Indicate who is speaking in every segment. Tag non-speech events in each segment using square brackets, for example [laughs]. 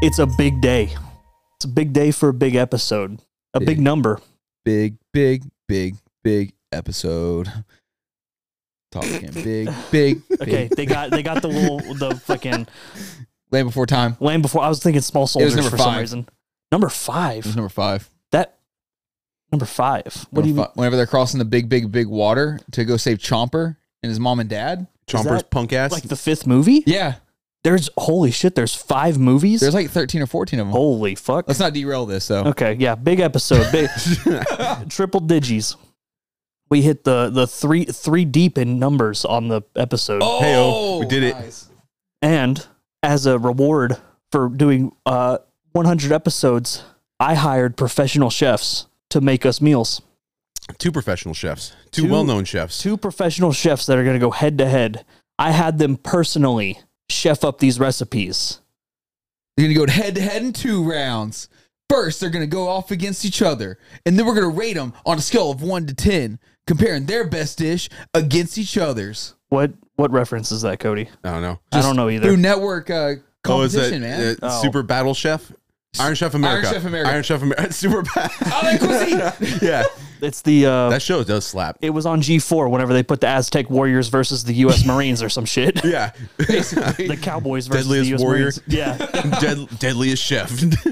Speaker 1: it's a big day. It's a big day for a big episode, a big,
Speaker 2: Big.
Speaker 1: number.
Speaker 2: Big, big, big, big episode. Talk
Speaker 1: [laughs]
Speaker 2: again. Big, big,
Speaker 1: Okay,
Speaker 2: big.
Speaker 1: they got they got the little
Speaker 2: [laughs]
Speaker 1: the fucking
Speaker 2: Land before time.
Speaker 1: land before. I was thinking small soldiers
Speaker 2: number
Speaker 1: for some
Speaker 2: five.
Speaker 1: reason. Number
Speaker 2: It was
Speaker 1: five.
Speaker 2: number five.
Speaker 1: That number five. What do you?
Speaker 2: Number fi- Whenever they're crossing the big, big, big water to go save Chomper and his mom and dad.
Speaker 1: Is
Speaker 3: Chomper's
Speaker 1: that
Speaker 3: punk ass.
Speaker 1: Like the fifth movie?
Speaker 2: Yeah.
Speaker 1: There's holy shit. There's five movies.
Speaker 2: There's like 13 or 14 of them.
Speaker 1: holy fuck.
Speaker 2: Let's not derail this, though.
Speaker 1: Okay, yeah, big episode,
Speaker 2: [laughs]
Speaker 1: big
Speaker 3: [laughs]
Speaker 1: triple digis. We hit the the three three deep in numbers on the episode,
Speaker 2: Oh,
Speaker 3: Hey-o, oh, we did it.
Speaker 2: nice.
Speaker 1: and as a reward for doing uh 100 episodes, I hired professional chefs to make us meals.
Speaker 3: two professional chefs, 2
Speaker 1: Two-
Speaker 3: well-known chefs.
Speaker 1: Two professional chefs that are going to go head to head. I had them personally chef up these recipes.
Speaker 2: They're gonna go head to head in two rounds. First, they're gonna go off against each other, and then we're gonna rate them on a scale of one to ten, comparing their best dish against each other's
Speaker 1: What what reference is that, Cody?
Speaker 3: I don't know.
Speaker 1: I don't know either.
Speaker 2: through network uh,
Speaker 3: Oh, is that
Speaker 2: competition, man.
Speaker 3: uh,
Speaker 1: Oh.
Speaker 3: Super Battle Chef? Iron Chef America.
Speaker 2: Chef America.
Speaker 3: Iron Chef America. [laughs] Super Battle.
Speaker 2: I like cuisine.
Speaker 3: [laughs] yeah,
Speaker 1: It's the uh
Speaker 3: that show does slap.
Speaker 1: it was on G4 whenever they put the Aztec Warriors versus the
Speaker 3: [laughs]
Speaker 1: U.S. Marines or some shit.
Speaker 3: Yeah,
Speaker 1: The Cowboys versus
Speaker 3: Deadliest
Speaker 1: the U.S.
Speaker 3: Warrior.
Speaker 1: Marines. Yeah.
Speaker 3: [laughs] Dead, deadliest chef. [laughs]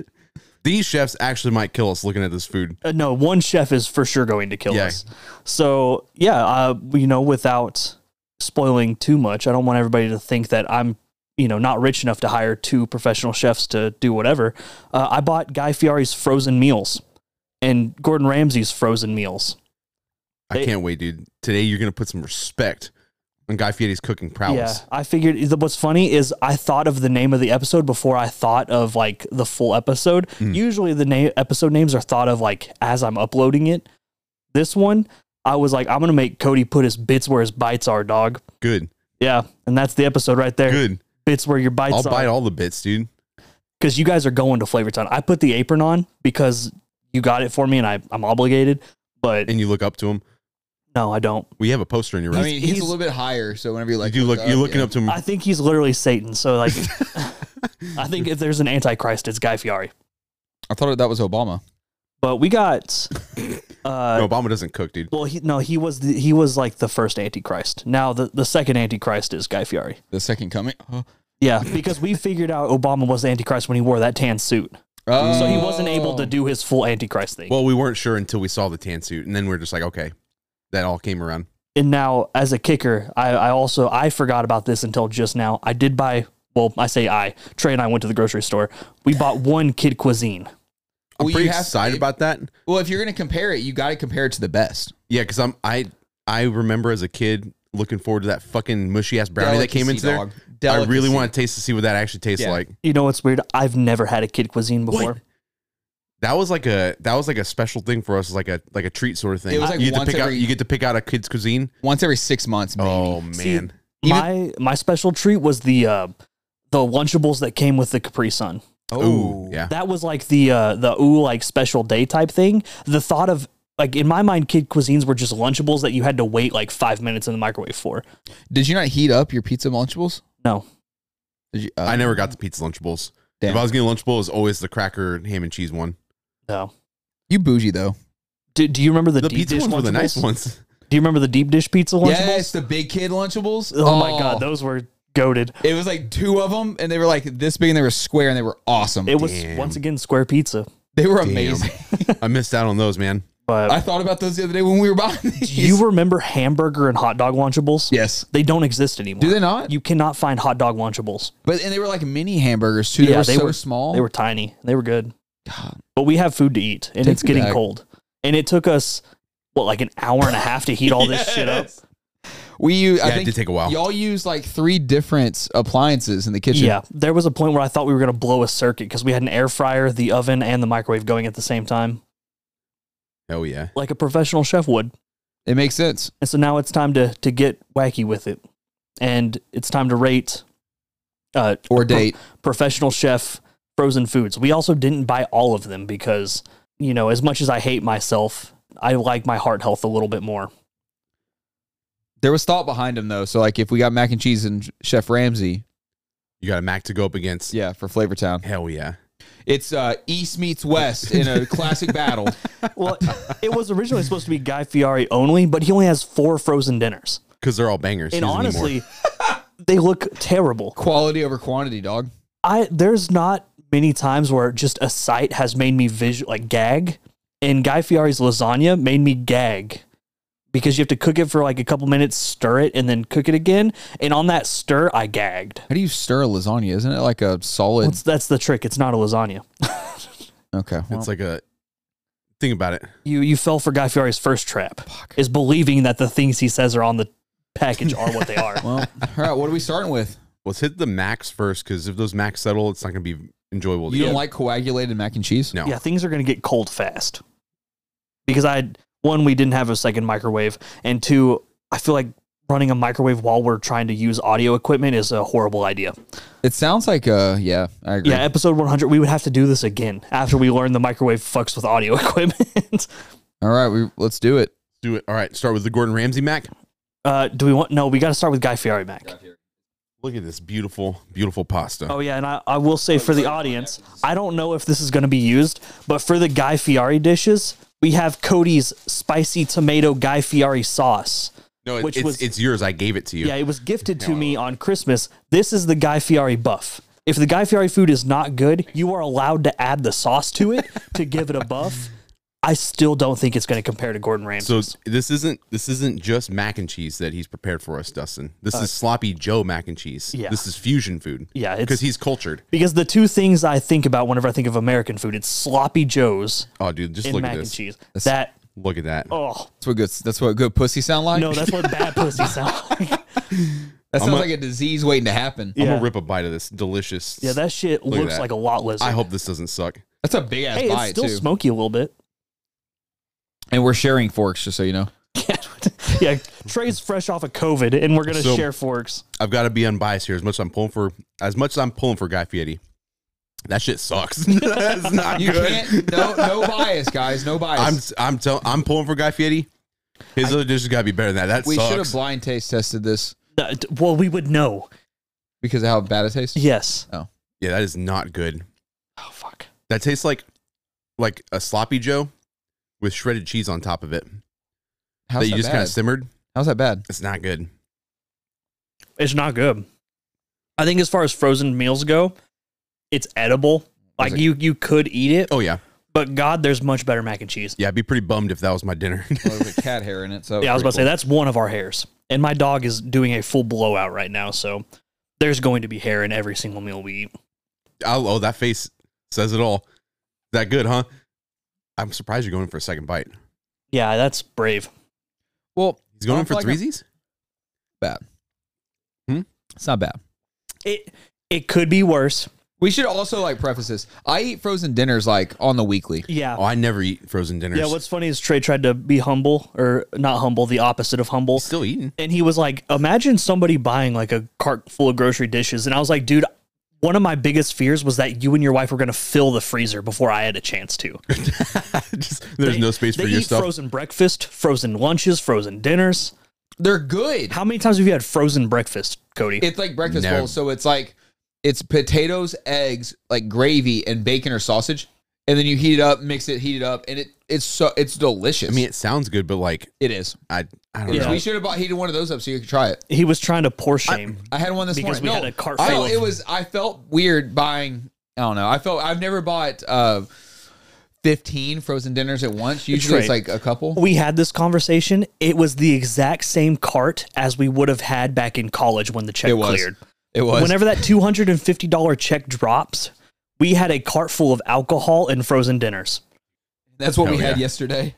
Speaker 3: These chefs actually might kill us looking at this food.
Speaker 1: Uh, no, one chef is for sure going to kill
Speaker 3: Yeah.
Speaker 1: us. So, yeah, uh, you know, without spoiling too much, I don't want everybody to think that I'm, you know, not rich enough to hire two professional chefs to do whatever. Uh, I bought Guy Fieri's frozen meals and Gordon Ramsay's frozen meals.
Speaker 3: I
Speaker 1: They-
Speaker 3: can't wait, dude. Today you're gonna put some respect on Guy Fieri's cooking prowess.
Speaker 1: Yeah, I figured. the- What's funny is I thought of the name of the episode before I thought of like the full episode.
Speaker 3: Hmm.
Speaker 1: Usually, the name episode names are thought of like as I'm uploading it. This one, I was like, I'm gonna make Cody put his bits where his bites are, dog.
Speaker 3: Good,
Speaker 1: Yeah, and that's the episode right there.
Speaker 3: good.
Speaker 1: Bits where your bites
Speaker 3: I'll bite
Speaker 1: are,
Speaker 3: all the bits, dude.
Speaker 1: because you guys are going to Flavortown. I put the apron on because you got it for me, and I, I'm obligated. But
Speaker 3: And you look up to him.
Speaker 1: no, I don't.
Speaker 3: We have a poster in your room.
Speaker 2: I mean, he's,
Speaker 1: he's-
Speaker 2: a little bit higher, so whenever you like,
Speaker 3: you do look.
Speaker 2: look
Speaker 3: you're
Speaker 2: up,
Speaker 3: looking
Speaker 2: yeah.
Speaker 3: up to him.
Speaker 1: I think he's literally Satan. So
Speaker 3: [laughs]
Speaker 1: like, [laughs] I think if there's an antichrist, it's Guy Fieri.
Speaker 2: I thought that was Obama.
Speaker 1: but we got uh
Speaker 3: [coughs] no, Obama doesn't cook, dude.
Speaker 1: well he no he was the, he was like the first antichrist now the, the second antichrist is guy fieri
Speaker 2: The second coming.
Speaker 3: Uh,
Speaker 2: Oh,
Speaker 1: yeah because we figured out obama was the antichrist when he wore that tan suit so
Speaker 2: Oh.
Speaker 1: he wasn't able to do his full antichrist thing
Speaker 3: Well, we weren't sure until we saw the tan suit, and then we are just like, okay, that all came around.
Speaker 1: and now as a kicker I, I also i forgot about this until just now i did buy well i say i trey and i went to the grocery store we bought one kid cuisine
Speaker 3: I'm
Speaker 2: Well, you
Speaker 3: pretty
Speaker 2: have to-
Speaker 3: excited about that.
Speaker 2: Well, if you're gonna compare it, you got to compare it to the best.
Speaker 3: Yeah, because I'm I I remember as a kid looking forward to that fucking mushy ass brownie that came into
Speaker 2: Delicacy, dog.
Speaker 3: there. I really
Speaker 2: Delicacy.
Speaker 3: want to taste to see what that actually tastes
Speaker 2: Yeah.
Speaker 3: like.
Speaker 1: you know what's weird i've never had a kid cuisine before
Speaker 3: What? That was like a that was like a special thing for us, like a like a treat sort of thing.
Speaker 2: It was like
Speaker 3: you get to
Speaker 2: once
Speaker 3: pick out
Speaker 2: every-
Speaker 3: you get to pick out a kid's cuisine.
Speaker 2: Once every six months, maybe.
Speaker 3: Oh man,
Speaker 1: See, my my special treat was the uh, the Lunchables that came with the Capri Sun.
Speaker 2: Oh.
Speaker 3: ooh, yeah.
Speaker 1: That was like the uh, the ooh like special day type thing. The thought of like in my mind, kid cuisines were just Lunchables that you had to wait like five minutes in the microwave for.
Speaker 2: Did you not heat up your pizza Lunchables?
Speaker 1: No,
Speaker 2: Did you, uh,
Speaker 3: I never got the pizza lunchables.
Speaker 2: Damn.
Speaker 3: If I was getting a lunchable, it was always the cracker ham and cheese one.
Speaker 1: no.
Speaker 2: You bougie though.
Speaker 1: Do, do you remember the,
Speaker 3: The
Speaker 1: deep
Speaker 3: pizza
Speaker 1: dish
Speaker 3: ones were the
Speaker 1: Lunchables?
Speaker 3: nice ones. [laughs]
Speaker 1: Do you remember the deep dish pizza Lunchables?
Speaker 2: the big kid Lunchables.
Speaker 1: Oh, my god, those were goaded.
Speaker 2: it was like two of them, and they were like this big, and they were square, and they were awesome.
Speaker 1: It was
Speaker 3: Damn.
Speaker 1: once again square pizza,
Speaker 2: they were
Speaker 3: Damn.
Speaker 2: amazing.
Speaker 3: I missed out on those, man.
Speaker 1: but
Speaker 2: I thought about those the other day when we were buying these.
Speaker 1: do you remember hamburger and hot dog Lunchables?
Speaker 2: [laughs] yes.
Speaker 1: They don't exist anymore.
Speaker 2: Do they not?
Speaker 1: You cannot find hot dog Lunchables.
Speaker 2: but and they were like mini hamburgers too. They
Speaker 1: Yeah,
Speaker 2: were
Speaker 1: they
Speaker 2: so
Speaker 1: were-
Speaker 2: small.
Speaker 3: Oh.
Speaker 1: They were tiny. They were good.
Speaker 2: God.
Speaker 1: But we have food to eat and
Speaker 2: Take
Speaker 1: it's
Speaker 2: me
Speaker 1: getting
Speaker 2: back.
Speaker 1: cold. And it took us what like an hour and a half to heat [laughs] all this shit up.
Speaker 2: We u- I
Speaker 3: Yeah, it
Speaker 2: think
Speaker 3: did take a while.
Speaker 2: Y'all used like three different appliances in the [laughs] kitchen.
Speaker 1: Yeah. There was a point where I thought we were going to blow a circuit cuz we had an air fryer, the oven and the microwave going at the same time
Speaker 3: Oh yeah.
Speaker 1: like a professional chef would.
Speaker 2: it makes sense.
Speaker 1: And so now it's time to to get wacky with it. And it's time to rate uh
Speaker 2: Or date.
Speaker 1: professional chef frozen foods. We also didn't buy all of them because, you know, as much as I hate myself, I like my heart health a little bit more.
Speaker 2: There was thought behind them though. So like if we got mac and cheese and Chef Ramsay,
Speaker 3: You got a Mac to go up against.
Speaker 2: yeah, for Flavortown.
Speaker 3: Hell yeah.
Speaker 2: It's uh, East meets West in
Speaker 1: [laughs]
Speaker 2: a classic battle.
Speaker 1: Well, it was originally supposed to be Guy Fieri only, but he only has four frozen dinners.
Speaker 3: because they're all bangers.
Speaker 1: And
Speaker 3: He doesn't need more.
Speaker 1: honestly, [laughs] they look terrible.
Speaker 2: Quality over quantity, dog.
Speaker 1: I there's not many times where just a sight has made me visual like gag, and Guy Fieri's lasagna made me gag because you have to cook it for like a couple minutes, stir it, and then cook it again. And on that stir, I gagged.
Speaker 2: How do you stir a lasagna? Isn't it like a solid?
Speaker 1: That's, that's the trick. It's not a lasagna.
Speaker 2: okay.
Speaker 3: it's like a think about it.
Speaker 1: You you fell for Guy Fieri's first trap is believing that the things he says are on the package are what they are.
Speaker 2: Well, all right. What are we starting with?
Speaker 3: Let's hit the max first because if those max settle, it's not going to be enjoyable. to
Speaker 2: You don't
Speaker 3: eat.
Speaker 2: like coagulated mac and cheese?
Speaker 3: no.
Speaker 1: Yeah, things are going to get cold fast. Because I one we didn't have a second microwave and two I feel like running a microwave while we're trying to use audio equipment is a horrible idea.
Speaker 2: It sounds like uh yeah, I agree.
Speaker 1: Yeah, episode 100 we would have to do this again after we learn the microwave fucks with audio [laughs] equipment.
Speaker 2: All right, we let's do it.
Speaker 3: Do it. All right. Start with the Gordon Ramsay mac.
Speaker 1: uh do we want No, we got to start with Guy Fieri Mac.
Speaker 3: Look at this beautiful, beautiful pasta.
Speaker 1: Oh yeah, and I, I will say for the audience, I don't know if this is going to be used, but for the Guy Fieri dishes, we have Cody's spicy tomato Guy Fieri sauce.
Speaker 3: no, it,
Speaker 1: which
Speaker 3: it's,
Speaker 1: was-
Speaker 3: it's yours. I gave it to you.
Speaker 1: Yeah, it was gifted to me on Christmas. This is the Guy Fieri buff. If the Guy Fieri food is not good, you are allowed to add the sauce to
Speaker 3: [laughs]
Speaker 1: it to give it a buff. I still don't think it's going to compare to Gordon Ramsay.
Speaker 3: So this isn't this isn't just mac and cheese that he's prepared for us, Dustin. This is sloppy Joe mac and cheese.
Speaker 1: Uh, yeah.
Speaker 3: This is fusion food.
Speaker 1: Yeah, it's-
Speaker 3: because he's cultured.
Speaker 1: because the two things I think about whenever I think of American food, it's sloppy joes
Speaker 3: Oh, dude, just
Speaker 1: and
Speaker 3: look at
Speaker 1: mac and
Speaker 3: this.
Speaker 1: cheese. That
Speaker 3: Look at that.
Speaker 1: oh
Speaker 2: That's what good that's what good pussy sound like.
Speaker 1: no, that's what
Speaker 3: [laughs]
Speaker 1: bad pussy sounds like.
Speaker 2: that sounds
Speaker 3: a-
Speaker 2: like a disease waiting to happen.
Speaker 3: I'm
Speaker 1: Yeah.
Speaker 3: gonna rip a bite of this delicious.
Speaker 1: Yeah, that shit
Speaker 3: at
Speaker 1: looks
Speaker 3: that.
Speaker 1: like a lot lizard.
Speaker 3: I hope this doesn't suck.
Speaker 2: That's a big ass
Speaker 1: hey, it's
Speaker 2: bite
Speaker 1: still
Speaker 2: too.
Speaker 1: smoky a little bit.
Speaker 2: and we're sharing forks, just
Speaker 1: [laughs]
Speaker 2: so you know.
Speaker 1: yeah, Trey's fresh off of COVID, and we're gonna
Speaker 3: So-
Speaker 1: share forks.
Speaker 3: I've got to be unbiased here. As much as I'm pulling for, as much as I'm pulling for Guy Fieri, that shit sucks. [laughs] That's not
Speaker 2: You
Speaker 3: good.
Speaker 2: can't no no bias, guys. No bias.
Speaker 3: I'm I'm tell, I'm pulling for Guy Fieri. His other dishes got to be better than that. That
Speaker 2: we should have
Speaker 3: sucks.
Speaker 2: blind taste tested this
Speaker 1: Uh, d- Well, we would know.
Speaker 2: because of how bad it tastes.
Speaker 1: Yes.
Speaker 3: Yeah, that is not good.
Speaker 1: Oh fuck.
Speaker 3: That tastes like like a sloppy Joe with shredded cheese on top of it
Speaker 2: How's
Speaker 3: that
Speaker 2: that,
Speaker 3: you just kind
Speaker 2: bad?
Speaker 3: of simmered.
Speaker 2: How's
Speaker 1: [laughs]
Speaker 2: that bad?
Speaker 3: It's not good.
Speaker 1: It's not good. I think as far as frozen meals go, it's edible. Like
Speaker 2: it-
Speaker 1: you, you could eat it,
Speaker 3: Oh yeah,
Speaker 1: but God, there's much better mac and cheese.
Speaker 3: yeah. I'd be pretty bummed if that was my dinner. [laughs]
Speaker 2: Well, there's a cat hair in it. So
Speaker 1: Yeah, I was about to say
Speaker 2: that.
Speaker 1: that's one of our hairs, and my dog is doing a full blowout right now, so there's going to be hair in every single meal we eat.
Speaker 3: I'll, oh, that face says it all. That good, huh? I'm surprised you're going for a second bite.
Speaker 1: Yeah, that's brave.
Speaker 2: Well,
Speaker 3: He's going
Speaker 2: I
Speaker 3: for
Speaker 2: feel like I'm-
Speaker 3: threesies.
Speaker 2: bad.
Speaker 3: Hmm?
Speaker 2: It's not bad.
Speaker 1: It it could be worse.
Speaker 2: We should also like preface this. I eat frozen dinners like on the weekly.
Speaker 1: Yeah.
Speaker 3: Oh, I never eat frozen dinners.
Speaker 1: Yeah, what's funny is Trey tried to be humble, or not humble, the opposite of humble. [laughs]
Speaker 3: still eating?
Speaker 1: and he was like, "Imagine somebody buying like a cart full of grocery dishes." And I was like, "Dude, one of my biggest fears was that you and your wife were going to fill the freezer before I had a chance to."
Speaker 3: Just, there's no space
Speaker 1: they
Speaker 3: for your
Speaker 1: eat
Speaker 3: stuff.
Speaker 1: frozen breakfast, frozen lunches, frozen dinners.
Speaker 2: They're good.
Speaker 1: How many times have you had frozen breakfast, Cody?
Speaker 2: It's like breakfast
Speaker 3: No.
Speaker 2: bowl, so it's like it's potatoes, eggs, like gravy, and bacon or sausage, and then you heat it up, mix it, heat it up, and it it's so it's delicious.
Speaker 3: I mean, it sounds good, but like,
Speaker 2: it is.
Speaker 3: I I don't
Speaker 1: Yeah.
Speaker 3: know.
Speaker 2: We should have bought heated one of those up so you could try it.
Speaker 1: he was trying to pour shame.
Speaker 2: I had one this
Speaker 1: Because
Speaker 2: morning.
Speaker 1: we
Speaker 2: no,
Speaker 1: had a cart
Speaker 2: I
Speaker 1: full
Speaker 2: don't-
Speaker 1: of-
Speaker 2: it was. I felt weird buying. I don't know. I felt I've never bought uh, fifteen frozen dinners at once. Usually it's
Speaker 1: right.
Speaker 2: like a couple.
Speaker 1: we had this conversation. It was the exact same cart as we would have had back in college when the check
Speaker 2: It was.
Speaker 1: cleared.
Speaker 2: It was.
Speaker 1: Whenever that two hundred and fifty dollar check drops, we had a cart full of alcohol and frozen dinners.
Speaker 2: That's what we
Speaker 3: Hell
Speaker 2: had
Speaker 3: yeah.
Speaker 2: yesterday.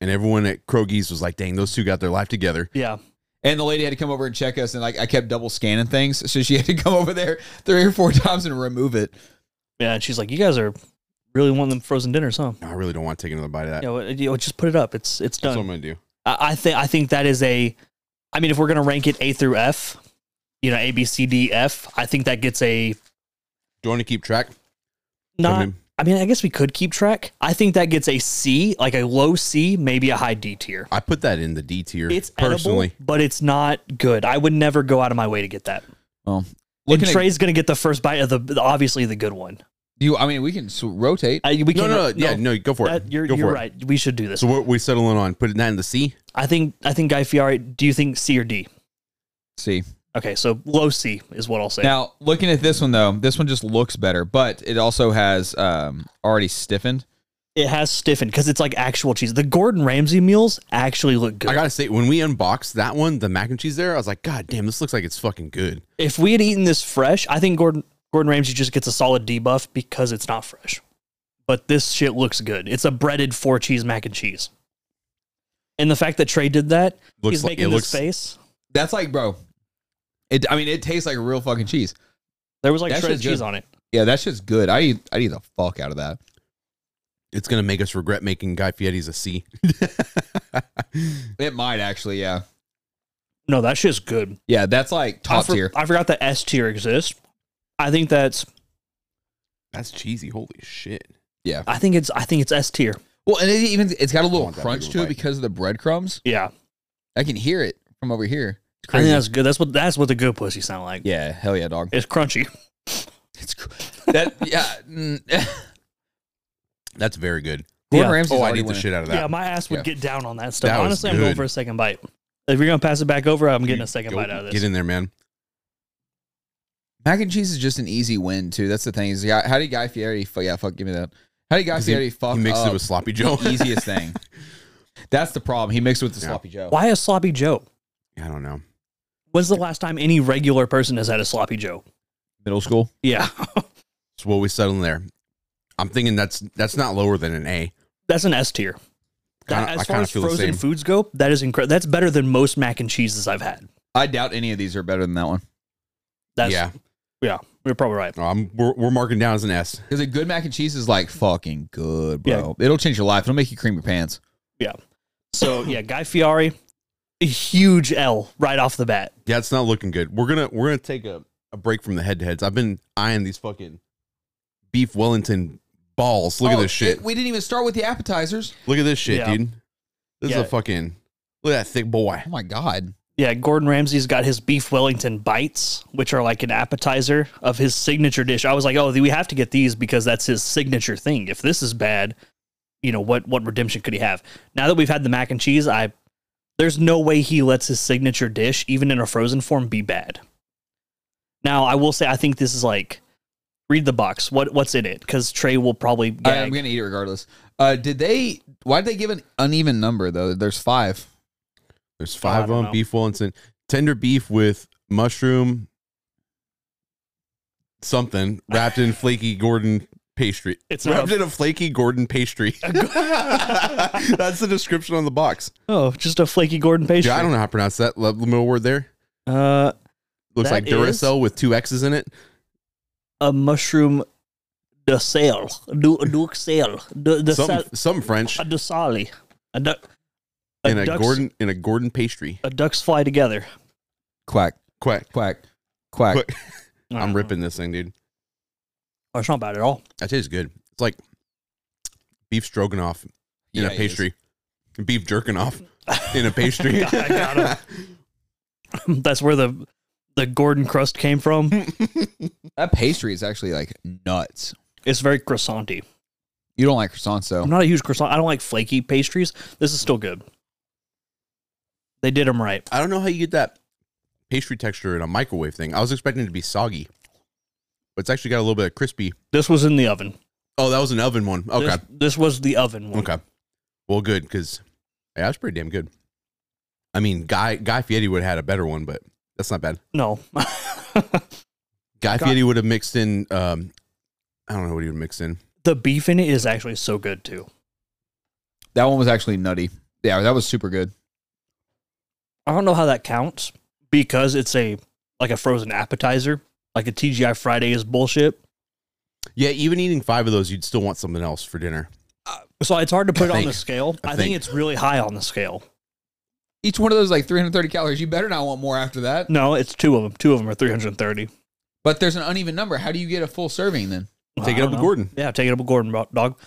Speaker 3: and everyone at Krogi's was like, "Dang, those two got their life together."
Speaker 1: Yeah.
Speaker 2: And the lady had to come over and check us, and like I kept double scanning things, so she had to come over there three or four [laughs] times and remove it.
Speaker 1: Yeah, and she's like, "You guys are really wanting them frozen dinners, huh?"
Speaker 3: I really don't want to take another bite of that.
Speaker 1: You know, uh, you know, just put it up. It's it's
Speaker 3: That's what
Speaker 1: done.
Speaker 3: I'm gonna do.
Speaker 1: I, I think I think that is a. I mean, if we're gonna rank it A through F, you know, A B C D F, I think that gets a
Speaker 3: Do you want to keep track?
Speaker 1: not. I mean,
Speaker 3: mean-
Speaker 1: I guess we could keep track. I think that gets a C, like a low C, maybe a high D tier.
Speaker 3: I put that in the D tier.
Speaker 1: It's
Speaker 3: personally.
Speaker 1: edible, but it's not good. I would never go out of my way to get that.
Speaker 2: Well,
Speaker 1: And
Speaker 2: looking at,
Speaker 1: Trey's gonna get the first bite of the obviously the good one.
Speaker 2: You, I mean, we can s- rotate.
Speaker 1: I, we
Speaker 3: No,
Speaker 1: can't,
Speaker 3: no, no, yeah, no, go for it.
Speaker 1: That- you're
Speaker 3: go for
Speaker 1: you're
Speaker 3: it.
Speaker 1: right. We should do this.
Speaker 3: So what we settling on? Putting that in the C?
Speaker 1: I think I think Guy Fieri. Do you think C or D?
Speaker 2: See
Speaker 1: Okay, so low C is what I'll say.
Speaker 2: now, looking at this one though, this one just looks better, but it also has um already stiffened.
Speaker 1: it has stiffened because it's like actual cheese. The Gordon Ramsay meals actually look good.
Speaker 3: I gotta say, when we unboxed that one, the mac and cheese there, I was like, God damn, this looks like it's fucking good.
Speaker 1: if we had eaten this fresh, I think Gordon Gordon Ramsay just gets a solid debuff because it's not fresh. But this shit looks good. It's a breaded four cheese mac and cheese. And the fact that Trey did that,
Speaker 3: Looks
Speaker 1: he's
Speaker 3: like-
Speaker 1: making
Speaker 3: it
Speaker 1: this
Speaker 3: looks-
Speaker 1: face.
Speaker 2: That's like, bro. It. I mean, it tastes like real fucking cheese.
Speaker 1: There was like
Speaker 2: That
Speaker 1: shredded
Speaker 2: shit's good.
Speaker 1: cheese on it.
Speaker 2: Yeah, that shit's good. I eat. I eat the fuck out of that.
Speaker 3: It's gonna make us regret making Guy Fieri's a C. [laughs]
Speaker 2: It might actually. Yeah.
Speaker 1: No, that shit's good.
Speaker 2: Yeah, that's like top
Speaker 1: I for-
Speaker 2: tier.
Speaker 1: I forgot that S tier exists. I think that's
Speaker 3: That's cheesy. Holy shit.
Speaker 1: I think it's I think it's S tier.
Speaker 2: Well, and it even it's got a little
Speaker 3: want that
Speaker 2: crunch
Speaker 3: big
Speaker 2: to
Speaker 3: of a
Speaker 2: it
Speaker 3: bite.
Speaker 2: because of the breadcrumbs.
Speaker 1: Yeah.
Speaker 2: I can hear it from over here. It's
Speaker 1: I think that's good. That's what that's what the good pussy sound like.
Speaker 2: yeah, hell yeah, [laughs] dog.
Speaker 1: It's crunchy.
Speaker 2: It's cr- that yeah. mm, [laughs]
Speaker 3: That's very good.
Speaker 2: Gordon
Speaker 1: Yeah.
Speaker 2: Ramsay's
Speaker 3: Oh, I
Speaker 2: already
Speaker 3: need the
Speaker 2: winning.
Speaker 3: shit out of
Speaker 1: Yeah,
Speaker 3: that.
Speaker 1: my ass would
Speaker 2: Yeah.
Speaker 1: get down on that stuff.
Speaker 3: That was
Speaker 1: Honestly, I'm going
Speaker 3: good.
Speaker 1: for a second bite. If you're gonna pass it back over, I'm getting
Speaker 3: You
Speaker 1: a second
Speaker 3: go-
Speaker 1: bite out of this.
Speaker 3: Get in there, man.
Speaker 2: Mac and cheese is just an easy win too. That's the thing. Is yeah, how did Guy Fieri? Fuck yeah, fuck. Give me that. How did Guy
Speaker 3: 'Cause he-
Speaker 2: Fieri fuck
Speaker 3: He mixed
Speaker 2: up
Speaker 3: it with
Speaker 2: [laughs]
Speaker 3: sloppy Joe. [laughs]
Speaker 2: the easiest thing? That's the problem. He mixed it with the
Speaker 3: Yeah.
Speaker 2: sloppy Joe.
Speaker 1: Why a sloppy Joe?
Speaker 3: I don't know.
Speaker 1: When's the last time any regular person has had a sloppy Joe?
Speaker 2: Middle school.
Speaker 1: Yeah,
Speaker 3: So what we settling there? I'm thinking that's that's not lower than an A.
Speaker 1: [laughs] that's an S tier. That-
Speaker 3: Kinda- I
Speaker 1: as far
Speaker 3: kinda
Speaker 1: as
Speaker 3: feel the
Speaker 1: frozen
Speaker 3: same.
Speaker 1: foods go, that is incredible. That's better than most mac and cheeses I've had.
Speaker 2: I doubt any of these are better than that one.
Speaker 1: That's,
Speaker 3: yeah,
Speaker 1: yeah, you're probably right.
Speaker 3: No, I'm, we're, we're marking down as an S.
Speaker 2: Because a good mac and cheese is like fucking good, bro. It'll change your life. It'll make you cream your pants.
Speaker 1: So yeah, Guy Fieri, a huge L right off the bat.
Speaker 3: Yeah, it's not looking good. We're gonna we're gonna take a, a break from the head to heads. I've been eyeing these fucking beef Wellington balls. Look at
Speaker 2: Oh,
Speaker 3: this shit.
Speaker 2: it- we didn't even start with the appetizers.
Speaker 3: Look at this shit,
Speaker 1: Yeah.
Speaker 3: dude. This
Speaker 1: Yeah.
Speaker 3: is a fucking look at that thick boy.
Speaker 2: Oh my god.
Speaker 1: Yeah, Gordon Ramsay's got his beef Wellington bites, which are like an appetizer of his signature dish. I was like, oh, we have to get these because that's his signature thing. If this is bad, you know what what redemption could he have? Now that we've had the mac and cheese, I there's no way he lets his signature dish, even in a frozen form, be bad. Now I will say I think this is like read the box. What what's in it? Because Trey will probably
Speaker 2: I, am
Speaker 1: gag.
Speaker 2: gonna eat it regardless. Uh, did they? Why did they give an uneven number though? There's five.
Speaker 3: There's
Speaker 1: I
Speaker 3: five of
Speaker 1: don't
Speaker 3: them.
Speaker 1: know.
Speaker 3: Beef Wellington, tender beef with mushroom, something wrapped in flaky Gordon pastry.
Speaker 1: [laughs] It's
Speaker 3: wrapped
Speaker 1: a-
Speaker 3: in a flaky Gordon
Speaker 1: [laughs]
Speaker 3: pastry. [laughs] That's the description on the box.
Speaker 1: oh, just a flaky Gordon pastry.
Speaker 3: Yeah, I don't know how to pronounce that le- middle word there.
Speaker 1: Uh,
Speaker 3: Looks
Speaker 1: That
Speaker 3: like Duracell with two X's in it.
Speaker 1: a mushroom de sale, du, duck sale, de, de
Speaker 3: Some
Speaker 1: sal,
Speaker 3: some French
Speaker 1: a de sali, a, duck, a,
Speaker 3: in a
Speaker 1: duck's,
Speaker 3: Gordon in a Gordon pastry.
Speaker 1: a ducks fly together.
Speaker 2: Quack,
Speaker 3: Quack.
Speaker 2: quack, quack.
Speaker 3: Quack. I'm ripping this thing, dude.
Speaker 1: Oh, it's not bad at all. [laughs]
Speaker 3: That tastes good. It's like beef stroganoff in
Speaker 2: Yeah,
Speaker 3: a
Speaker 2: it
Speaker 3: pastry. Beef jerking off in
Speaker 1: [laughs]
Speaker 3: a pastry.
Speaker 1: I got That's where the the Gordon crust came from.
Speaker 3: Hmm.
Speaker 2: is. That pastry is actually like nuts.
Speaker 1: It's very croissanty.
Speaker 2: You don't like croissants
Speaker 1: I'm
Speaker 2: though.
Speaker 1: not a huge croissant. I don't like flaky pastries. This is still good. They did them right.
Speaker 3: I don't know how you get that pastry texture in a microwave thing. I was expecting it to be soggy, but it's actually got a little bit of crispy.
Speaker 1: This was in the oven.
Speaker 3: Oh, that was an oven one. Okay.
Speaker 1: This, this was the oven one.
Speaker 3: Okay. Well, good because yeah, that's pretty damn good. I mean, Guy Guy Fieri would have had a better one, but that's not bad.
Speaker 1: No. [laughs]
Speaker 3: Guy
Speaker 1: Guy-
Speaker 3: Fieri would have mixed in. Um, I don't know what he would mix in.
Speaker 1: the beef in it is actually so good too.
Speaker 2: That one was actually nutty. Yeah, that was super good.
Speaker 1: I don't know how that counts because it's a like a frozen appetizer, like a TGI Friday is bullshit.
Speaker 3: Yeah, even eating five of those, you'd still want something else for dinner. [laughs]
Speaker 1: Uh, So it's hard to put it on
Speaker 3: think.
Speaker 1: the scale. I,
Speaker 3: I
Speaker 1: think.
Speaker 3: think.
Speaker 1: it's really high on the scale.
Speaker 2: Each one of those like 330 calories. You better not want more after that.
Speaker 1: No, it's two of them. Two of them are 330.
Speaker 2: But there's an uneven number. How do you get a full serving then?
Speaker 3: Take
Speaker 1: I
Speaker 3: it up
Speaker 1: don't
Speaker 3: with
Speaker 1: know.
Speaker 3: Gordon.
Speaker 1: Yeah, take it up with Gordon, bro- dog.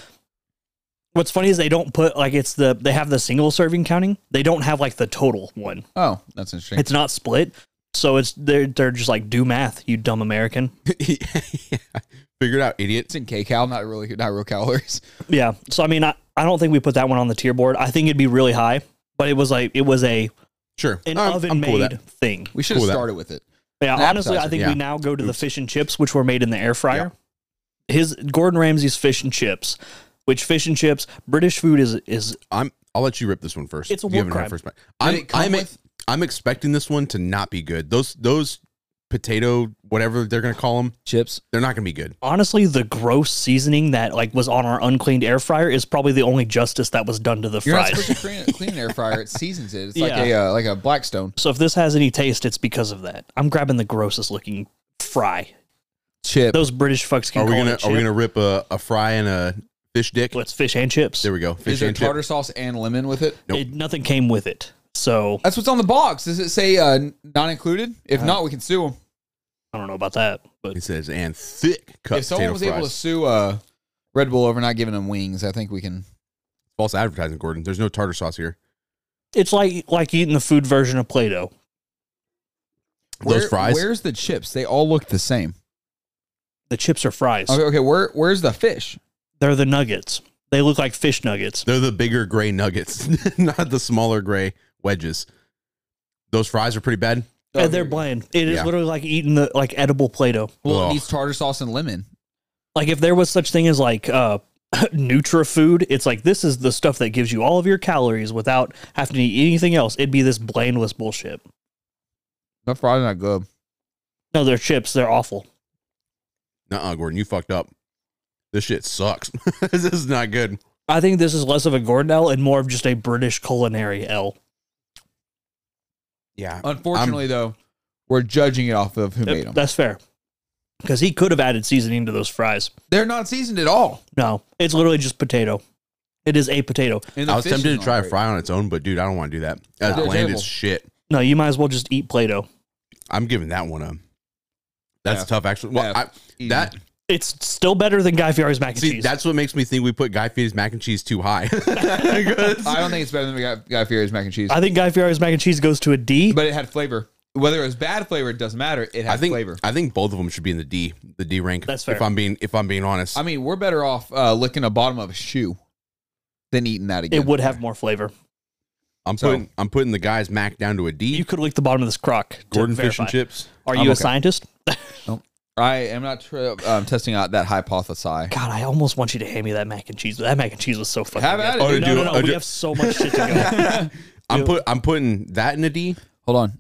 Speaker 1: What's funny is they don't put like it's the they have the single serving counting. They don't have like the total one.
Speaker 2: Oh, that's interesting.
Speaker 1: It's not split. So it's they're they're just like do math, you dumb American.
Speaker 3: Figure it out, idiot.
Speaker 2: It's in Cal, not really not real calories. [laughs]
Speaker 1: Yeah. So I mean, I, I don't think we put that one on the tier board. I think it'd be really high, but it was like it was a
Speaker 3: Sure.
Speaker 1: an
Speaker 3: I'm- I'm
Speaker 1: oven
Speaker 3: cool with
Speaker 1: made
Speaker 3: that.
Speaker 1: thing.
Speaker 2: We should have
Speaker 3: Cool with that.
Speaker 2: started with it.
Speaker 1: Yeah,
Speaker 2: An
Speaker 1: honestly, I
Speaker 2: appetizer,
Speaker 1: think
Speaker 3: yeah.
Speaker 1: we now go to the fish and chips, which were made in the air fryer. His Gordon Ramsay's fish and chips, which fish and chips, British food is is
Speaker 3: I'm. I'll let you rip this one first.
Speaker 1: It's a
Speaker 3: You
Speaker 1: war
Speaker 3: haven't had
Speaker 1: crime.
Speaker 3: First bite. I'm.
Speaker 2: it come
Speaker 3: I'm,
Speaker 2: with-
Speaker 3: I'm expecting this one to not be good. Those. Those potato whatever they're gonna call them.
Speaker 2: Chips.
Speaker 3: They're not gonna be good.
Speaker 1: honestly the gross seasoning that like was on our uncleaned air fryer is probably the only justice that was done to the
Speaker 2: You're not
Speaker 1: fries.
Speaker 2: supposed to clean, clean an air fryer. It seasons it. It's like a
Speaker 1: Yeah.
Speaker 2: uh, like a Blackstone
Speaker 1: so if this has any taste, it's because of that. I'm grabbing the grossest looking fry.
Speaker 2: chip.
Speaker 1: Those British fucks can
Speaker 3: Are we
Speaker 1: call
Speaker 3: gonna?
Speaker 1: it
Speaker 3: Are we
Speaker 1: chip.
Speaker 3: gonna rip a, a fry and a fish dick?
Speaker 1: Well, it's fish and chips.
Speaker 3: There we go.
Speaker 2: Is
Speaker 3: Fish
Speaker 2: there
Speaker 3: and chip.
Speaker 2: tartar sauce and lemon with it?
Speaker 3: Nope.
Speaker 1: It, nothing came with it, so
Speaker 2: That's what's on the box. Does it say uh, not included?
Speaker 3: Uh,
Speaker 2: If not, we can sue them.
Speaker 1: I don't know about that. But
Speaker 3: He says, and thick cut
Speaker 2: If someone
Speaker 3: potato
Speaker 2: was
Speaker 3: fries.
Speaker 2: able to sue uh, Red Bull over not giving them wings, I think we can.
Speaker 3: False advertising, Gordon. There's no tartar sauce here.
Speaker 1: it's like like eating the food version of Play-Doh.
Speaker 3: Those
Speaker 2: Where-
Speaker 3: fries.
Speaker 2: Where's the chips? They all look the same.
Speaker 1: The chips are fries.
Speaker 2: Okay, okay. Where where's the fish?
Speaker 1: They're the nuggets. They look like fish nuggets.
Speaker 3: They're the bigger gray nuggets, [laughs] not the smaller gray wedges. Those fries are pretty bad.
Speaker 1: And
Speaker 2: Oh,
Speaker 1: they're
Speaker 2: here we go.
Speaker 1: bland. It is
Speaker 3: Yeah.
Speaker 1: literally like eating the like edible Play-Doh.
Speaker 2: Well,
Speaker 3: Ugh.
Speaker 2: it needs tartar sauce and lemon.
Speaker 1: Like if there was such thing as like uh [laughs] Nutra food, it's like this is the stuff that gives you all of your calories without having to eat anything else. It'd be this blandless bullshit.
Speaker 2: That's probably not good.
Speaker 1: No, they're chips. They're awful.
Speaker 3: Nuh-uh, Gordon, you fucked up. This shit sucks. [laughs] this is not good.
Speaker 1: I think this is less of a Gordon L and more of just a British culinary L.
Speaker 3: Yeah.
Speaker 2: Unfortunately, though, we're judging it off of who made them.
Speaker 1: That's fair. Because he could have added seasoning to those fries.
Speaker 2: They're not seasoned at all.
Speaker 1: No, it's literally just potato. It is a potato.
Speaker 2: And the
Speaker 3: I was
Speaker 2: fish
Speaker 3: tempted
Speaker 2: is
Speaker 3: to
Speaker 2: not
Speaker 3: try a
Speaker 2: great.
Speaker 3: fry on its own, but dude, I don't want to do that. That's
Speaker 2: They're
Speaker 3: bland
Speaker 2: terrible.
Speaker 3: as shit.
Speaker 1: No, you might as well just eat Play-Doh.
Speaker 3: I'm giving that one a. That's
Speaker 2: F.
Speaker 3: tough, actually. Well,
Speaker 2: F.
Speaker 3: I, that
Speaker 1: It's still better than Guy Fieri's mac and
Speaker 3: see,
Speaker 1: cheese.
Speaker 3: that's what makes me think we put Guy Fieri's mac and cheese too high. [laughs]
Speaker 2: I don't think it's better than Guy, Guy Fieri's mac and cheese,
Speaker 1: I think Guy Fieri's mac and cheese goes to a D.
Speaker 2: but it had flavor. Whether it was bad flavor, it doesn't matter. It had
Speaker 3: I think
Speaker 2: flavor.
Speaker 3: I think both of them should be in the D, the D rank.
Speaker 1: That's fair.
Speaker 3: If I'm being if I'm being honest,
Speaker 2: I mean, we're better off uh, licking the bottom of a shoe than eating that again.
Speaker 1: it would have more flavor.
Speaker 3: I'm
Speaker 2: so-
Speaker 3: putting I'm putting the guy's mac down to a D.
Speaker 1: You could lick the bottom of this crock. to
Speaker 3: Gordon fish
Speaker 1: verify.
Speaker 3: and chips.
Speaker 1: Are you
Speaker 2: I'm
Speaker 1: a
Speaker 2: okay.
Speaker 1: scientist?
Speaker 2: I am not tri- um, testing out that hypothesis.
Speaker 1: God, I almost want you to hand me that mac and cheese. That mac and cheese was so fucking.
Speaker 2: Have
Speaker 1: good.
Speaker 2: at it, Oh, dude.
Speaker 1: No, no,
Speaker 3: dude,
Speaker 1: no.
Speaker 3: oh,
Speaker 1: we
Speaker 3: dude.
Speaker 1: have so much shit
Speaker 3: [laughs]
Speaker 1: to
Speaker 3: I'm put I'm putting that in a D.
Speaker 2: Hold on.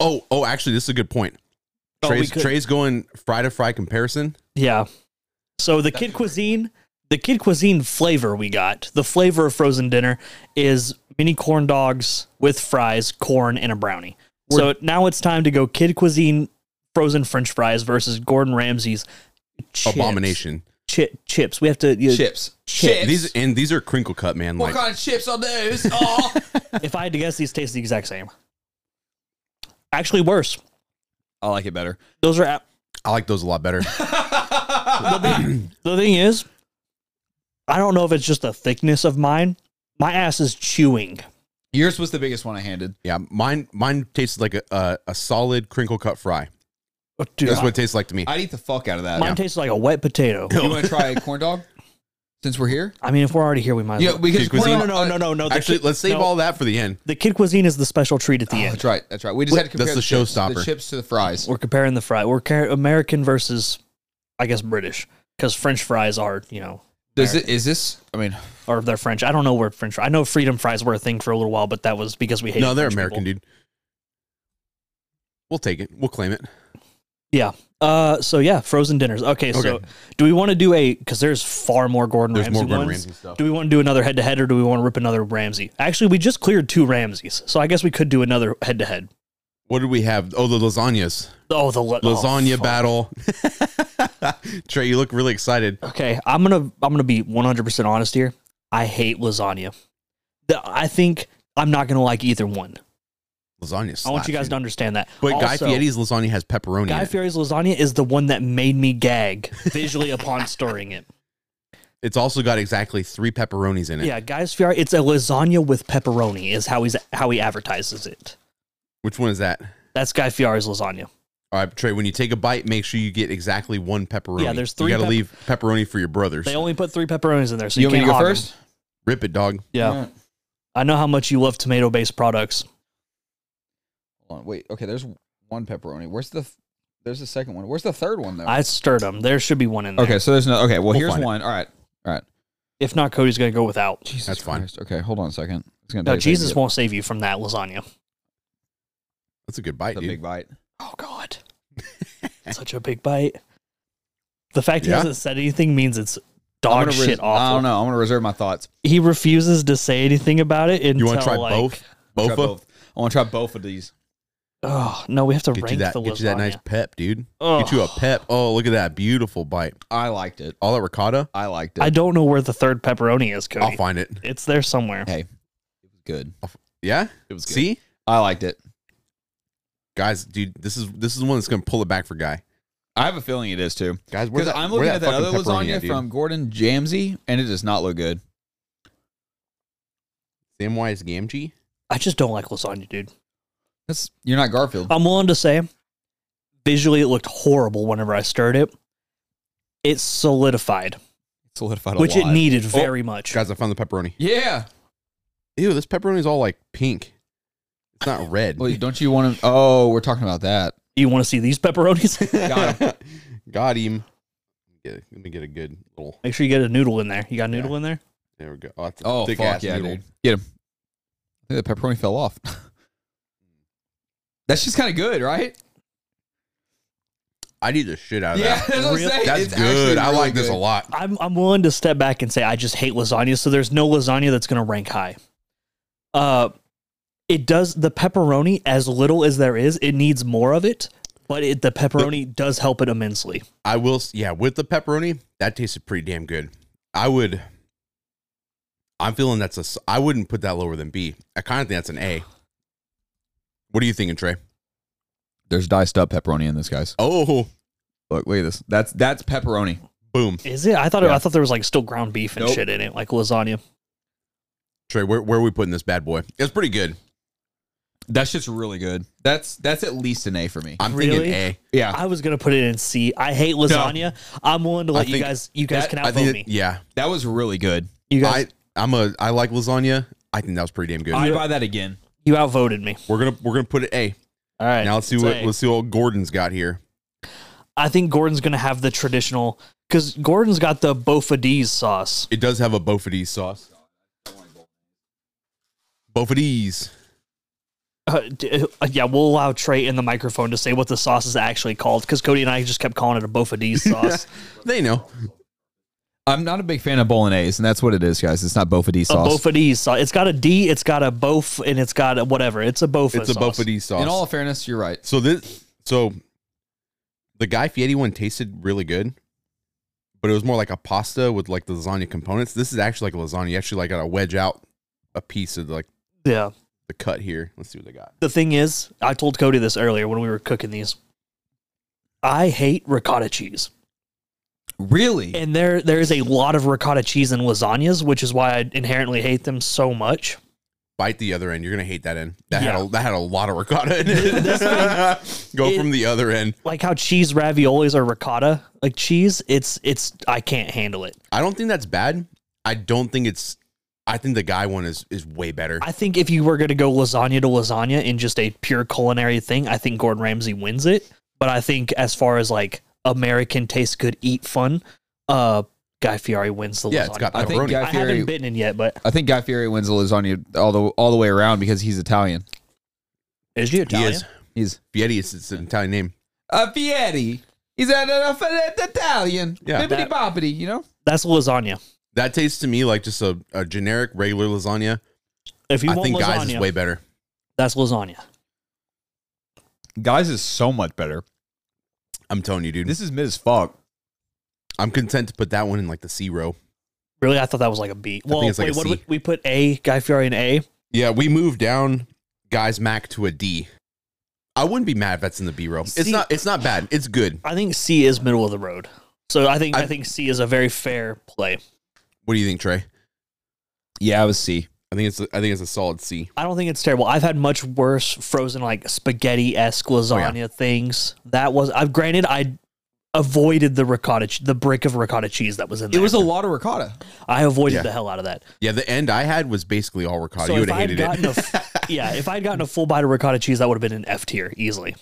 Speaker 3: Oh oh, actually, this is a good point.
Speaker 1: go. Oh, we
Speaker 3: Trey's,
Speaker 1: could-
Speaker 3: Trey's going fry to fry comparison.
Speaker 1: yeah. So the kid cuisine, the kid cuisine flavor we got, the flavor of frozen dinner is mini corn dogs with fries, corn, and a brownie. so now it's time to go kid cuisine frozen French fries versus Gordon Ramsay's chips.
Speaker 3: Abomination.
Speaker 1: Chi- chips. We have to you
Speaker 2: Chips.
Speaker 1: Chips.
Speaker 3: These and these are crinkle cut, man.
Speaker 2: what
Speaker 3: Like
Speaker 2: kind of chips are [laughs] those? Oh.
Speaker 1: if I had to guess, these taste the exact same. Actually, worse.
Speaker 2: I like it [laughs] better.
Speaker 1: Those are. ap-
Speaker 3: I like those a
Speaker 1: [laughs]
Speaker 3: lot better.
Speaker 1: The thing is, I don't know if it's just the thickness of mine. My ass is chewing.
Speaker 2: Yours was the biggest one I handed.
Speaker 3: yeah, mine mine tastes like a a, a solid crinkle cut fry.
Speaker 1: Oh, dude,
Speaker 3: That's
Speaker 1: my-
Speaker 3: what it tastes like to me.
Speaker 2: I'd eat the fuck out of that.
Speaker 1: mine tastes like a wet potato.
Speaker 2: You want to try a corn dog? Since we're here,
Speaker 1: I mean, if we're already here, we might. as
Speaker 2: yeah,
Speaker 1: well.
Speaker 2: because
Speaker 3: Kid cuisine?
Speaker 1: no, no, no, no, no. The
Speaker 3: actually,
Speaker 1: kid,
Speaker 3: let's save
Speaker 1: no,
Speaker 3: all that for the end.
Speaker 1: The kid cuisine is the special treat at the
Speaker 2: Oh,
Speaker 1: end.
Speaker 2: that's right. That's right. We just had to
Speaker 3: That's
Speaker 2: compare
Speaker 3: the
Speaker 2: chips-
Speaker 3: showstopper.
Speaker 2: chips to the fries.
Speaker 1: We're comparing the fry. We're car- American versus, I guess, British, because French fries are, you know,
Speaker 2: Does it? Is this? I mean,
Speaker 1: or if they're French. I don't know where French. I know freedom fries were a thing for a little while, but that was because we hated.
Speaker 3: No, they're
Speaker 1: French
Speaker 3: American,
Speaker 1: people.
Speaker 3: dude. We'll take it. We'll claim it.
Speaker 1: Uh, so yeah, frozen dinners. Okay, so
Speaker 3: Okay.
Speaker 1: do we want to do a? Because there's far more Gordon
Speaker 3: There's
Speaker 1: Ramsay
Speaker 3: more Gordon
Speaker 1: ones.
Speaker 3: Ramsay stuff.
Speaker 1: Do we want to do another head to head, or do we want to rip another Ramsey? Actually, we just cleared two Ramseys, so I guess we could do another head to head.
Speaker 3: What did we have? Oh, the lasagnas.
Speaker 1: Oh, the la- oh,
Speaker 3: Lasagna
Speaker 1: fuck.
Speaker 3: battle.
Speaker 1: [laughs]
Speaker 3: Trey, you look really excited.
Speaker 1: Okay, I'm gonna I'm gonna be 100 percent honest here. I hate lasagna. The, I think I'm not gonna like either one.
Speaker 3: Lasagna.
Speaker 1: I want
Speaker 3: slaps,
Speaker 1: you guys
Speaker 3: dude.
Speaker 1: to understand that.
Speaker 3: But Guy
Speaker 1: Also,
Speaker 3: Fieri's lasagna has pepperoni. in
Speaker 1: Guy
Speaker 3: it.
Speaker 1: Fieri's lasagna is the one that made me gag visually upon stirring it.
Speaker 3: It's also got exactly three pepperonis in it,
Speaker 1: Yeah, guys, Fiore, it's a lasagna with pepperoni is how he's how he advertises it.
Speaker 3: Which one is that?
Speaker 1: That's Guy Fieri's lasagna.
Speaker 3: All right, Trey. When you take a bite, make sure you get exactly one pepperoni.
Speaker 1: Yeah, there's three
Speaker 3: You gotta
Speaker 1: pep-
Speaker 3: leave pepperoni for your brothers.
Speaker 1: They only put three pepperonis in there, so
Speaker 2: you
Speaker 1: you,
Speaker 2: want me to
Speaker 1: can't
Speaker 2: go
Speaker 1: hog 'em.
Speaker 2: first?
Speaker 3: Rip it, dog.
Speaker 1: Yeah.
Speaker 2: Alright.
Speaker 1: I know how much you love tomato-based products.
Speaker 2: Hold on, wait. Okay, there's one pepperoni. Where's the? th- There's the second one. Where's the third one though?
Speaker 1: I stirred them. There should be one in there.
Speaker 2: okay, so there's no. Okay, well,
Speaker 3: We'll
Speaker 2: here's
Speaker 3: find it.
Speaker 2: one. All right, all right.
Speaker 1: If not, Cody's gonna go without.
Speaker 2: Jesus
Speaker 3: That's fine.
Speaker 2: Christ. Okay, hold on a second. It's gonna
Speaker 1: No,
Speaker 2: take a second to
Speaker 1: Jesus
Speaker 2: get
Speaker 1: won't save you from that lasagna.
Speaker 3: That's a good bite,
Speaker 2: the
Speaker 3: dude.
Speaker 2: big bite.
Speaker 1: Oh God, [laughs] such a big bite. The fact he
Speaker 3: Yeah.
Speaker 1: hasn't said anything means it's
Speaker 2: I'm
Speaker 1: dog
Speaker 2: gonna res-
Speaker 1: shit awful.
Speaker 2: I don't know. I'm gonna reserve my thoughts.
Speaker 1: He refuses to say anything about it until
Speaker 3: You want to try
Speaker 1: like,
Speaker 3: both?
Speaker 2: Try
Speaker 3: Both of
Speaker 2: both. I want to try both of these.
Speaker 1: Oh no, we have to
Speaker 3: get you
Speaker 1: rank
Speaker 3: that.
Speaker 1: the
Speaker 3: Get
Speaker 1: lasagna.
Speaker 3: you that nice pep, dude.
Speaker 1: Ugh.
Speaker 3: Get you a pep. Oh, look at that beautiful bite.
Speaker 2: I liked it.
Speaker 3: All that ricotta.
Speaker 2: I liked it.
Speaker 1: I don't know where the third pepperoni is,
Speaker 3: I'll
Speaker 1: Cody.
Speaker 3: find it.
Speaker 1: It's there somewhere.
Speaker 2: hey, it was good.
Speaker 3: Yeah.
Speaker 2: It was good.
Speaker 3: See,
Speaker 2: I liked it.
Speaker 3: guys, dude, this is this is the one that's gonna pull it back for guy.
Speaker 2: I have a feeling it is too.
Speaker 3: Guys, where's
Speaker 2: Because
Speaker 3: that,
Speaker 2: I'm
Speaker 3: where
Speaker 2: looking at that
Speaker 3: fucking
Speaker 2: other
Speaker 3: pepperoni
Speaker 2: lasagna
Speaker 3: at, dude?
Speaker 2: from Gordon Jamsey, and it does not look good.
Speaker 3: Samwise Gamgee.
Speaker 1: I just don't like lasagna, dude.
Speaker 2: That's you're not Garfield.
Speaker 3: [laughs]
Speaker 1: I'm willing to say, visually, it looked horrible whenever I stirred it. It solidified,
Speaker 2: solidified
Speaker 1: which it
Speaker 2: lot.
Speaker 3: Oh,
Speaker 1: needed very much.
Speaker 3: Guys, I found the pepperoni.
Speaker 2: Yeah.
Speaker 3: Ew, this pepperoni is all like pink. It's [laughs] not red.
Speaker 2: Well, don't you want to? Oh, we're talking about that.
Speaker 1: You want to see these pepperonis?
Speaker 2: got
Speaker 3: him. [laughs] got him. Get a- Let me get a good little.
Speaker 1: Make sure you get a noodle in there. You got a noodle
Speaker 3: Yeah.
Speaker 1: in there?
Speaker 3: There we go. Oh, that's a
Speaker 2: Oh,
Speaker 3: thick
Speaker 2: fuck
Speaker 3: ass
Speaker 2: yeah,
Speaker 3: noodle.
Speaker 2: dude. Get him. I think the pepperoni fell off. [laughs] That's just kind of good, right?
Speaker 3: I need the shit out of that.
Speaker 2: that's
Speaker 1: Real-
Speaker 2: [laughs]
Speaker 3: That's
Speaker 2: It's actually
Speaker 3: good. I
Speaker 2: really
Speaker 3: like this a
Speaker 2: good.
Speaker 3: lot.
Speaker 1: I'm, I'm willing to step back and say I just hate lasagna, so there's no lasagna that's going to rank high. Uh, it does the pepperoni as little as there is. It needs more of it, but it, the pepperoni does help it immensely.
Speaker 3: I will. s- Yeah, with the pepperoni, that tasted pretty damn good. I would. I'm feeling that's a. s- I wouldn't put that lower than B. I kind of think that's an A. What are you thinking, Trey?
Speaker 2: There's diced up pepperoni in this, guys.
Speaker 3: Oh,
Speaker 2: Look, look at this. That's that's pepperoni.
Speaker 3: boom,
Speaker 1: Is it? I thought
Speaker 2: Yeah.
Speaker 1: I thought there was like still ground beef and
Speaker 2: Nope.
Speaker 1: shit in it, like lasagna.
Speaker 3: Trey. Where where are we putting this bad boy? It's pretty good.
Speaker 2: That's just really good. That's that's at least an A for me.
Speaker 3: I'm
Speaker 1: Really?
Speaker 3: thinking A.
Speaker 2: Yeah,
Speaker 1: I was gonna put it in C. I hate lasagna. I'm willing to
Speaker 3: Ah. I
Speaker 1: let you
Speaker 3: think-
Speaker 1: guys. You guys
Speaker 2: that-
Speaker 1: can
Speaker 3: I
Speaker 1: outvote
Speaker 3: think.
Speaker 1: me.
Speaker 3: That, yeah,
Speaker 2: that was really good.
Speaker 1: You guys,
Speaker 3: I I'm a I like lasagna. I think that was pretty damn good.
Speaker 2: I buy that again.
Speaker 1: you outvoted me.
Speaker 3: we're gonna we're gonna put it A.
Speaker 1: All right.
Speaker 3: Now let's see
Speaker 1: it's
Speaker 3: what
Speaker 1: A.
Speaker 3: let's see what Gordon's got here.
Speaker 1: I think Gordon's gonna have the traditional because Gordon's got the Bofadese sauce.
Speaker 3: It does have a Bofadese sauce. Bofadese.
Speaker 1: Uh, d- uh, yeah, we'll allow Trey in the microphone to say what the sauce is actually called because Cody and I just kept calling it a Bofadese
Speaker 3: [laughs]
Speaker 1: sauce.
Speaker 3: They know.
Speaker 2: I'm not a big fan of bolognese, and that's what it is, guys. It's not bofadis
Speaker 1: a
Speaker 2: sauce.
Speaker 1: Bofadese sauce. It's got a D. It's got a bof, and it's got a whatever. It's a bofa.
Speaker 3: It's a
Speaker 1: sauce.
Speaker 3: Bofadese sauce.
Speaker 2: In all fairness, you're right.
Speaker 3: so this so the Guy Fieri one tasted really good, but it was more like a pasta with like the lasagna components. This is actually like a lasagna. You actually like gotta wedge out a piece of like
Speaker 1: Yeah.
Speaker 3: the cut here. Let's see what they got.
Speaker 1: The thing is, I told Cody this earlier when we were cooking these. I hate ricotta cheese.
Speaker 2: Really?
Speaker 1: And there there is a lot of ricotta cheese in lasagnas, which is why I inherently hate them so much.
Speaker 3: Bite the other end. You're gonna hate that end. That had
Speaker 1: Yeah.
Speaker 3: a, that had a lot of ricotta
Speaker 1: [laughs]
Speaker 3: in
Speaker 1: This
Speaker 3: it. [laughs] Go
Speaker 1: it-
Speaker 3: from the other end.
Speaker 1: Like how cheese raviolis are ricotta, like cheese, it's it's I can't handle it.
Speaker 3: I don't think that's bad. I don't think it's. I think the guy one is is way better.
Speaker 1: I think if you were going to go lasagna to lasagna in just a pure culinary thing, I think Gordon Ramsay wins it. But I think as far as like American taste good eat fun, uh Guy Fieri wins the
Speaker 3: yeah,
Speaker 1: lasagna.
Speaker 3: it's got
Speaker 2: I think
Speaker 3: pepperoni.
Speaker 2: Guy
Speaker 1: I haven't
Speaker 2: Fieri.
Speaker 1: bitten in yet, but
Speaker 2: I think Guy Fieri wins the lasagna all the all the way around because he's Italian.
Speaker 1: is he
Speaker 3: he
Speaker 1: Italian?
Speaker 3: is
Speaker 2: He's
Speaker 3: Fieri. It's, it's an Italian name.
Speaker 2: a Fieri. He's an, an, an Italian.
Speaker 3: Yeah.
Speaker 2: Bibbidi bobbidi, you know?
Speaker 1: That's lasagna.
Speaker 3: That tastes to me like just a, a generic regular lasagna.
Speaker 1: If you
Speaker 3: I
Speaker 1: want
Speaker 3: think guys
Speaker 1: lasagna,
Speaker 3: is way better.
Speaker 1: that's lasagna.
Speaker 2: Guys is so much better.
Speaker 3: I'm telling you, dude.
Speaker 2: This is mid as fuck.
Speaker 3: I'm content to put that one in like the C row.
Speaker 1: Really, I thought that was like a B. Well,
Speaker 3: think it's like
Speaker 1: wait,
Speaker 3: a
Speaker 1: what
Speaker 3: C.
Speaker 1: did we, we put A Guy Fieri and A.
Speaker 3: Yeah, we moved down guys Mac to a D. I wouldn't be mad if that's in the B row. It's
Speaker 1: See-
Speaker 3: not. It's not bad. It's good.
Speaker 1: I think C is middle of the road. So I think I,
Speaker 3: I-
Speaker 1: think C is a very fair play.
Speaker 3: What do you think, Trey?
Speaker 2: Yeah, I was C.
Speaker 3: I think it's a, I think it's a solid C.
Speaker 1: I don't think it's terrible. I've had much worse frozen like spaghetti esque
Speaker 3: Oh,
Speaker 1: lasagna things. That was I've granted I avoided the ricotta che- the brick of ricotta cheese that was in
Speaker 2: It
Speaker 1: there.
Speaker 2: was a lot of ricotta.
Speaker 1: I avoided
Speaker 3: Yeah.
Speaker 1: the hell out of that.
Speaker 3: Yeah, the end I had was basically all ricotta. you would have
Speaker 1: I'd
Speaker 3: hated
Speaker 1: gotten a
Speaker 3: it. [laughs]
Speaker 1: f- yeah, if I'd gotten a full bite of ricotta cheese, that would have been an F tier easily.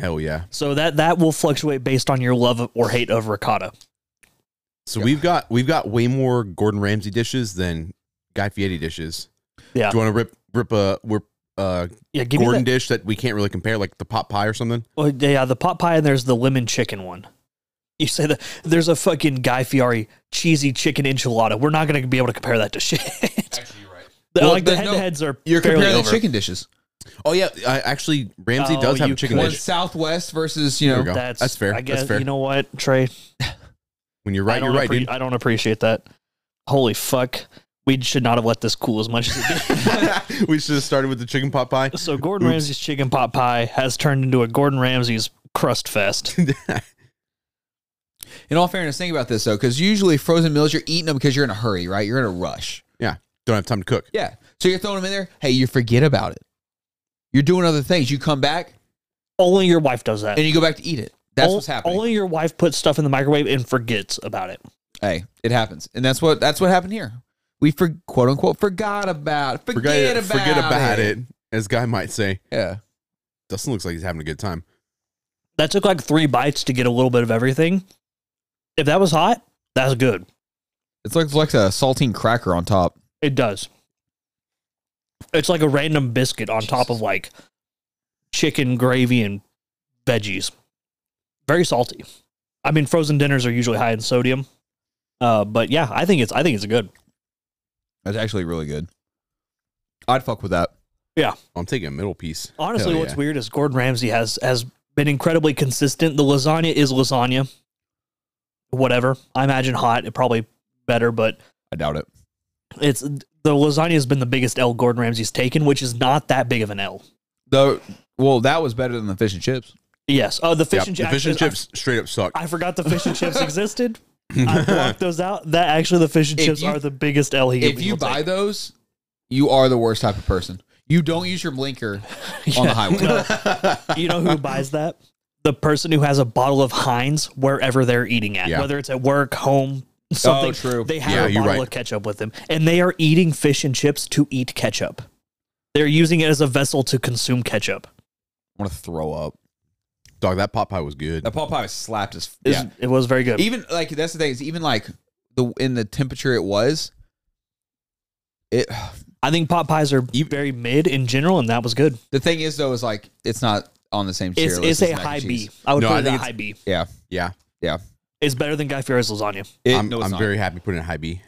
Speaker 3: Hell yeah.
Speaker 1: So that that will fluctuate based on your love of- or hate of ricotta.
Speaker 3: So we've got we've got way more Gordon Ramsay dishes than Guy Fieri dishes.
Speaker 1: Yeah.
Speaker 3: Do you want to rip rip a rip a
Speaker 1: Yeah, give
Speaker 3: Gordon
Speaker 1: me that.
Speaker 3: dish that we can't really compare, like the pot pie or something?
Speaker 1: Oh, yeah, the pot pie and there's the lemon chicken one. You say that there's a fucking Guy Fieri cheesy chicken enchilada. We're not going to be able to compare that to shit.
Speaker 3: Actually, you're right.
Speaker 1: The-
Speaker 2: Well,
Speaker 1: like the
Speaker 2: there's
Speaker 1: head
Speaker 2: no-
Speaker 1: to heads are
Speaker 2: You're
Speaker 1: fairly
Speaker 2: comparing the
Speaker 1: over.
Speaker 2: chicken dishes.
Speaker 3: Oh yeah, I, actually Ramsay
Speaker 1: Oh,
Speaker 3: does have
Speaker 1: you
Speaker 3: a chicken
Speaker 1: could.
Speaker 2: One
Speaker 3: dish.
Speaker 2: Southwest versus you
Speaker 3: There
Speaker 2: know
Speaker 3: we go. That's, fair.
Speaker 1: I guess
Speaker 3: That's fair.
Speaker 1: you know what Trey.
Speaker 3: when you're
Speaker 1: I
Speaker 3: right,
Speaker 1: don't
Speaker 3: you're right,
Speaker 1: appre-
Speaker 3: dude.
Speaker 1: I don't appreciate that. Holy fuck, we should not have let this cool as much as it
Speaker 2: [laughs]
Speaker 1: did.
Speaker 3: [laughs] we should have started with the chicken pot pie. [laughs]
Speaker 1: so Gordon
Speaker 3: Oops.
Speaker 1: Ramsay's chicken pot pie has turned into a Gordon Ramsay's crust fest.
Speaker 2: In all fairness, think about this though, because usually frozen meals you're eating them because you're in a hurry, right? You're in a rush.
Speaker 3: yeah, don't have time to cook.
Speaker 2: Yeah. So you're throwing them in there. Hey, you forget about it. You're doing other things. You come back
Speaker 1: Only your wife does that.
Speaker 2: and you go back to eat it. That's
Speaker 1: Ol-
Speaker 2: what's happening.
Speaker 1: Only your wife puts stuff in the microwave and forgets about it.
Speaker 2: hey, it happens, and that's what that's what happened here. We for, quote unquote forgot about forget,
Speaker 3: Forget, it-
Speaker 2: about
Speaker 3: forget about it. as Guy might say.
Speaker 2: Yeah.
Speaker 3: Dustin looks like he's having a good time.
Speaker 1: That took like three bites to get a little bit of everything. If that was hot, that's good.
Speaker 2: It's like it's like a saltine cracker on top.
Speaker 1: It does. It's like a random biscuit on top of like chicken gravy and veggies. Very salty. I mean, frozen dinners are usually high in sodium, uh, but yeah, I think it's I think it's good.
Speaker 2: That's actually really good. I'd fuck with that.
Speaker 3: I'm taking a middle piece.
Speaker 1: Honestly,
Speaker 3: Hell
Speaker 1: what's
Speaker 3: yeah.
Speaker 1: weird is Gordon Ramsay has has been incredibly consistent. The lasagna is lasagna. Whatever. I imagine hot, it probably better, but
Speaker 2: I doubt it.
Speaker 1: it's the lasagna has been the biggest L Gordon Ramsay's taken, which is not that big of an L.
Speaker 2: Though, well, that was better than the fish and chips.
Speaker 1: Yes. Oh, the fish
Speaker 3: Yeah,
Speaker 1: and
Speaker 3: the
Speaker 1: chips.
Speaker 3: fish and chips straight up suck.
Speaker 1: I forgot the fish and
Speaker 3: [laughs]
Speaker 1: chips existed. I blocked those out. That actually, the fish and
Speaker 2: If
Speaker 1: chips
Speaker 2: you-
Speaker 1: are the biggest L he.
Speaker 2: If
Speaker 1: he
Speaker 2: you
Speaker 1: will
Speaker 2: buy
Speaker 1: take.
Speaker 2: those, you are the worst type of person. You don't use your blinker on the highway.
Speaker 1: No. you know who buys that? The person who has a bottle of Heinz wherever they're eating at,
Speaker 3: Yeah. Oh,
Speaker 1: whether it's at work, home, something.
Speaker 2: true.
Speaker 1: They
Speaker 3: Yeah,
Speaker 1: have a
Speaker 3: you're
Speaker 1: bottle
Speaker 3: right.
Speaker 1: of ketchup with them, and they are eating fish and chips to eat ketchup. They're using it as a vessel to consume ketchup.
Speaker 2: I want to throw up.
Speaker 3: Dog, that pot pie was good.
Speaker 2: That Popeye was slapped as
Speaker 1: It, was- it was very good.
Speaker 2: Even like that's the thing is even like the in the temperature it was. It [sighs]
Speaker 1: I think pot pies are e, very mid in general, and that was good.
Speaker 2: the thing is though is like it's not on the same tier.
Speaker 1: It's,
Speaker 2: list
Speaker 1: it's a
Speaker 2: as mac and
Speaker 1: high B.
Speaker 2: cheese.
Speaker 1: I would
Speaker 3: No,
Speaker 1: put
Speaker 3: I
Speaker 1: it at
Speaker 3: think it's-
Speaker 1: high B.
Speaker 2: Yeah,
Speaker 3: yeah,
Speaker 2: yeah.
Speaker 1: It's better than Guy Fieri's lasagna.
Speaker 2: It-
Speaker 3: I'm,
Speaker 2: no, it's
Speaker 3: I'm
Speaker 2: not.
Speaker 3: very happy putting it high B.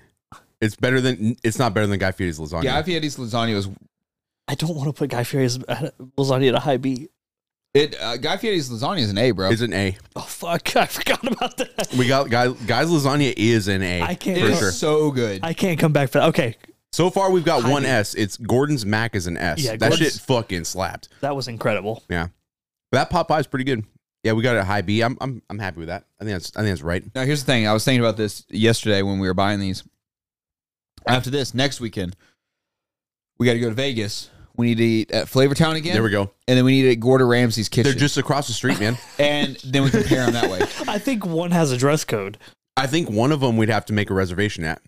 Speaker 3: It's better than it's not better than Guy Fieri's lasagna.
Speaker 2: Yeah, Fieri's lasagna was
Speaker 1: I don't want to put Guy Fieri's uh, lasagna at a high B.
Speaker 2: it. Uh, Guy Fieri's lasagna is an A, bro.
Speaker 3: it's an A.
Speaker 1: Oh fuck! [laughs] I forgot about that.
Speaker 3: We got guy guy's lasagna is an A.
Speaker 1: I can't
Speaker 2: It
Speaker 1: for
Speaker 2: is
Speaker 1: sure.
Speaker 2: so good.
Speaker 1: I can't come back for that. Okay,
Speaker 3: So far we've got
Speaker 1: High
Speaker 3: one
Speaker 1: B.
Speaker 3: S. It's Gordon's Mac is an S.
Speaker 1: Yeah,
Speaker 3: that
Speaker 1: Gordon's-
Speaker 3: shit fucking slapped.
Speaker 1: that was incredible.
Speaker 3: Yeah. But that pot pie's pretty good. Yeah, we got it at high B. I'm I'm I'm happy with that. I think that's I think that's right.
Speaker 2: Now here's the thing. I was thinking about this yesterday when we were buying these. After this next weekend, we got to go to Vegas. We need to eat at Flavortown again.
Speaker 3: There we go.
Speaker 2: And then we need to eat at Gordon Ramsay's
Speaker 3: They're
Speaker 2: kitchen.
Speaker 3: just across the street, man.
Speaker 2: [laughs] and then we compare them that
Speaker 3: [laughs]
Speaker 2: way.
Speaker 1: I think one has a dress code.
Speaker 3: I think one of them we'd have to make a reservation at.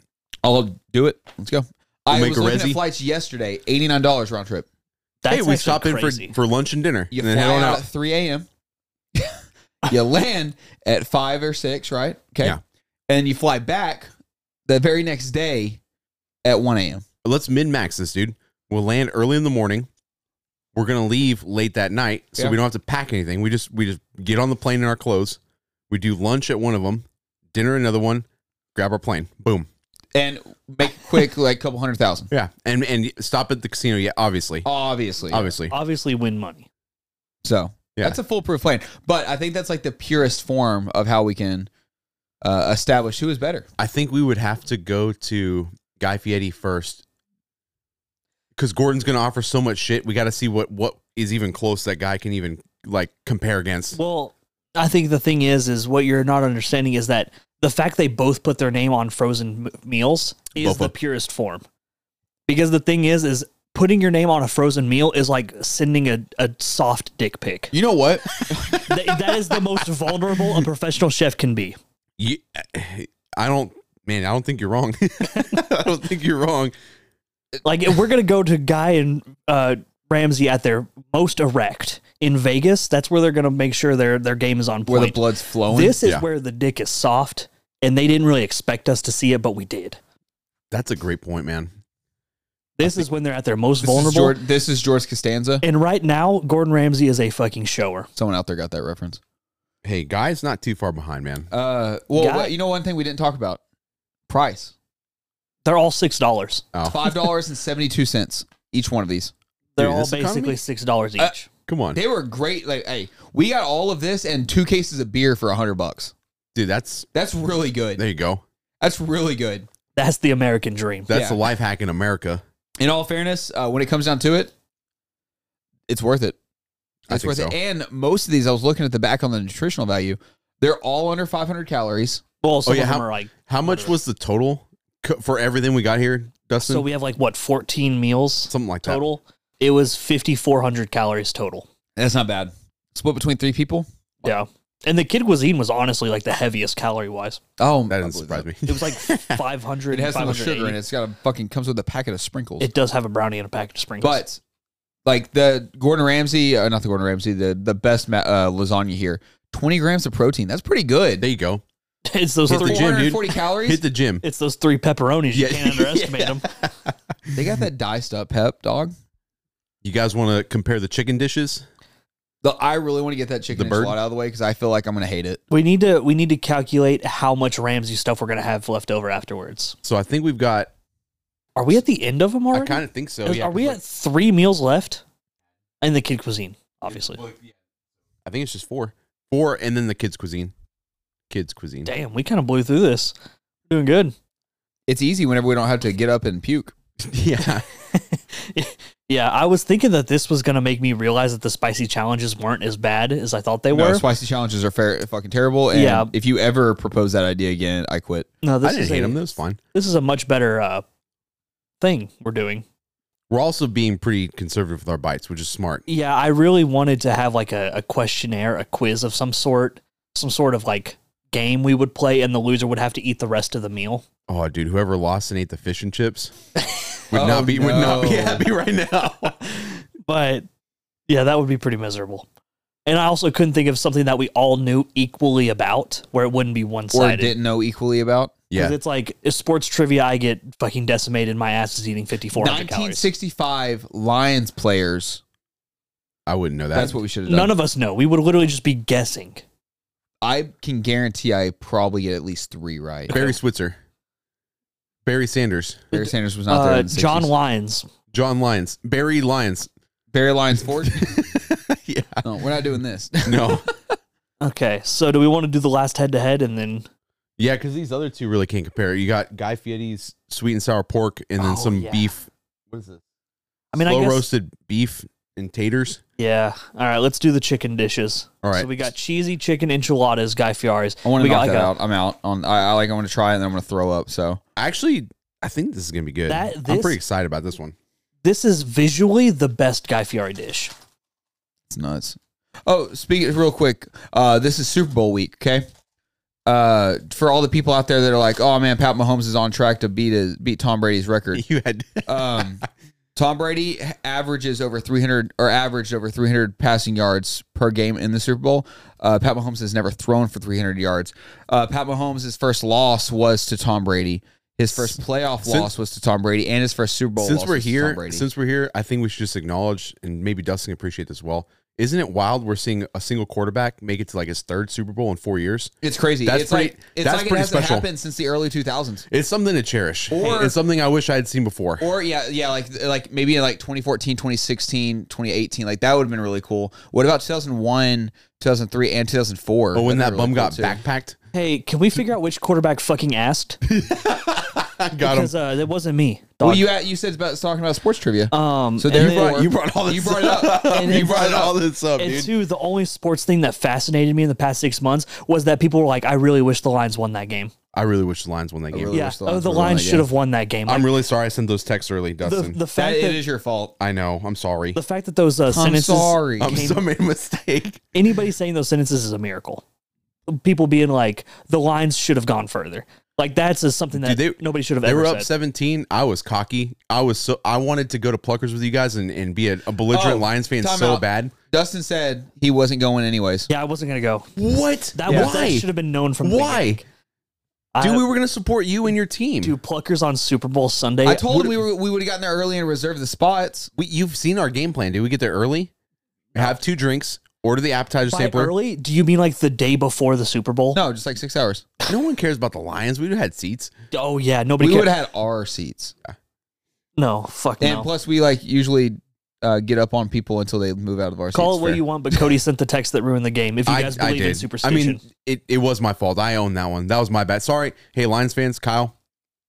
Speaker 2: I'll do it. Let's go. I
Speaker 3: make
Speaker 2: was
Speaker 3: a
Speaker 2: looking
Speaker 3: resi.
Speaker 2: at flights yesterday. Eighty nine dollars round trip.
Speaker 1: That's
Speaker 3: hey, we
Speaker 1: actually
Speaker 3: stop
Speaker 1: crazy.
Speaker 3: in for, for lunch and dinner.
Speaker 2: You
Speaker 3: and then
Speaker 2: fly
Speaker 3: head on
Speaker 2: out
Speaker 3: out.
Speaker 2: at three a.m. [laughs] you land at five or six, right? Okay.
Speaker 3: Yeah.
Speaker 2: And you fly back the very next day at one a.m.
Speaker 3: Let's min max this, dude. We'll land early in the morning. We're gonna leave late that night, so
Speaker 2: Yeah.
Speaker 3: we don't have to pack anything. We just we just get on the plane in our clothes. We do lunch at one of them, dinner at another one, grab our plane, boom.
Speaker 2: and make quick like couple hundred thousand.
Speaker 3: Yeah, and and stop at the casino. Yeah, obviously,
Speaker 2: Oh, Obviously.
Speaker 3: obviously.
Speaker 1: Obviously, win money.
Speaker 2: So
Speaker 3: Yeah.
Speaker 2: that's a foolproof plan. But I think that's like the purest form of how we can uh, establish who is better.
Speaker 3: I think we would have to go to Guy Fieri first because Gordon's going to offer so much shit. We got to see what what is even close that guy can even like compare against.
Speaker 1: Well, I think the thing is, is what you're not understanding is that the fact they both put their name on frozen m- meals is
Speaker 3: Both
Speaker 1: the
Speaker 3: of-
Speaker 1: purest form. Because the thing is, is putting your name on a frozen meal is like sending a, a soft dick
Speaker 2: [laughs]
Speaker 1: pic.
Speaker 2: You know what?
Speaker 1: Th- that is the most vulnerable a professional chef can be.
Speaker 3: You, [sighs] I don't, man, I don't think you're wrong. [laughs] I don't think you're wrong.
Speaker 1: Like if we're gonna go to Guy and uh, Ramsey at their most erect in Vegas. That's where they're gonna make sure their their game is on
Speaker 2: Where the
Speaker 1: point.
Speaker 2: blood's flowing.
Speaker 1: this is
Speaker 3: yeah.
Speaker 1: where the dick is soft, and they didn't really expect us to see it, but we did.
Speaker 3: That's a great point, man.
Speaker 1: This is when they're at their most
Speaker 2: This Is
Speaker 1: vulnerable.
Speaker 2: George, this is George Costanza.
Speaker 1: and right now, Gordon Ramsay is a fucking shower.
Speaker 2: Someone out there got that reference.
Speaker 3: Hey, guy's not too far behind, man.
Speaker 2: Uh, well,
Speaker 1: Got
Speaker 2: what-
Speaker 1: it.
Speaker 2: you know one thing we didn't talk about: price.
Speaker 1: They're all six dollars.
Speaker 3: Oh,
Speaker 2: Five dollars and seventy-two cents each one of these.
Speaker 1: They're
Speaker 3: Dude,
Speaker 1: all
Speaker 3: this
Speaker 1: basically
Speaker 3: economy?
Speaker 1: six dollars each.
Speaker 2: Uh,
Speaker 3: come on,
Speaker 2: They were great. Like, hey, we got all of this and two cases of beer for a hundred bucks.
Speaker 3: dude. That's
Speaker 2: That's really good.
Speaker 3: there you go.
Speaker 2: That's really good.
Speaker 1: That's the American dream.
Speaker 3: That's
Speaker 2: Yeah.
Speaker 3: the life hack in America.
Speaker 2: In all fairness, uh, when it comes down to it, it's worth it.
Speaker 3: I
Speaker 2: It's
Speaker 3: think
Speaker 2: worth
Speaker 3: so.
Speaker 2: it. And most of these, I was looking at the back on the nutritional value. They're all under 500 calories.
Speaker 1: Well, some
Speaker 3: yeah,
Speaker 1: of them
Speaker 3: how-
Speaker 1: are like
Speaker 3: How much was the total co- for everything we got here, Dustin?
Speaker 1: so we have like what fourteen meals
Speaker 3: Something like that.
Speaker 1: total. It was fifty four hundred calories total.
Speaker 2: That's not bad. Split between three people.
Speaker 1: Yeah, and the kid cuisine was honestly like the heaviest calorie wise.
Speaker 2: Oh,
Speaker 3: That
Speaker 2: I
Speaker 3: didn't
Speaker 2: believe
Speaker 3: surprise me. [laughs]
Speaker 1: It was like five hundred.
Speaker 2: It has so much sugar in it. It's got a fucking comes with a packet of sprinkles.
Speaker 1: It does have a brownie and a packet of sprinkles.
Speaker 2: but like the Gordon Ramsay, uh, not the Gordon Ramsay, the the best ma- uh, lasagna here. 20 grams of protein. That's pretty good.
Speaker 3: There you go.
Speaker 1: [laughs] it's those
Speaker 3: Hit the
Speaker 1: three.
Speaker 3: gym, dude. [laughs]
Speaker 2: 440 calories.
Speaker 3: Hit the gym.
Speaker 1: It's those three pepperonis.
Speaker 3: Yeah.
Speaker 1: You can't underestimate them.
Speaker 2: they got that diced up pep dog.
Speaker 3: You guys want to compare the chicken dishes?
Speaker 2: The, I really want to get that chicken
Speaker 3: The bird?
Speaker 2: enchilada out of the way because I feel like I'm gonna hate it.
Speaker 1: We need to we need to calculate how much Ramsey stuff we're gonna have left over afterwards.
Speaker 3: So I think we've got.
Speaker 1: Are we at the end of them
Speaker 3: I
Speaker 1: already?
Speaker 3: kind of think so.
Speaker 1: Is-
Speaker 3: yeah,
Speaker 1: are
Speaker 3: 'cause
Speaker 1: we
Speaker 3: we're-
Speaker 1: at three meals left? And the kid cuisine, obviously.
Speaker 3: I think it's just four, four, and then the kids' cuisine. Kids' cuisine.
Speaker 1: Damn, we kind of blew through this. Doing good. [laughs]
Speaker 2: It's easy whenever we don't have to get up and puke.
Speaker 3: [laughs] yeah.
Speaker 1: Yeah, I was thinking that this was gonna make me realize that the spicy challenges weren't as bad as I thought they
Speaker 2: No,
Speaker 1: were.
Speaker 2: spicy challenges are fair, fucking terrible. And
Speaker 1: Yeah.
Speaker 2: if you ever propose that idea again, I quit.
Speaker 1: No,
Speaker 3: I
Speaker 1: this
Speaker 3: didn't
Speaker 1: is
Speaker 3: hate
Speaker 1: a,
Speaker 3: them. That was fine.
Speaker 1: This is a much better uh, thing we're doing.
Speaker 3: We're also being pretty conservative with our bites, which is smart.
Speaker 1: Yeah, I really wanted to have like a, a questionnaire, a quiz of some sort, some sort of like game we would play, and the loser would have to eat the rest of the meal.
Speaker 3: Oh, dude, whoever lost and ate the fish and chips would
Speaker 2: Oh,
Speaker 3: not be would not be
Speaker 2: no.
Speaker 3: happy right now.
Speaker 1: But yeah, that would be pretty miserable. And I also couldn't think of something that we all knew equally about where it wouldn't be one
Speaker 2: Or
Speaker 1: sided.
Speaker 2: didn't know equally about.
Speaker 1: Because
Speaker 3: yeah,
Speaker 1: it's like if sports trivia, I get fucking decimated. My ass is eating 5,400 calories.
Speaker 2: 1965 Lions players.
Speaker 3: I wouldn't know that.
Speaker 2: That's what we should have done.
Speaker 1: None of us know. We would literally just be guessing.
Speaker 2: I can guarantee I probably get at least three right.
Speaker 3: Barry Switzer, Barry Sanders,
Speaker 2: Barry Sanders was not there.
Speaker 1: Uh,
Speaker 2: in the
Speaker 1: John
Speaker 2: 60s.
Speaker 1: Lyons.
Speaker 3: John Lyons, Barry Lyons. [laughs]
Speaker 2: Barry Lyons Ford.
Speaker 3: yeah,
Speaker 2: [laughs] no, we're not doing this. [laughs]
Speaker 3: no, [laughs]
Speaker 1: Okay, so do we want to do the last head to head and then
Speaker 3: yeah, because these other two really can't compare. You got Guy Fieri's sweet and sour pork, and then
Speaker 1: Oh,
Speaker 3: some
Speaker 1: yeah.
Speaker 3: beef. What is this?
Speaker 1: I mean, I
Speaker 3: slow
Speaker 1: guess-
Speaker 3: roasted beef and taters.
Speaker 1: Yeah. All right, let's do the chicken dishes.
Speaker 3: All right.
Speaker 1: So we got cheesy chicken enchiladas, Guy Fieri's.
Speaker 2: I want
Speaker 1: we
Speaker 2: to knock
Speaker 1: got
Speaker 2: that
Speaker 1: like a-
Speaker 2: out. I'm out on. I, I like. I'm going to try and then I'm going to throw up. So
Speaker 3: Actually, I think this is gonna be good.
Speaker 1: That-
Speaker 3: I'm
Speaker 1: this-
Speaker 3: pretty excited about this one. [laughs]
Speaker 1: This is visually the best Guy Fieri dish.
Speaker 2: it's nuts. Oh, speaking real quick. Uh, this is Super Bowl week. Okay. Uh, for all the people out there that are like, oh man, Pat Mahomes is on track to beat his, beat Tom Brady's record.
Speaker 3: [laughs] You had
Speaker 2: Um, Tom Brady averages over 300 or averaged over 300 passing yards per game in the Super Bowl. Uh, Pat Mahomes has never thrown for 300 yards. Uh, Pat Mahomes' first loss was to Tom Brady. His first playoff
Speaker 3: Since-
Speaker 2: loss was to Tom Brady, and his first Super Bowl
Speaker 3: since
Speaker 2: loss
Speaker 3: we're
Speaker 2: was to Tom
Speaker 3: here.
Speaker 2: Brady.
Speaker 3: Since we're here, I think we should just acknowledge and maybe Dustin can appreciate this well. Isn't it wild we're seeing a single quarterback make it to like his third Super Bowl in four years?
Speaker 2: it's crazy.
Speaker 3: That's
Speaker 2: it's like
Speaker 3: pretty-
Speaker 2: it's
Speaker 3: that's
Speaker 2: like it
Speaker 3: pretty
Speaker 2: hasn't
Speaker 3: special.
Speaker 2: happened since the early 2000s.
Speaker 3: It's something to cherish.
Speaker 2: Or-
Speaker 3: it's something I wish I had seen before.
Speaker 2: Or yeah, yeah, like like maybe in like 2014, 2016, 2018, like that would have been really cool. What about 2001, 2003, and 2004?
Speaker 3: But when that
Speaker 2: That'd
Speaker 3: bum
Speaker 2: been really cool,
Speaker 3: got
Speaker 2: too.
Speaker 3: backpacked,
Speaker 1: Hey, can we figure out which quarterback fucking
Speaker 2: [laughs]
Speaker 1: asked?
Speaker 3: I got him.
Speaker 1: Because uh, that wasn't me. Dog.
Speaker 2: Well, you you said about talking about sports trivia.
Speaker 1: um,
Speaker 2: So
Speaker 3: You
Speaker 2: there
Speaker 3: brought, you brought all this.
Speaker 2: You brought it up.
Speaker 1: And
Speaker 3: [laughs] you
Speaker 1: it's-
Speaker 3: brought all this up,
Speaker 1: And
Speaker 3: dude.
Speaker 1: two, the only sports thing that fascinated me in the past six months was that people were like, I really wish the Lions won that game.
Speaker 3: I really wish the Lions won that
Speaker 2: I
Speaker 3: game.
Speaker 2: really
Speaker 1: Yeah.
Speaker 2: wish the
Speaker 1: Oh,
Speaker 2: Lions
Speaker 1: the
Speaker 2: were winning
Speaker 1: Lions
Speaker 2: that
Speaker 1: should
Speaker 2: game.
Speaker 1: have won that game. Like,
Speaker 3: I'm really sorry I sent those texts early,
Speaker 1: the,
Speaker 3: Dustin.
Speaker 1: the
Speaker 2: That,
Speaker 1: fact that,
Speaker 2: it is your fault.
Speaker 3: I know. I'm sorry.
Speaker 1: the fact that those uh, sentences
Speaker 2: I'm sorry.
Speaker 3: [laughs] I'm so made a mistake.
Speaker 1: anybody saying those sentences is a miracle. People being like the Lions should have gone further. Like that's just something that
Speaker 3: Dude,
Speaker 1: nobody should have
Speaker 3: They
Speaker 1: ever
Speaker 3: were
Speaker 1: said.
Speaker 3: up 17. I was cocky. I was so I wanted to go to Pluckers with you guys and, and be a, a belligerent
Speaker 2: Oh,
Speaker 3: Lions fan
Speaker 2: time
Speaker 3: so
Speaker 2: out.
Speaker 3: bad.
Speaker 2: Dustin said he wasn't going anyways.
Speaker 1: Yeah, I wasn't gonna go.
Speaker 3: What?
Speaker 1: That was that
Speaker 3: Why?
Speaker 1: should have been known from the
Speaker 3: Why?
Speaker 1: beginning. I,
Speaker 3: Dude, we were gonna support you and your team.
Speaker 1: do pluckers on Super Bowl Sunday.
Speaker 2: I told him we were, we would have gotten there early and reserved the spots.
Speaker 3: We, you've seen our game plan. Did we get there early? Have two drinks. Order the appetizer
Speaker 1: By
Speaker 3: sampler.
Speaker 1: early. Do you mean like the day before the Super Bowl?
Speaker 2: No, just like six hours.
Speaker 3: No one cares about the Lions. We had seats.
Speaker 1: Oh yeah, nobody.
Speaker 2: We
Speaker 1: cares.
Speaker 2: would have had our seats,
Speaker 1: no, fuck
Speaker 2: and
Speaker 1: no.
Speaker 2: plus we like usually uh, get up on people until they move out of our
Speaker 1: Call it
Speaker 2: seats.
Speaker 1: what you want, but Cody sent the text that ruined the game. If you guys believe in
Speaker 3: I
Speaker 1: superstition,
Speaker 3: mean, it, it was my fault. I own that one. That was my bad. Sorry. Hey, Lions fans, Kyle.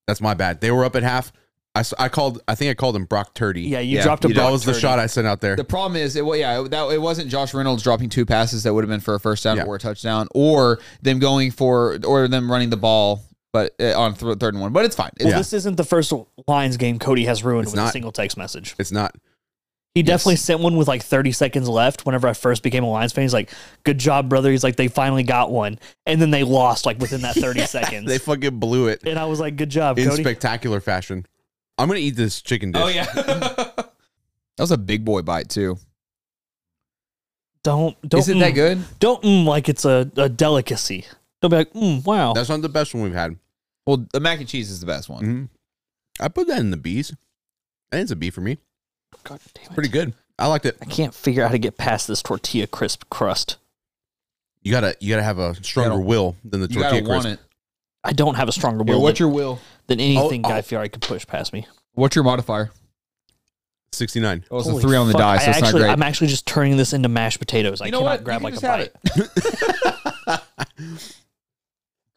Speaker 3: That's my bad. They were up at half. I, s- I called. I think I called him Brock Turdy.
Speaker 1: yeah, you
Speaker 2: yeah,
Speaker 1: dropped a
Speaker 2: you
Speaker 3: that
Speaker 1: Brock
Speaker 3: was the
Speaker 1: Purdy.
Speaker 3: shot I sent out there.
Speaker 2: The problem is, it, well, yeah, that it wasn't Josh Reynolds dropping two passes that would have been for a first down
Speaker 3: Yeah.
Speaker 2: or a touchdown, or them going for or them running the ball, but uh, on th- third and one. But it's fine. It's,
Speaker 1: Well, this isn't the first Lions game Cody has ruined
Speaker 3: It's
Speaker 1: with a
Speaker 3: not.
Speaker 1: single text message.
Speaker 3: it's not.
Speaker 1: He definitely sent one with like 30 seconds left whenever I first became a Lions fan. He's like, good job, brother. He's like, they finally got one. And then they lost like within that
Speaker 2: [laughs]
Speaker 1: 30 seconds.
Speaker 3: They fucking blew it
Speaker 1: and I was like, good job,
Speaker 3: in
Speaker 1: Cody. Oh,
Speaker 3: spectacular fashion. I'm gonna eat this chicken dish.
Speaker 2: Oh,
Speaker 3: [laughs]
Speaker 2: yeah, that was a big boy bite too.
Speaker 1: don't, don't,
Speaker 2: Isn't that
Speaker 1: mm.
Speaker 2: good?
Speaker 1: Don't, mm, like it's a, a delicacy. Don't be like, mm, wow.
Speaker 3: That's not the best one we've had.
Speaker 2: Well, the mac and cheese is the best one.
Speaker 3: Mhm. I put that in the B's. I think it's a B for me.
Speaker 1: God damn it.
Speaker 3: Pretty good. I liked it.
Speaker 1: I can't figure out how to get past this tortilla crisp crust.
Speaker 3: You gotta you gotta have a stronger
Speaker 2: You
Speaker 3: will than the
Speaker 2: You gotta
Speaker 3: tortilla
Speaker 2: want
Speaker 3: crisp.
Speaker 2: it.
Speaker 1: I don't have a stronger
Speaker 2: Here,
Speaker 1: will
Speaker 2: what's
Speaker 1: than,
Speaker 2: your will?
Speaker 1: than anything
Speaker 3: Oh, oh.
Speaker 1: Guy Fieri could push past me.
Speaker 2: What's your modifier?
Speaker 3: Sixty nine.
Speaker 2: Oh, it's
Speaker 1: Holy
Speaker 2: a three on the
Speaker 1: fuck,
Speaker 2: die, so
Speaker 1: I
Speaker 2: it's
Speaker 1: actually,
Speaker 2: not
Speaker 1: I'm
Speaker 2: great.
Speaker 1: actually just turning this into mashed potatoes. I cannot grab like a bite.
Speaker 2: bite.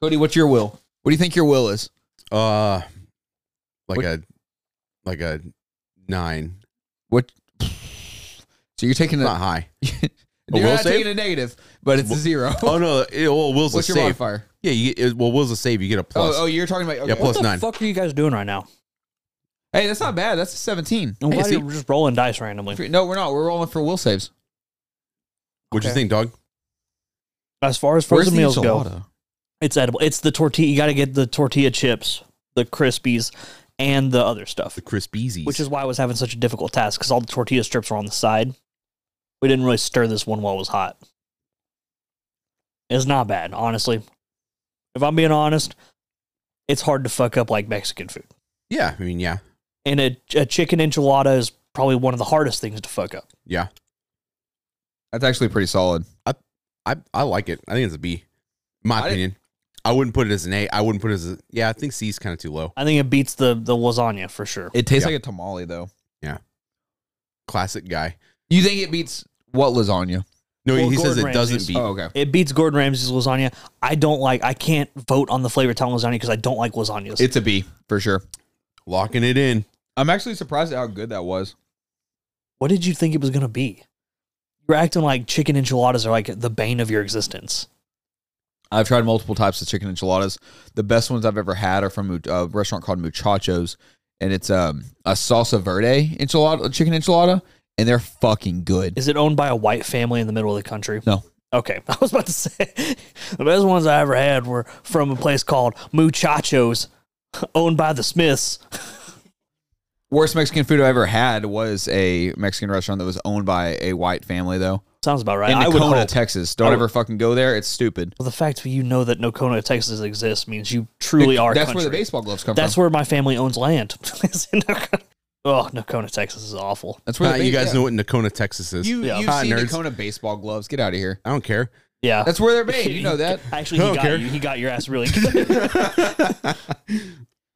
Speaker 2: Cody, what's your will? What do you think your will is?
Speaker 3: Uh like
Speaker 2: What-
Speaker 3: a like a nine.
Speaker 2: What? So you're taking
Speaker 3: It's
Speaker 2: a,
Speaker 3: Not high.
Speaker 2: you're
Speaker 3: will
Speaker 2: not
Speaker 3: save?
Speaker 2: taking a negative, but it's a
Speaker 3: Well- [laughs]
Speaker 2: zero.
Speaker 3: Oh no, it, well Will's
Speaker 2: What's
Speaker 3: a
Speaker 2: your
Speaker 3: save.
Speaker 2: modifier?
Speaker 3: Yeah, you get, it, well Will's a save, you get a plus.
Speaker 2: Oh, oh, you're talking about okay.
Speaker 3: Yeah, plus
Speaker 1: what the
Speaker 3: nine.
Speaker 1: fuck are you guys doing right now?
Speaker 2: Hey, that's not bad. That's a 17.
Speaker 1: I'm
Speaker 3: Hey,
Speaker 1: glad
Speaker 3: see-
Speaker 1: you're just rolling dice randomly.
Speaker 2: No, we're not. We're rolling for will saves.
Speaker 3: What'd you
Speaker 1: okay.
Speaker 3: think, dog?
Speaker 1: As far as
Speaker 2: Where's
Speaker 1: frozen
Speaker 2: the
Speaker 1: meals go,
Speaker 2: enchilada?
Speaker 1: it's edible. It's the tortilla. You got to get the tortilla chips, the crispies, and the other stuff,
Speaker 3: The crispies.
Speaker 1: which is why I was having such a difficult task because all the tortilla strips were on the side. We didn't really stir this one while it was hot. It's not bad, honestly. If I'm being honest, it's hard to fuck up like Mexican food.
Speaker 3: Yeah, I mean yeah.
Speaker 1: And a, a chicken enchilada is probably one of the hardest things to fuck up.
Speaker 3: Yeah.
Speaker 2: That's actually pretty solid.
Speaker 3: I, I like it. I think it's a B. My
Speaker 2: I didn't-
Speaker 3: opinion. I wouldn't put it as an A. I wouldn't put it as a yeah, I think C is kinda too low.
Speaker 1: I think it beats the, the lasagna for sure.
Speaker 2: It tastes
Speaker 3: Yeah.
Speaker 2: like a tamale, though.
Speaker 3: Classic guy.
Speaker 2: You think it beats what lasagna?
Speaker 3: No,
Speaker 1: Well,
Speaker 3: he says
Speaker 1: Gordon
Speaker 3: it doesn't
Speaker 1: Ramsay's-
Speaker 3: beat.
Speaker 2: Oh, okay.
Speaker 1: It beats Gordon Ramsay's lasagna. I don't like. I can't vote on the flavor town lasagna because I don't like lasagnas.
Speaker 2: It's a B for sure.
Speaker 3: Locking it in.
Speaker 2: I'm actually surprised at how good that was.
Speaker 1: what did you think it was gonna be? You're acting like chicken enchiladas are like the bane of your existence.
Speaker 2: I've tried multiple types of chicken enchiladas. The best ones I've ever had are from a restaurant called Muchachos, and it's um, a salsa verde enchilada, chicken enchilada, and they're fucking good.
Speaker 1: Is it owned by a white family in the middle of the country?
Speaker 2: No.
Speaker 1: Okay, [laughs] I was about to say the best ones I ever had were from a place called Muchachos, owned by the Smiths.
Speaker 2: Worst Mexican food I ever had was a Mexican restaurant that was owned by a white family, though.
Speaker 1: Sounds about right.
Speaker 2: in
Speaker 1: I would
Speaker 2: Nakona,
Speaker 1: hope.
Speaker 2: Texas. Don't
Speaker 1: I would-
Speaker 2: ever fucking go there. It's stupid.
Speaker 1: Well, the fact that you know that Nocona, Texas exists means you truly are.
Speaker 2: That's
Speaker 1: country.
Speaker 2: where the baseball gloves come
Speaker 1: That's
Speaker 2: from.
Speaker 1: where my family owns land. [laughs] It's in Nakona. Oh, Nakona, Texas is awful.
Speaker 2: That's where
Speaker 3: Uh,
Speaker 2: the
Speaker 3: you
Speaker 2: ba-
Speaker 3: guys
Speaker 2: yeah.
Speaker 3: know what Nakona, Texas is.
Speaker 2: You
Speaker 1: Yeah.
Speaker 2: you've
Speaker 3: Hi,
Speaker 2: seen
Speaker 3: nerds.
Speaker 2: Nakona baseball gloves. Get out of here.
Speaker 3: I don't care.
Speaker 1: Yeah.
Speaker 2: That's where they're made. You
Speaker 1: [laughs]
Speaker 2: know that.
Speaker 1: Actually, he
Speaker 3: I don't
Speaker 1: got
Speaker 3: care.
Speaker 1: you. He got your ass
Speaker 3: [laughs]
Speaker 1: really good.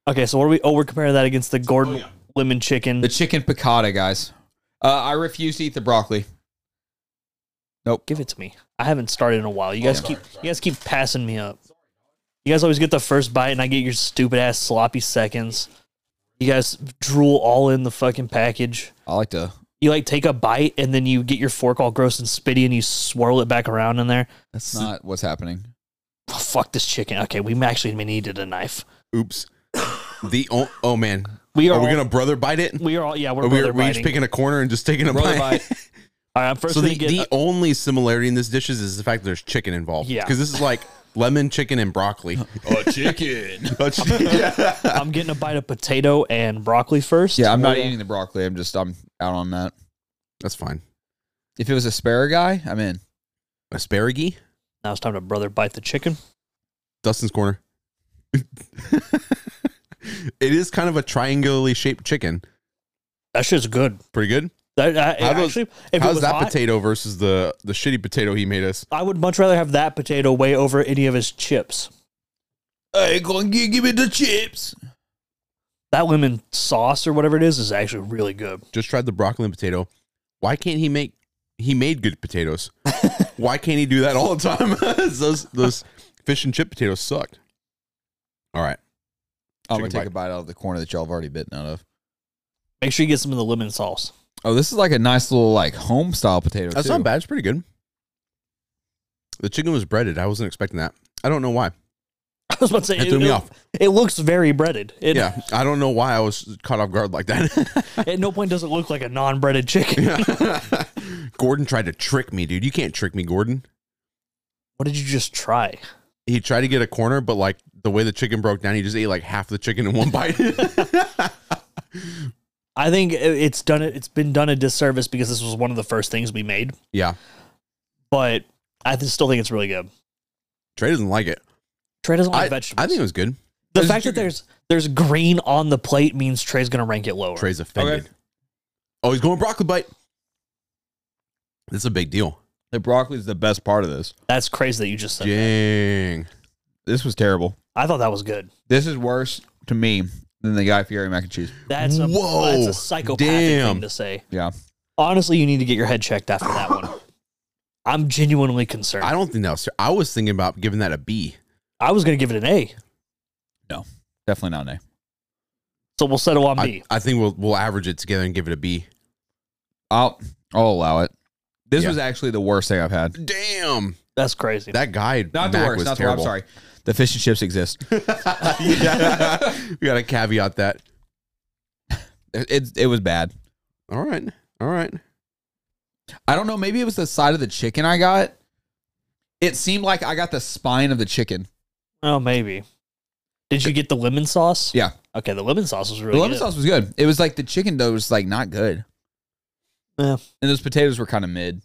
Speaker 1: okay, so what are we? Oh, we're comparing that against the Gordon lemon chicken.
Speaker 2: Oh, The chicken piccata, guys. Uh, I refuse to eat the broccoli.
Speaker 1: Give it to me. I haven't started in a while. You guys
Speaker 2: Oh,
Speaker 1: keep you guys keep passing me up. You guys always get the first bite, and I get your stupid ass sloppy seconds. You guys drool all in the fucking package.
Speaker 2: I like to.
Speaker 1: You like take a bite, and then you get your fork all gross and spitty, and you swirl it back around in there.
Speaker 2: That's not what's happening.
Speaker 1: "Oh, fuck this chicken. Okay, we actually may needed a knife.
Speaker 3: Oops. The oh, oh man,
Speaker 1: We are,
Speaker 3: are we
Speaker 1: all-
Speaker 3: gonna brother bite it?
Speaker 1: we are all yeah we're
Speaker 3: Or
Speaker 1: brother
Speaker 3: we're, we each
Speaker 1: biting.
Speaker 3: picking a corner and just taking a
Speaker 2: Brother [laughs]
Speaker 3: bite. [laughs]
Speaker 2: bite.
Speaker 1: all right, I'm first
Speaker 3: So the,
Speaker 1: gonna get
Speaker 3: the only similarity in this dishes is the fact that there's chicken involved.
Speaker 1: Yeah.
Speaker 3: because this
Speaker 1: [laughs]
Speaker 3: is like lemon chicken and broccoli.
Speaker 2: A chicken.
Speaker 3: [laughs]
Speaker 1: I'm
Speaker 3: uh,
Speaker 1: getting a bite of potato and broccoli first.
Speaker 2: yeah, I'm not eating the broccoli. I'm just I'm out on that.
Speaker 3: That's fine.
Speaker 2: If it was asparagus, I'm in.
Speaker 3: Asparagus.
Speaker 1: Now it's time to brother bite the chicken.
Speaker 3: Dustin's corner. [laughs] it is kind of a triangularly shaped chicken.
Speaker 1: That shit's good.
Speaker 3: Pretty good.
Speaker 1: That, I,
Speaker 3: How does-
Speaker 1: actually, if it
Speaker 3: How's
Speaker 1: was
Speaker 3: that
Speaker 1: hot,
Speaker 3: potato versus the the shitty potato he made us?
Speaker 1: I would much rather have that potato way over any of his chips.
Speaker 2: Hey, gonna gi- give me the chips.
Speaker 1: That lemon sauce or whatever it is is actually really good.
Speaker 3: Just tried the broccoli and potato. Why can't he make? He made good potatoes. Why can't he do that all the time? [laughs] those those fish and chip potatoes sucked. All right.
Speaker 2: I'm gonna
Speaker 3: Chicken
Speaker 2: take
Speaker 3: bite.
Speaker 2: a bite out of the corner that y'all have already bitten out of.
Speaker 1: Make sure you get some of the lemon sauce. [laughs]
Speaker 2: Oh, this is like a nice little like home style potato.
Speaker 3: That's
Speaker 2: too.
Speaker 3: not bad. It's pretty good. The chicken was breaded. I wasn't expecting that. I don't know why.
Speaker 1: I was about to say
Speaker 3: It threw me off.
Speaker 1: It looks very breaded. It,
Speaker 3: Yeah. I don't know why I was caught off guard like that. [laughs]
Speaker 1: At no point does it look like a non-breaded chicken.
Speaker 3: Gordon tried to trick me, dude. You can't trick me, Gordon.
Speaker 1: What did you just try?
Speaker 3: He tried to get a corner, but like the way the chicken broke down, he just ate like half the chicken in one [laughs] bite.
Speaker 1: I think it- it's done. It's been done a disservice because this was one of the first things we made.
Speaker 3: yeah.
Speaker 1: But I th- still think it's really good.
Speaker 3: Trey doesn't like it.
Speaker 1: Trey doesn't like
Speaker 3: I, I
Speaker 1: vegetables.
Speaker 3: think it was good.
Speaker 1: the
Speaker 2: There's
Speaker 1: fact that
Speaker 2: chicken.
Speaker 1: there's there's green on the plate means Trey's gonna rank it lower.
Speaker 3: Trey's offended. Oh, he's going broccoli bite. That's a big deal.
Speaker 2: The broccoli is the best part of this.
Speaker 1: That's crazy that you just said.
Speaker 3: Dang.
Speaker 2: This was terrible.
Speaker 1: I thought that was good.
Speaker 2: This is worse to me than the Guy Fieri mac and cheese.
Speaker 1: That's a
Speaker 3: Whoa.
Speaker 1: that's a psychopathic
Speaker 3: Damn.
Speaker 1: thing to say.
Speaker 2: Yeah.
Speaker 1: Honestly, you need to get your head checked after that
Speaker 3: [sighs]
Speaker 1: one. I'm genuinely concerned.
Speaker 3: I
Speaker 1: I,
Speaker 3: don't think that was. I was thinking about giving that a B.
Speaker 1: was gonna give it an A,
Speaker 2: Definitely not an
Speaker 1: so we'll settle on
Speaker 3: I
Speaker 1: B.
Speaker 3: I think we'll we'll average it together and give it a B.
Speaker 2: A. I'll I'll allow it. This
Speaker 3: Yeah.
Speaker 2: was actually the worst thing I've had.
Speaker 3: Damn,
Speaker 1: That's crazy.
Speaker 3: that guy
Speaker 2: Not the
Speaker 3: Mac
Speaker 2: worst.
Speaker 3: was
Speaker 2: Not
Speaker 3: terrible.
Speaker 2: the worst. I'm sorry. The fish and chips exist.
Speaker 3: [laughs] we got to caveat that.
Speaker 2: It, it it was bad.
Speaker 3: All right, all right.
Speaker 2: I don't know. Maybe it was the side of the chicken I got. It seemed like I got the spine of the chicken.
Speaker 1: oh, maybe. Did you get the lemon sauce?
Speaker 2: Yeah.
Speaker 1: Okay, the lemon sauce was really
Speaker 2: the lemon
Speaker 1: good.
Speaker 2: sauce was good. It was like the chicken dough was like not good.
Speaker 1: Yeah.
Speaker 2: And those potatoes were kind of mid.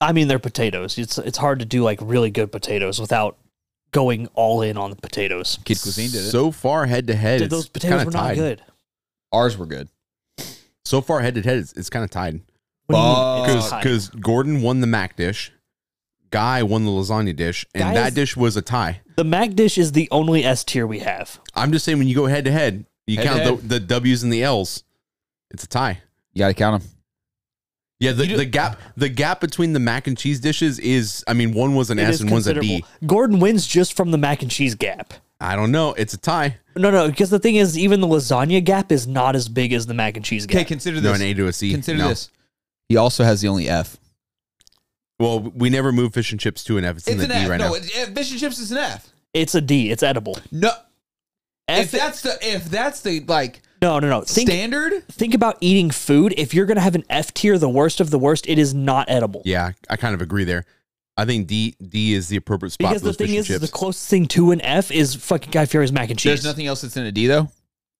Speaker 1: I mean, they're potatoes. It's it's hard to do like really good potatoes without going all in on the potatoes.
Speaker 2: Kid Cuisine did it.
Speaker 3: So far head to head,
Speaker 1: Dude, those potatoes were not good.
Speaker 2: Ours were good.
Speaker 3: So far head to head, it's, it's kind of tied
Speaker 1: What do you mean?
Speaker 2: Fuck.
Speaker 1: It's hot.
Speaker 3: because Gordon won the mac dish, Guy won the lasagna dish, and
Speaker 1: Guy
Speaker 3: that
Speaker 1: is-
Speaker 3: dish was a tie.
Speaker 1: the mac dish is the only S tier we have.
Speaker 3: I'm just saying when you go head to head, you count
Speaker 2: Head-to-head.
Speaker 3: The, the W's and the L's. It's a tie.
Speaker 2: You got to count them.
Speaker 3: Yeah, the,
Speaker 2: You do-
Speaker 3: the gap the gap between the mac and cheese dishes is I mean one was an
Speaker 1: It
Speaker 3: S
Speaker 1: is
Speaker 3: and one's a B.
Speaker 1: considerable. Gordon wins just from the mac and cheese gap.
Speaker 3: I don't know. It's a tie.
Speaker 1: No, no, because the thing is, even the lasagna gap is not as big as the mac and cheese
Speaker 2: Okay,
Speaker 1: gap.
Speaker 2: consider
Speaker 3: No,
Speaker 2: this.
Speaker 3: an A to a C.
Speaker 2: consider
Speaker 3: No.
Speaker 2: this. He also has the only F.
Speaker 3: Well, we never move fish and chips to an F. It's, in the
Speaker 2: E
Speaker 3: D right now.
Speaker 2: fish and chips is an F.
Speaker 1: It's a D. It's edible.
Speaker 2: No,
Speaker 1: F-
Speaker 2: that's the if that's the like
Speaker 1: no, no, no. Think,
Speaker 2: standard,
Speaker 1: think about eating food. If you're gonna have an F tier, the worst of the worst, it is not edible.
Speaker 3: yeah, I kind of agree there. I think D D is the appropriate spot
Speaker 1: Because
Speaker 3: for
Speaker 1: the
Speaker 3: those
Speaker 1: thing
Speaker 3: fish
Speaker 1: is,
Speaker 3: and
Speaker 1: the
Speaker 3: chips.
Speaker 1: closest thing to an F is fucking Guy Fieri's mac and cheese.
Speaker 2: there's nothing else that's in a D though.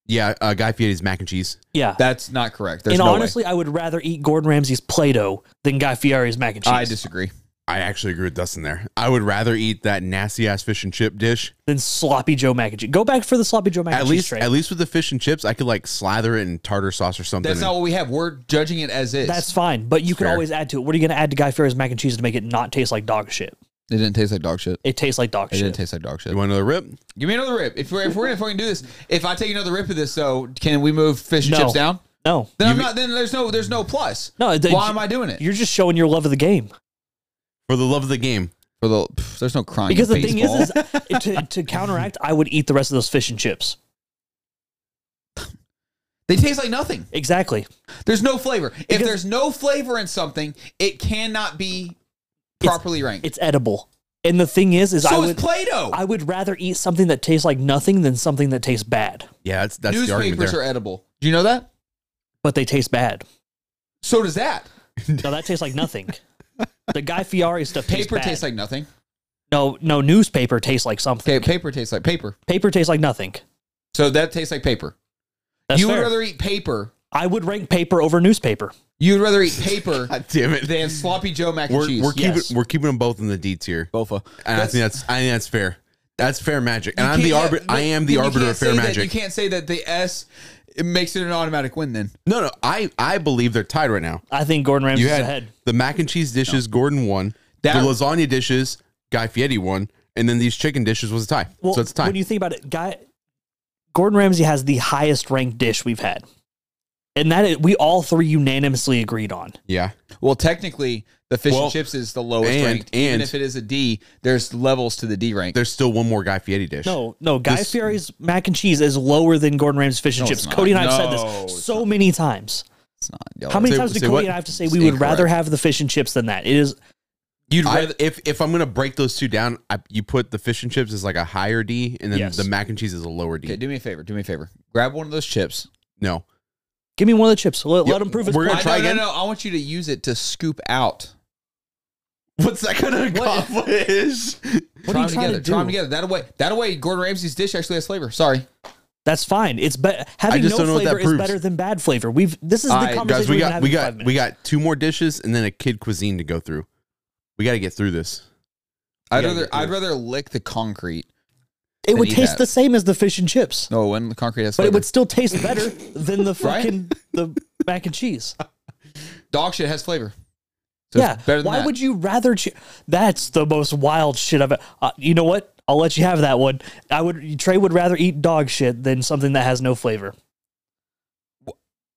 Speaker 3: yeah, uh, Guy Fieri's mac and cheese.
Speaker 1: yeah.
Speaker 2: That's not correct. There's
Speaker 1: and
Speaker 2: no
Speaker 1: honestly, I would rather eat Gordon Ramsay's Play-Doh than Guy Fieri's mac and
Speaker 2: way.
Speaker 1: cheese.
Speaker 2: I disagree.
Speaker 3: I actually agree with Dustin there. I would rather eat that nasty ass fish and chip dish.
Speaker 1: Than sloppy Joe mac and cheese. Go back for the sloppy Joe mac
Speaker 3: At
Speaker 1: and
Speaker 3: least,
Speaker 1: cheese tray.
Speaker 3: at least with the fish and chips, I could like slather it in tartar sauce or something.
Speaker 2: That's
Speaker 3: and-
Speaker 2: not what we have. We're judging it as is.
Speaker 1: That's fine, but you can
Speaker 3: fair.
Speaker 1: always add to it. What are you going to add to Guy Fieri's mac and cheese to make it not taste like dog shit?
Speaker 2: it didn't taste like dog shit.
Speaker 1: It tastes like dog
Speaker 2: It
Speaker 1: shit.
Speaker 2: didn't taste like dog shit.
Speaker 3: you want another rip?
Speaker 2: Give me another rip. If we're if we're gonna fucking do this, if I take another rip of this, though, can we move fish and
Speaker 1: No.
Speaker 2: chips down?
Speaker 1: no,
Speaker 2: Then I'm not. Then there's no there's no plus.
Speaker 1: no. the-
Speaker 2: Why am I doing it?
Speaker 1: You're just showing your love of the game.
Speaker 3: For the love of the game.
Speaker 2: For the pff, there's no crying.
Speaker 1: Because the
Speaker 2: in
Speaker 1: thing is,
Speaker 2: baseball.
Speaker 1: is [laughs] to, to counteract, I would eat the rest of those fish and chips.
Speaker 2: they taste like nothing.
Speaker 1: Exactly.
Speaker 2: There's no flavor. if
Speaker 1: Because-
Speaker 2: there's no flavor in something, it cannot be
Speaker 1: It's-
Speaker 2: properly ranked.
Speaker 1: It's edible. And the thing is, is I
Speaker 2: so
Speaker 1: would
Speaker 2: is Play-Doh.
Speaker 1: I would rather eat something that tastes like nothing than something that tastes bad,
Speaker 3: Yeah, that's that's the argument
Speaker 2: Newspapers
Speaker 3: there.
Speaker 2: are edible. Do you know that?
Speaker 1: but they taste bad.
Speaker 2: So does that.
Speaker 1: No, that tastes like nothing. The Guy Fieri stuff tastes
Speaker 2: Paper
Speaker 1: bad.
Speaker 2: tastes like nothing.
Speaker 1: no, no newspaper tastes like something.
Speaker 2: Okay, paper tastes like paper.
Speaker 1: Paper tastes like nothing.
Speaker 2: So that tastes like paper.
Speaker 1: That's
Speaker 2: you
Speaker 1: fair.
Speaker 2: would rather eat paper.
Speaker 1: I would rank paper over newspaper.
Speaker 2: You would rather
Speaker 3: [laughs]
Speaker 2: eat paper
Speaker 3: [laughs] God damn it.
Speaker 2: than sloppy Joe mac and
Speaker 3: we're
Speaker 2: cheese.
Speaker 3: we're keeping
Speaker 2: Yes.
Speaker 3: we're keeping them both in the D tier.
Speaker 2: Bofa.
Speaker 3: And I
Speaker 2: That's-
Speaker 3: think that's I think that's fair. That's fair magic. And
Speaker 2: You
Speaker 3: I'm the
Speaker 2: can't-
Speaker 3: arbiter.
Speaker 2: yeah,
Speaker 3: I am the
Speaker 2: you
Speaker 3: arbiter
Speaker 2: can't
Speaker 3: of fair
Speaker 2: say that-
Speaker 3: magic.
Speaker 2: you can't say that the S it makes it an automatic win. Then
Speaker 3: No, no. I I believe they're tied right now.
Speaker 1: I think Gordon Ramsay's
Speaker 3: You had
Speaker 1: ahead.
Speaker 3: the mac and cheese dishes. Gordon won.
Speaker 2: That-
Speaker 3: the lasagna dishes. Guy Fieri won. And then these chicken dishes was a tie.
Speaker 1: Well,
Speaker 3: so it's a tie.
Speaker 1: when you think about it, guy Gordon Ramsay has the highest ranked dish we've had, and that is, we all three unanimously agreed on.
Speaker 3: yeah.
Speaker 2: well, technically, the fish
Speaker 3: Well,
Speaker 2: and chips is the lowest
Speaker 3: and-
Speaker 2: ranked.
Speaker 3: and-
Speaker 2: even if it is a D, there's levels to the D rank.
Speaker 3: There's still one more Guy Fieri dish.
Speaker 1: No, no, Guy
Speaker 3: This-
Speaker 1: Fieri's mac and cheese is lower than Gordon Ramsay's fish and
Speaker 2: No, it's
Speaker 1: chips.
Speaker 2: not.
Speaker 1: Cody and I have
Speaker 2: No,
Speaker 1: said
Speaker 2: it's
Speaker 1: this so many times.
Speaker 2: it's not. y'all.
Speaker 1: How many
Speaker 3: Say-
Speaker 1: times did
Speaker 3: say
Speaker 1: Cody
Speaker 3: what?
Speaker 1: and I have to say
Speaker 2: It's
Speaker 1: we would rather
Speaker 2: incorrect.
Speaker 1: have the fish and chips than that? It is
Speaker 2: You'd
Speaker 3: I,
Speaker 2: rather
Speaker 3: if if I'm gonna break those two down, I, you put the fish and chips as like a higher D, and then
Speaker 1: Yes.
Speaker 3: the mac and cheese is a lower D.
Speaker 2: Okay, do me a favor. Do me a favor. Grab one of those chips.
Speaker 3: no, [laughs]
Speaker 1: give me one of the chips. Let,
Speaker 3: Yep.
Speaker 1: let him prove his
Speaker 3: We're
Speaker 1: point.
Speaker 3: gonna
Speaker 2: I,
Speaker 3: try
Speaker 2: no,
Speaker 3: again?
Speaker 2: no, no. I want you to use it to scoop out.
Speaker 3: what's that gonna
Speaker 2: What-
Speaker 3: accomplish?
Speaker 1: What
Speaker 2: Try
Speaker 1: are you
Speaker 2: 'em
Speaker 1: trying
Speaker 2: together.
Speaker 1: to do?
Speaker 2: Try 'em together. That way, that way, Gordon Ramsay's dish actually has flavor. Sorry,
Speaker 1: That's fine. It's be- having
Speaker 3: just
Speaker 1: no
Speaker 3: don't know what that
Speaker 1: flavor is
Speaker 3: proves.
Speaker 1: better than bad flavor. We've this is the
Speaker 2: All right,
Speaker 1: conversation
Speaker 3: Guys, we
Speaker 1: we've been
Speaker 3: got
Speaker 1: having
Speaker 3: we
Speaker 1: for five
Speaker 3: got
Speaker 1: minutes.
Speaker 3: we got two more dishes and then a kid cuisine to go through. We got to get through this.
Speaker 2: I'd
Speaker 3: Yeah,
Speaker 2: rather
Speaker 3: you're
Speaker 2: I'd rather lick the concrete.
Speaker 1: It would
Speaker 2: eat
Speaker 1: taste
Speaker 2: that.
Speaker 1: the same as the fish and chips,
Speaker 2: No, when the concrete has
Speaker 1: but
Speaker 2: flavor,
Speaker 1: it would still taste better than the
Speaker 2: Right?
Speaker 1: fucking the mac and cheese.
Speaker 2: dog shit has flavor. So
Speaker 1: yeah.
Speaker 2: it's better than
Speaker 1: Why
Speaker 2: that.
Speaker 1: would you rather? Cho- That's the most wild shit I've. Uh, you know what? I'll let you have that one. I would Trey would rather eat dog shit than something that has no flavor.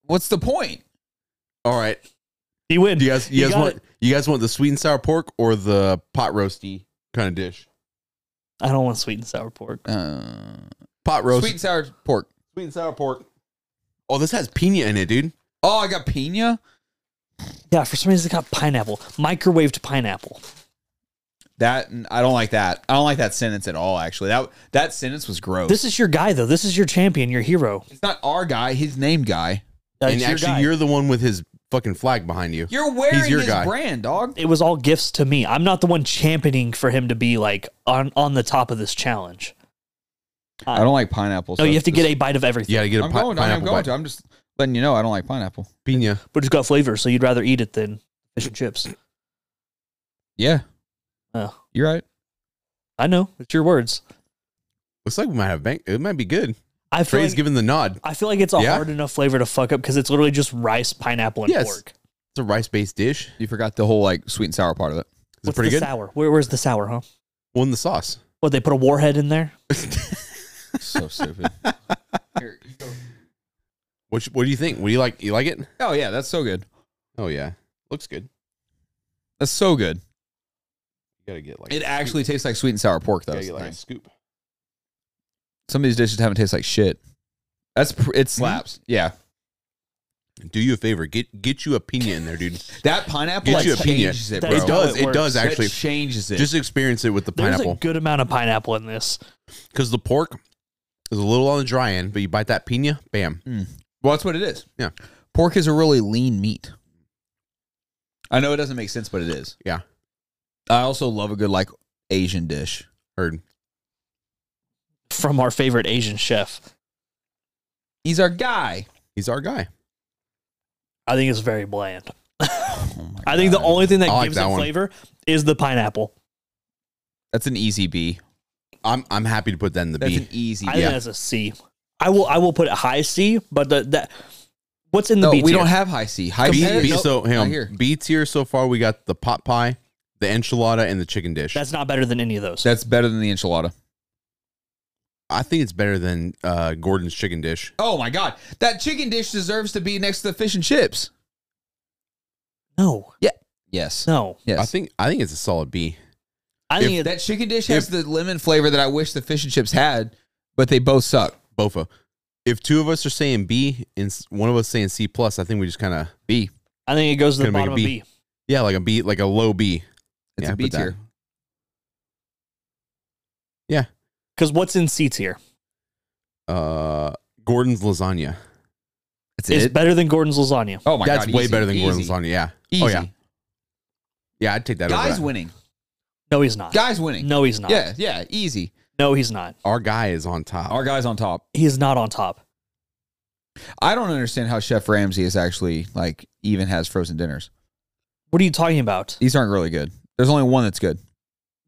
Speaker 2: What's the point?
Speaker 3: All right,
Speaker 1: He wins.
Speaker 3: do you guys you,
Speaker 1: You
Speaker 3: guys
Speaker 1: got
Speaker 3: want
Speaker 1: it.
Speaker 3: you guys want the sweet and sour pork or the pot roasty kind of dish?
Speaker 1: I don't want sweet and sour pork.
Speaker 2: Uh,
Speaker 3: Pot roast,
Speaker 2: sweet
Speaker 3: sweet,
Speaker 2: and sour pork.
Speaker 3: and sour pork. Oh, this has pina in it, dude.
Speaker 2: Oh, I got pina.
Speaker 1: Yeah, for some reason it got pineapple, microwaved pineapple.
Speaker 2: That I don't like that. I don't like that sentence at all. Actually, that that sentence was gross.
Speaker 1: This is your guy though. This is your champion, your hero.
Speaker 2: it's not our guy. His name guy.
Speaker 1: That's
Speaker 3: and
Speaker 1: your
Speaker 3: actually,
Speaker 1: guy.
Speaker 3: you're the one with his fucking flag behind you.
Speaker 2: You're wearing
Speaker 3: your
Speaker 2: his
Speaker 3: guy.
Speaker 2: brand, dog.
Speaker 1: it was all gifts to me. I'm not the one championing for him to be like on on the top of this challenge. Uh,
Speaker 2: I don't like pineapple.
Speaker 1: No,
Speaker 2: so
Speaker 1: you have to get
Speaker 2: just-
Speaker 1: a bite of everything,
Speaker 3: You got to get a
Speaker 2: I'm
Speaker 3: pi-
Speaker 2: going. to- I'm
Speaker 3: pineapple
Speaker 2: going
Speaker 3: bite.
Speaker 2: to. I'm just letting you know I don't like pineapple.
Speaker 3: Pina.
Speaker 1: but it's got flavor, so you'd rather eat it than fish and chips.
Speaker 2: Yeah,
Speaker 1: Oh,
Speaker 2: you're right.
Speaker 1: I know it's your words.
Speaker 3: Looks like we might have bank. It might be good.
Speaker 1: I feel
Speaker 3: Trey's
Speaker 1: like,
Speaker 3: giving the nod.
Speaker 1: I feel like it's a
Speaker 3: Yeah?
Speaker 1: hard enough flavor to fuck up because it's literally just rice, pineapple, and
Speaker 3: Yes.
Speaker 1: pork.
Speaker 3: It's a rice based dish.
Speaker 2: You forgot the whole like sweet and sour part of it.
Speaker 3: It's
Speaker 1: What's
Speaker 3: pretty
Speaker 1: the
Speaker 3: good.
Speaker 1: sour? Where, where's the sour? Huh?
Speaker 3: Well, in the sauce.
Speaker 1: What they put a warhead in there?
Speaker 2: So stupid.
Speaker 3: What you- What do you think? What do you like? You like it?
Speaker 2: Oh yeah, that's so good.
Speaker 3: Oh yeah, looks good.
Speaker 2: That's so good.
Speaker 3: You gotta get like
Speaker 2: It
Speaker 3: a
Speaker 2: actually tastes like sweet and sour pork
Speaker 3: scoop.
Speaker 2: though.
Speaker 3: gotta
Speaker 2: is the
Speaker 3: get like a
Speaker 2: thing.
Speaker 3: scoop.
Speaker 2: Some of these dishes haven't tasted like shit. That's pr- it slaps. Yeah,
Speaker 3: Do you a favor. Get get you a pina in there,
Speaker 2: [laughs]
Speaker 3: dude.
Speaker 2: that pineapple
Speaker 3: Get
Speaker 2: like
Speaker 3: you a pina.
Speaker 2: changes it,
Speaker 1: That
Speaker 2: bro.
Speaker 1: is
Speaker 3: it does.
Speaker 1: how it
Speaker 3: It, does
Speaker 1: works.
Speaker 2: That
Speaker 3: actually.
Speaker 2: changes it.
Speaker 3: Just experience it with the
Speaker 1: There's a
Speaker 3: pineapple
Speaker 1: good amount of pineapple in this.
Speaker 3: because the pork is a little on the dry end, but you bite that pina, bam.
Speaker 2: well, that's what it is.
Speaker 3: Yeah.
Speaker 2: pork is a really lean meat. I know it doesn't make sense, but it is.
Speaker 3: Yeah,
Speaker 2: I also love a good like Asian dish.
Speaker 3: heard.
Speaker 1: From our favorite Asian chef,
Speaker 2: He's our guy.
Speaker 3: He's our guy.
Speaker 1: I think it's very
Speaker 2: [laughs]
Speaker 1: bland.
Speaker 2: Oh my
Speaker 1: I think the
Speaker 2: God.
Speaker 1: only thing that
Speaker 3: I like
Speaker 1: gives
Speaker 3: that
Speaker 1: it
Speaker 3: one.
Speaker 1: flavor is the pineapple.
Speaker 2: that's an easy B.
Speaker 3: I'm I'm happy to put that in the
Speaker 2: That's
Speaker 3: B.
Speaker 2: an easy.
Speaker 1: I
Speaker 2: B.
Speaker 1: think that's a C. I will I will put it high C, but the that what's in the
Speaker 2: No,
Speaker 1: B
Speaker 2: we
Speaker 1: tier?
Speaker 2: don't have high C. High
Speaker 3: B,
Speaker 2: C.
Speaker 1: Competitive-
Speaker 3: B
Speaker 1: Nope,
Speaker 3: so hang
Speaker 2: not
Speaker 3: on.
Speaker 2: here.
Speaker 3: B tier so far we got the pot pie, the enchilada, and the chicken dish.
Speaker 1: That's not better than any of those.
Speaker 2: That's better than the enchilada.
Speaker 3: I think it's better than uh, Gordon's chicken dish.
Speaker 2: Oh my god, that chicken dish deserves to be next to the fish and chips.
Speaker 1: no,
Speaker 2: Yes.
Speaker 1: no.
Speaker 2: Yes.
Speaker 3: I think I think it's a solid B.
Speaker 1: I
Speaker 3: If
Speaker 1: think it,
Speaker 2: that chicken dish has the lemon flavor that I wish the fish and chips had, but they both suck.
Speaker 3: Bofa. If two of us are saying B and s- one of us saying C plus, I think we just kind of B.
Speaker 1: I think it goes to the
Speaker 3: Gonna make
Speaker 1: bottom
Speaker 3: it
Speaker 1: of
Speaker 3: B.
Speaker 1: B.
Speaker 3: Yeah, like a B, like a low B.
Speaker 2: It's
Speaker 3: Yeah,
Speaker 2: a
Speaker 3: I
Speaker 2: B
Speaker 3: put that.
Speaker 2: tier.
Speaker 3: Yeah.
Speaker 1: Because what's in C tier
Speaker 3: Uh, Gordon's lasagna.
Speaker 2: That's
Speaker 1: is better than Gordon's lasagna.
Speaker 2: oh my
Speaker 3: That's
Speaker 2: god,
Speaker 3: way
Speaker 2: easy,
Speaker 3: better than Gordon's
Speaker 2: easy,
Speaker 3: lasagna. Yeah.
Speaker 2: Easy.
Speaker 3: Oh yeah. Yeah, I'd take that. over
Speaker 2: Guys
Speaker 3: that.
Speaker 2: winning.
Speaker 1: No, he's not.
Speaker 2: Guys winning.
Speaker 1: No, he's not.
Speaker 2: Yeah, yeah, easy.
Speaker 1: No, he's not.
Speaker 3: Our guy is on top.
Speaker 2: Our guys on top.
Speaker 1: He is not on top.
Speaker 2: I don't understand how Chef Ramsay is actually like even has frozen dinners.
Speaker 1: What are you talking about?
Speaker 2: These aren't really good. There's only one that's good.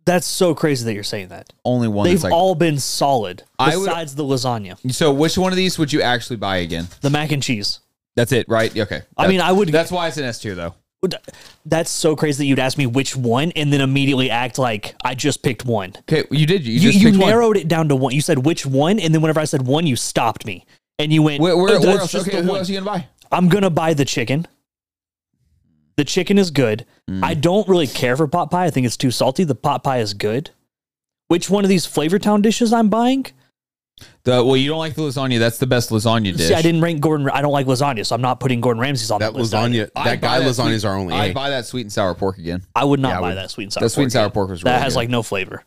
Speaker 1: That's so crazy that you're saying that.
Speaker 2: Only one
Speaker 1: They've
Speaker 2: that's like.
Speaker 1: all been solid
Speaker 2: I would-
Speaker 1: besides the lasagna,
Speaker 2: so which one of these would you actually buy again?
Speaker 1: the mac and cheese.
Speaker 2: That's it, right? Okay.
Speaker 1: I mean, I would.
Speaker 2: that's why it's an S tier though.
Speaker 1: That's so crazy that you'd ask me which one and then immediately act like I just picked one.
Speaker 2: Okay, you did. You,
Speaker 1: You,
Speaker 2: just
Speaker 1: you,
Speaker 2: picked one.
Speaker 1: narrowed it down to one. You said which one, and then whenever I said one, you stopped me and you went.
Speaker 2: Where, where,
Speaker 1: "Oh,
Speaker 2: where
Speaker 1: that's
Speaker 2: else?
Speaker 1: just
Speaker 2: Okay,
Speaker 1: the
Speaker 2: who
Speaker 1: one."
Speaker 2: else are you gonna buy?
Speaker 1: I'm gonna buy the chicken. The chicken is good.
Speaker 2: Hmm.
Speaker 1: I don't really care for pot pie. I think it's too salty. The pot pie is good. Which one of these Flavor Town dishes I'm buying?
Speaker 2: The well, you don't like the lasagna. That's the best lasagna dish.
Speaker 1: See, I didn't rank Gordon. I don't like lasagna, so I'm not putting Gordon Ramsay's on
Speaker 3: that
Speaker 1: that, list. either.
Speaker 3: lasagna.
Speaker 2: I'd
Speaker 3: That
Speaker 2: buy
Speaker 3: guy
Speaker 2: that
Speaker 3: lasagna
Speaker 2: sweet-
Speaker 3: is our only.
Speaker 2: I
Speaker 3: A.
Speaker 2: buy that sweet and sour pork again.
Speaker 1: I would not
Speaker 3: Yeah, I
Speaker 1: buy
Speaker 3: would-
Speaker 1: that sweet and sour.
Speaker 2: That sweet and
Speaker 1: pork.
Speaker 2: sour pork was really
Speaker 1: That has
Speaker 2: good.
Speaker 1: like no flavor.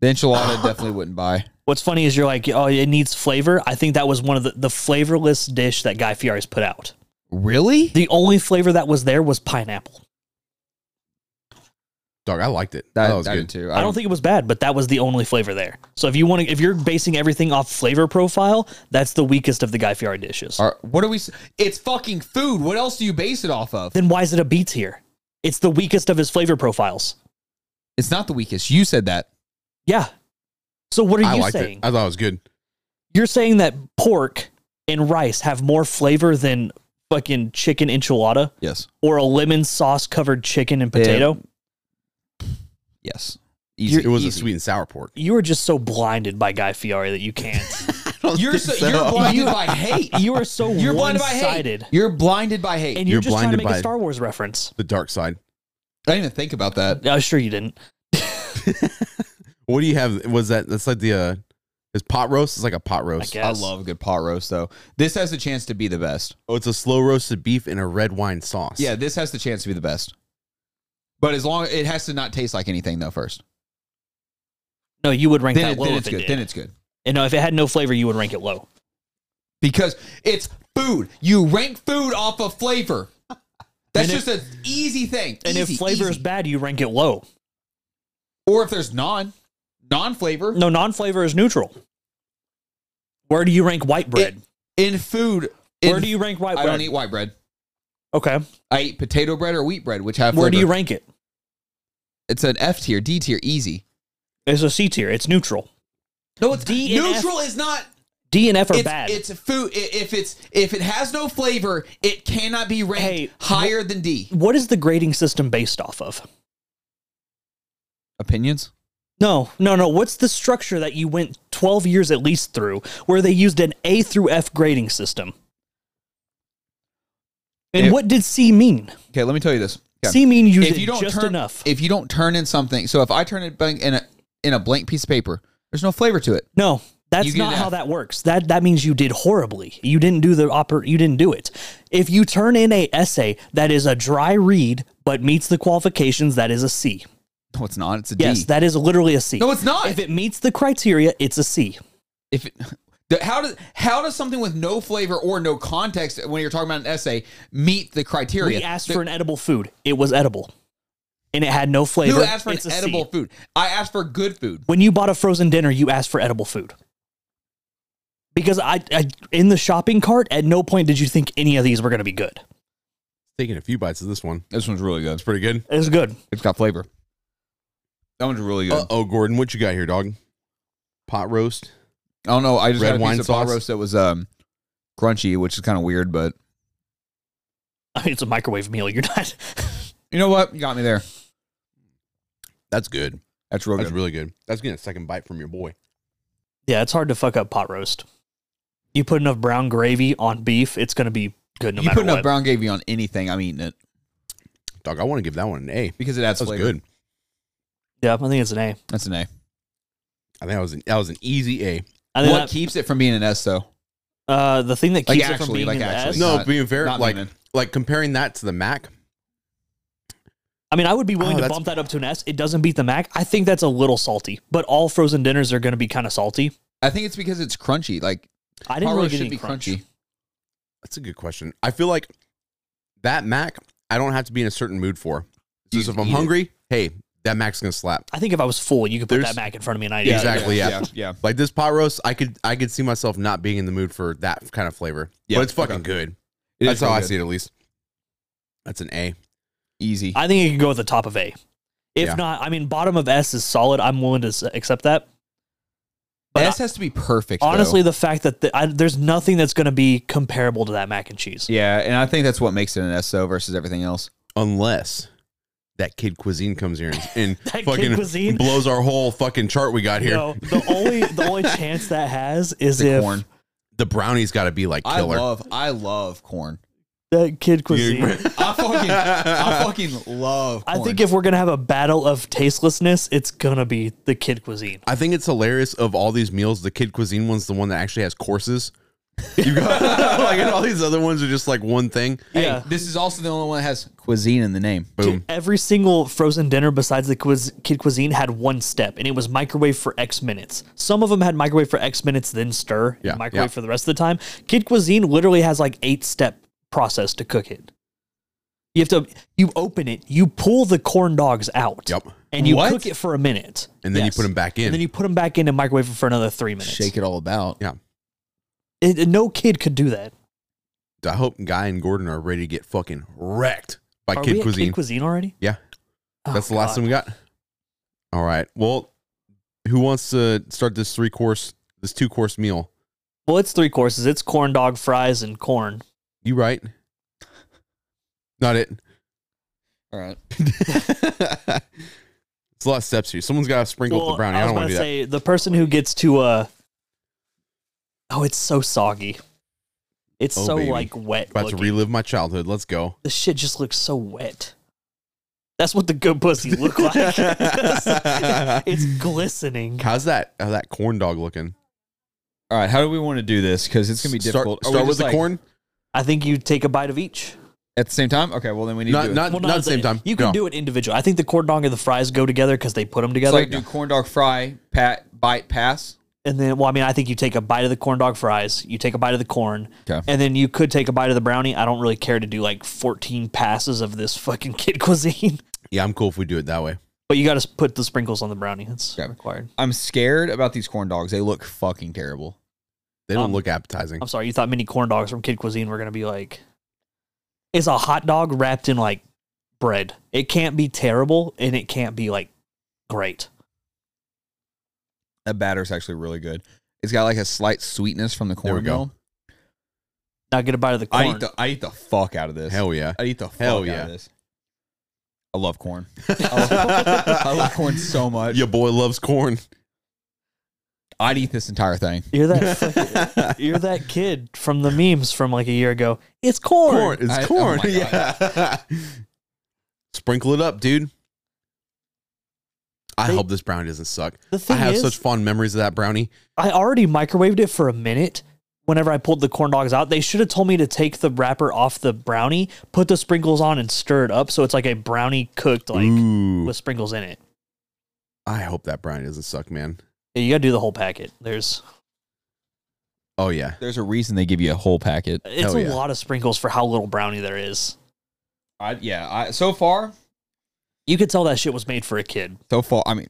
Speaker 2: the [laughs] enchilada. definitely wouldn't buy.
Speaker 1: What's funny is you're like, oh, it needs flavor. I think that was one of the, the flavorless dish that Guy Fieri's put out.
Speaker 2: Really?
Speaker 1: The only flavor that was there was pineapple.
Speaker 3: Dog, I liked it.
Speaker 2: That,
Speaker 3: that was
Speaker 2: I
Speaker 3: good.
Speaker 2: did too. Um,
Speaker 1: I don't think it was bad, but that was the only flavor there. So if you want to, if you're basing everything off flavor profile, that's the weakest of the Guy Fieri dishes.
Speaker 2: Are, what are we? s- It's fucking food. What else do you base it off of?
Speaker 1: Then why is it a B tier? It's the weakest of his flavor profiles.
Speaker 2: It's not the weakest. You said that.
Speaker 1: Yeah. So what are
Speaker 3: I
Speaker 1: you
Speaker 3: liked
Speaker 1: saying?
Speaker 3: it. I thought it was good.
Speaker 1: You're saying that pork and rice have more flavor than fucking chicken enchilada
Speaker 2: Yes.
Speaker 1: or a lemon sauce covered chicken and potato?
Speaker 2: Yes.
Speaker 3: It was a sweet and sour pork.
Speaker 1: You are just so blinded by Guy Fieri that you can't.
Speaker 2: [laughs] You're so, you're blinded by [laughs] hate.
Speaker 1: you are so
Speaker 2: You're blinded by hate.
Speaker 1: one-sided.
Speaker 2: You're blinded by hate.
Speaker 1: And you're,
Speaker 3: You're
Speaker 1: just trying to
Speaker 3: blinded
Speaker 1: make
Speaker 3: by-
Speaker 1: a Star Wars reference.
Speaker 3: The dark side.
Speaker 2: I didn't even think about that.
Speaker 1: Oh, sure you didn't.
Speaker 3: What do you have? Was that that's like the uh is pot roast? It's like a pot
Speaker 1: I
Speaker 3: roast.
Speaker 1: guess.
Speaker 2: I love a good pot roast though. This has the chance to be the best.
Speaker 3: Oh, it's a slow roasted beef in a red wine sauce.
Speaker 2: Yeah, this has the chance to be the best. But as long it has to not taste like anything though first.
Speaker 1: No, you would rank
Speaker 2: Then,
Speaker 1: that
Speaker 2: it-
Speaker 1: low
Speaker 2: then
Speaker 1: if
Speaker 2: it's
Speaker 1: it
Speaker 2: good.
Speaker 1: did.
Speaker 2: Then it's good.
Speaker 1: and no, if it had no flavor, you would rank it low.
Speaker 2: Because it's food. You rank food off of flavor. That's
Speaker 1: And if-
Speaker 2: just an easy thing.
Speaker 1: And
Speaker 2: Easy,
Speaker 1: if flavor is
Speaker 2: easy.
Speaker 1: bad, you rank it low.
Speaker 2: or if there's non, non flavor
Speaker 1: No, non-flavor is neutral. Where do you rank white bread?
Speaker 2: in food.
Speaker 1: Where
Speaker 2: in-
Speaker 1: do you rank white
Speaker 2: I
Speaker 1: bread?
Speaker 2: don't eat white bread.
Speaker 1: okay.
Speaker 2: I eat potato bread or wheat bread, which have
Speaker 1: Where do you
Speaker 2: flavor.
Speaker 1: rank it?
Speaker 2: It's an F tier, D tier, easy.
Speaker 1: It's a C tier. It's neutral. No, it's D E and F.
Speaker 2: Neutral is not.
Speaker 1: D and F are
Speaker 2: It's,
Speaker 1: bad.
Speaker 2: it's food. i- If it's if it has no flavor, it cannot be ranked
Speaker 1: Hey,
Speaker 2: higher than D.
Speaker 1: what is the grading system based off of?
Speaker 2: Opinions.
Speaker 1: No, no, no. What's the structure that you went 12 years at least through where they used an A through F grading system? And
Speaker 2: If-
Speaker 1: what did C mean?
Speaker 2: Okay, let me tell you this. Okay.
Speaker 1: C mean you
Speaker 2: if
Speaker 1: did
Speaker 2: you don't
Speaker 1: just
Speaker 2: turn
Speaker 1: enough.
Speaker 2: if you don't turn in something, so if I turn it blank- in a in a blank piece of paper, there's no flavor to it.
Speaker 1: no,
Speaker 2: You
Speaker 1: that's
Speaker 2: get
Speaker 1: not
Speaker 2: an
Speaker 1: how
Speaker 2: F.
Speaker 1: that works. That that means you did horribly. You didn't do the oper- you didn't do it. If you turn in a essay that is a dry read but meets the qualifications, that is a C.
Speaker 2: No, it's not. It's a D.
Speaker 1: Yes, that is literally a C.
Speaker 2: no, it's not.
Speaker 1: if it meets the criteria, it's a C.
Speaker 2: if it, [laughs] the- how does how does something with no flavor or no context when you're talking about an essay meet the criteria?
Speaker 1: We asked
Speaker 2: The-
Speaker 1: for an edible food. It was edible, and it had no flavor.
Speaker 2: who asked for
Speaker 1: It's
Speaker 2: an
Speaker 1: a C.
Speaker 2: edible food? I asked for good food.
Speaker 1: When you bought a frozen dinner, you asked for edible food. Because I, I in the shopping cart, at no point did you think any of these were going to be good.
Speaker 3: Taking a few bites of this one.
Speaker 2: This one's really good.
Speaker 3: It's pretty good.
Speaker 1: It's good. [laughs]
Speaker 2: It's got flavor. That one's really good.
Speaker 3: Uh oh, Gordon, what you got here, dog? Pot roast.
Speaker 2: I don't know. Oh, I just
Speaker 3: Red
Speaker 2: got a
Speaker 3: wine
Speaker 2: piece of pot
Speaker 3: sauce?
Speaker 2: roast that was um crunchy, which is kind of weird, but
Speaker 1: I mean, it's a microwave meal. You're not. [laughs]
Speaker 2: you know what? You got me there.
Speaker 3: That's good.
Speaker 2: That's real
Speaker 3: That's
Speaker 2: good.
Speaker 3: really good. That's getting a second bite from your boy.
Speaker 1: Yeah, it's hard to fuck up pot roast. You put enough brown gravy on beef, it's going to be good no
Speaker 2: you
Speaker 1: matter
Speaker 2: put enough
Speaker 1: what.
Speaker 2: brown gravy on anything, I'm eating it
Speaker 3: Dog, I want to give that one an A.
Speaker 2: because it adds
Speaker 3: That's
Speaker 2: flavor.
Speaker 3: good.
Speaker 1: yeah, I think it's an A.
Speaker 2: That's an A.
Speaker 3: I think that was an, that was an easy A.
Speaker 1: I think
Speaker 2: What
Speaker 1: that,
Speaker 2: keeps it from being an S though?
Speaker 1: uh, the thing that
Speaker 2: Like
Speaker 1: keeps it
Speaker 2: actually,
Speaker 1: from being
Speaker 2: like
Speaker 1: an
Speaker 2: actually.
Speaker 1: S.
Speaker 3: No,
Speaker 2: not-
Speaker 3: being fair,
Speaker 2: not
Speaker 3: like
Speaker 2: meaning.
Speaker 3: like comparing that to the Mac,
Speaker 1: I mean, I would be willing to
Speaker 3: Oh, that's-
Speaker 1: bump that up to an S. It doesn't beat the Mac. I think that's a little salty, but all frozen dinners are going to be kind of salty.
Speaker 2: I think it's because it's crunchy. Like
Speaker 1: I didn't
Speaker 2: Haro
Speaker 1: really get
Speaker 2: should
Speaker 1: any
Speaker 2: be
Speaker 1: crunch.
Speaker 2: crunchy.
Speaker 3: That's a good question. I feel like that Mac, I don't have to be in a certain mood for. It's
Speaker 2: You
Speaker 3: just if
Speaker 2: can
Speaker 3: I'm
Speaker 2: eat it.
Speaker 3: hungry, hey, that Mac's gonna slap.
Speaker 1: I think if I was full, you could put
Speaker 3: There's-
Speaker 1: that Mac in front of me and I'd
Speaker 3: Yeah,
Speaker 1: eat it.
Speaker 3: exactly, yeah.
Speaker 2: yeah, [laughs] yeah.
Speaker 3: Like this pot roast, I could I could see myself not being in the mood for that kind of flavor.
Speaker 2: Yeah,
Speaker 3: but it's fucking
Speaker 2: okay.
Speaker 3: good.
Speaker 2: It is
Speaker 3: That's how
Speaker 2: really
Speaker 3: I
Speaker 2: good.
Speaker 3: see it at least. That's an A.
Speaker 2: Easy.
Speaker 1: I think it could go at the top of A. If
Speaker 3: Yeah.
Speaker 1: not, I mean, bottom of S is solid. I'm willing to s- accept that. But
Speaker 2: S has to be perfect. though.
Speaker 1: Honestly, the fact that the, I, there's nothing that's going to be comparable to that mac and cheese.
Speaker 2: yeah, and I think that's what makes it an S though versus everything else.
Speaker 3: Unless that kid cuisine comes here and,
Speaker 1: [laughs] That
Speaker 3: and
Speaker 1: kid
Speaker 3: fucking [laughs]
Speaker 1: cuisine?
Speaker 3: blows our whole fucking chart we got here.
Speaker 1: No, the only the
Speaker 3: [laughs]
Speaker 1: only chance that has is
Speaker 2: The
Speaker 1: if
Speaker 2: corn.
Speaker 3: The brownie's gotta be like
Speaker 2: I
Speaker 3: killer.
Speaker 2: love. I love [laughs] corn.
Speaker 1: that kid
Speaker 3: [laughs]
Speaker 1: cuisine.
Speaker 2: I fucking. I fucking love.
Speaker 1: I
Speaker 2: Corn.
Speaker 1: think if we're gonna have a battle of tastelessness, it's gonna be the kid cuisine.
Speaker 3: I think it's hilarious of all these meals, the kid cuisine one's the one that actually
Speaker 2: [laughs]
Speaker 3: has courses. You got [laughs] like and all these other ones are just like one thing.
Speaker 2: Hey,
Speaker 1: yeah.
Speaker 2: this is also the only one that has cuisine in the name.
Speaker 3: Boom.
Speaker 1: Every single frozen dinner besides the quiz, kid cuisine had one step, and it was microwave for X minutes. Some of them had microwave for X minutes, then stir, and
Speaker 3: Yeah,
Speaker 1: microwave
Speaker 3: yeah.
Speaker 1: for the rest of the time. Kid cuisine literally has like eight step process to cook it. You have to you open it, you pull the corn dogs out,
Speaker 3: Yep.
Speaker 1: and you
Speaker 2: What?
Speaker 1: cook it for a minute,
Speaker 3: And then
Speaker 1: Yes.
Speaker 3: you put them back in.
Speaker 1: and then you put them back in and microwave them for another three minutes.
Speaker 2: Shake it all about.
Speaker 3: yeah.
Speaker 1: It- no kid could do that.
Speaker 3: I hope Guy and Gordon are ready to get fucking wrecked by
Speaker 1: Are
Speaker 3: kid
Speaker 1: we at
Speaker 3: cuisine.
Speaker 1: kid cuisine already?
Speaker 3: Yeah.
Speaker 1: Oh,
Speaker 3: That's the last
Speaker 1: God.
Speaker 3: one we got. All right. Well, who wants to start this three course, this two course meal?
Speaker 1: Well, it's three courses. It's corn dog fries and corn.
Speaker 3: You right?
Speaker 2: [laughs]
Speaker 3: Not it.
Speaker 2: All right.
Speaker 3: it's a lot of steps here. Someone's got to sprinkle
Speaker 1: Well,
Speaker 3: the brownie. I,
Speaker 1: I was
Speaker 3: don't want
Speaker 1: going
Speaker 3: to
Speaker 1: to
Speaker 3: do
Speaker 1: say the person who gets to uh oh, it's so soggy. It's
Speaker 3: Oh,
Speaker 1: so
Speaker 3: baby.
Speaker 1: like wet.
Speaker 3: that. About to
Speaker 1: looking.
Speaker 3: relive my childhood. Let's go.
Speaker 1: the shit just looks so wet. That's what the good pussies look
Speaker 3: [laughs]
Speaker 1: like. it's glistening.
Speaker 3: How's that? How that corn dog looking?
Speaker 2: All right. How do we want to do this? Because it's gonna be difficult.
Speaker 3: Start,
Speaker 2: Are we
Speaker 3: start with
Speaker 2: just,
Speaker 3: the
Speaker 2: like,
Speaker 3: corn.
Speaker 1: I think you take a bite of each.
Speaker 2: at the same time. Okay. Well, then we need to
Speaker 3: Not
Speaker 2: do it.
Speaker 3: not, not at the same
Speaker 1: it-
Speaker 3: time.
Speaker 1: You can
Speaker 3: No.
Speaker 1: do it individual. I think the corn dog and the fries go together because they put them
Speaker 2: It's
Speaker 1: together.
Speaker 2: like do corn dog fry, pat, bite, pass.
Speaker 1: and then, well, I mean, I think you take a bite of the corn dog fries, you take a bite of the corn,
Speaker 2: Okay.
Speaker 1: and then you could take a bite of the brownie. I don't really care to do like 14 passes of this fucking [laughs] kid cuisine,
Speaker 3: Yeah, I'm cool if we do it that way.
Speaker 1: but you got to put the sprinkles on the brownie. That's
Speaker 2: Okay.
Speaker 1: required.
Speaker 2: I'm scared about these corn dogs. They look fucking terrible.
Speaker 3: They don't
Speaker 1: Um,
Speaker 3: look appetizing.
Speaker 1: I'm sorry, you thought mini corn dogs from kid cuisine were going to be like, it's a hot dog wrapped in like bread. It can't be terrible and it can't be like great.
Speaker 2: That batter's actually really good. It's got like a slight sweetness from the corn.
Speaker 3: There we go.
Speaker 2: meal.
Speaker 1: Now get a bite of the corn.
Speaker 2: I eat the I eat the fuck out of this.
Speaker 3: Hell
Speaker 1: [laughs]
Speaker 3: yeah.
Speaker 2: I eat the fuck
Speaker 3: Hell
Speaker 2: out
Speaker 3: yeah.
Speaker 2: of this. I love
Speaker 3: [laughs]
Speaker 2: corn. I love, I love corn so much.
Speaker 3: Your boy
Speaker 1: [laughs]
Speaker 3: loves corn.
Speaker 2: I'd eat this entire thing.
Speaker 1: You're
Speaker 3: [laughs]
Speaker 1: that fucking, you're that kid from the memes from like a year ago. It's corn.
Speaker 3: corn. It's
Speaker 2: I- oh
Speaker 3: corn.
Speaker 2: my God.
Speaker 3: yeah. [laughs] Sprinkle it up, dude. I
Speaker 1: They-
Speaker 3: hope this brownie doesn't suck.
Speaker 1: The thing
Speaker 3: I have
Speaker 1: is,
Speaker 3: such fond memories of that brownie.
Speaker 1: I already microwaved it for a minute. Whenever I pulled the corn dogs out, they should have told me to take the wrapper off the brownie, put the sprinkles on, and stir it up so it's like a brownie cooked like
Speaker 3: Ooh.
Speaker 1: with sprinkles in it.
Speaker 3: I hope that brownie doesn't suck, man.
Speaker 1: Yeah, you got to do the whole packet. There's
Speaker 3: Oh yeah.
Speaker 2: There's a reason they give you a whole packet.
Speaker 1: it's
Speaker 3: Hell
Speaker 1: a
Speaker 3: yeah.
Speaker 1: lot of sprinkles for how little brownie there is.
Speaker 2: I, yeah. I, so far,
Speaker 1: You could tell that shit was made for a kid. [laughs]
Speaker 2: so far.
Speaker 3: [laughs]
Speaker 2: I mean,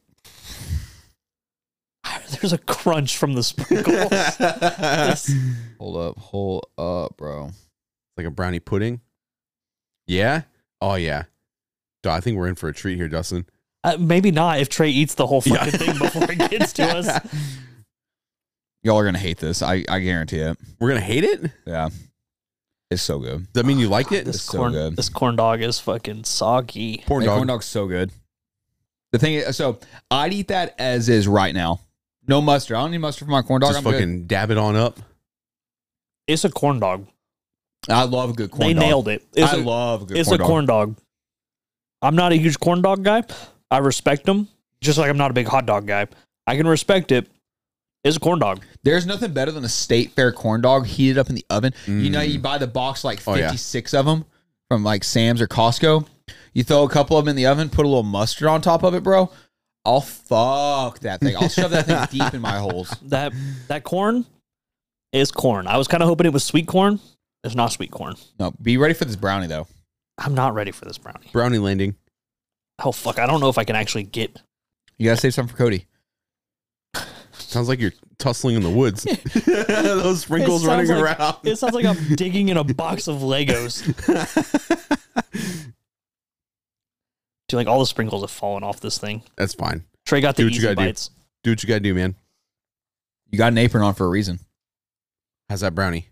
Speaker 1: There's a crunch from the sprinkles.
Speaker 2: [laughs]
Speaker 3: it's
Speaker 1: This-
Speaker 2: hold up, hold up, bro.
Speaker 3: like a brownie pudding. Yeah? Oh yeah. Dude, I think we're in for a treat here, Dustin.
Speaker 1: uh, maybe not if Trey eats the whole
Speaker 3: Yeah.
Speaker 1: fucking thing before it gets
Speaker 2: [laughs]
Speaker 1: to us.
Speaker 2: Y'all are gonna hate this. I I guarantee it.
Speaker 3: We're gonna hate it? Does
Speaker 2: Yeah. It's so good.
Speaker 3: that mean you liked it?
Speaker 1: This
Speaker 2: [sighs] It's so
Speaker 1: corn,
Speaker 2: good.
Speaker 1: this corn dog is fucking soggy.
Speaker 3: corn
Speaker 2: Corn,
Speaker 3: dog.
Speaker 2: corn dog's so good. The thing is, so I'd eat that as is right now. No mustard. I don't need mustard for my corn dog.
Speaker 3: Just
Speaker 2: I'm good.
Speaker 3: fucking dab it on up.
Speaker 1: It's a corn dog.
Speaker 2: I love a good corn
Speaker 1: they
Speaker 2: dog.
Speaker 1: nailed it. It's
Speaker 2: I
Speaker 1: a-
Speaker 2: love a good
Speaker 1: it's
Speaker 2: corn
Speaker 1: a
Speaker 2: dog.
Speaker 1: corn dog. I'm not a huge corn dog guy. I respect them, just like I'm not a big hot dog guy. I can respect it. It's a corn dog.
Speaker 2: There's nothing better than a state fair corn dog heated up in the oven. You know,
Speaker 3: Mm.
Speaker 2: you buy the box like
Speaker 3: Oh, yeah.
Speaker 2: 56 of them from like Sam's or Costco. You throw a couple of them in the oven, put a little mustard on top of it, bro. I'll fuck that thing. I'll shove that thing deep in my holes.
Speaker 1: That that corn is corn. I was kind of hoping it was sweet corn. It's not sweet corn.
Speaker 2: [laughs] No, be ready for this brownie though.
Speaker 1: I'm not ready for this brownie.
Speaker 3: Mm, Brownie landing.
Speaker 1: Oh fuck! I don't know if I can actually get. [laughs]
Speaker 2: You gotta save some for Cody.
Speaker 3: Sounds like you're tussling in
Speaker 1: [laughs]
Speaker 3: the woods. [laughs] Those sprinkles
Speaker 1: It
Speaker 3: running
Speaker 1: sounds like-
Speaker 3: around.
Speaker 1: It sounds like I'm digging in a box of Legos. Dude, like all the sprinkles have fallen off this thing.
Speaker 3: [laughs] That's fine.
Speaker 1: Trey got the
Speaker 3: Do what you
Speaker 1: easy
Speaker 3: gotta do.
Speaker 1: bites.
Speaker 3: Do what you gotta do, man.
Speaker 2: You got an apron on for a [laughs] reason.
Speaker 3: How's that brownie?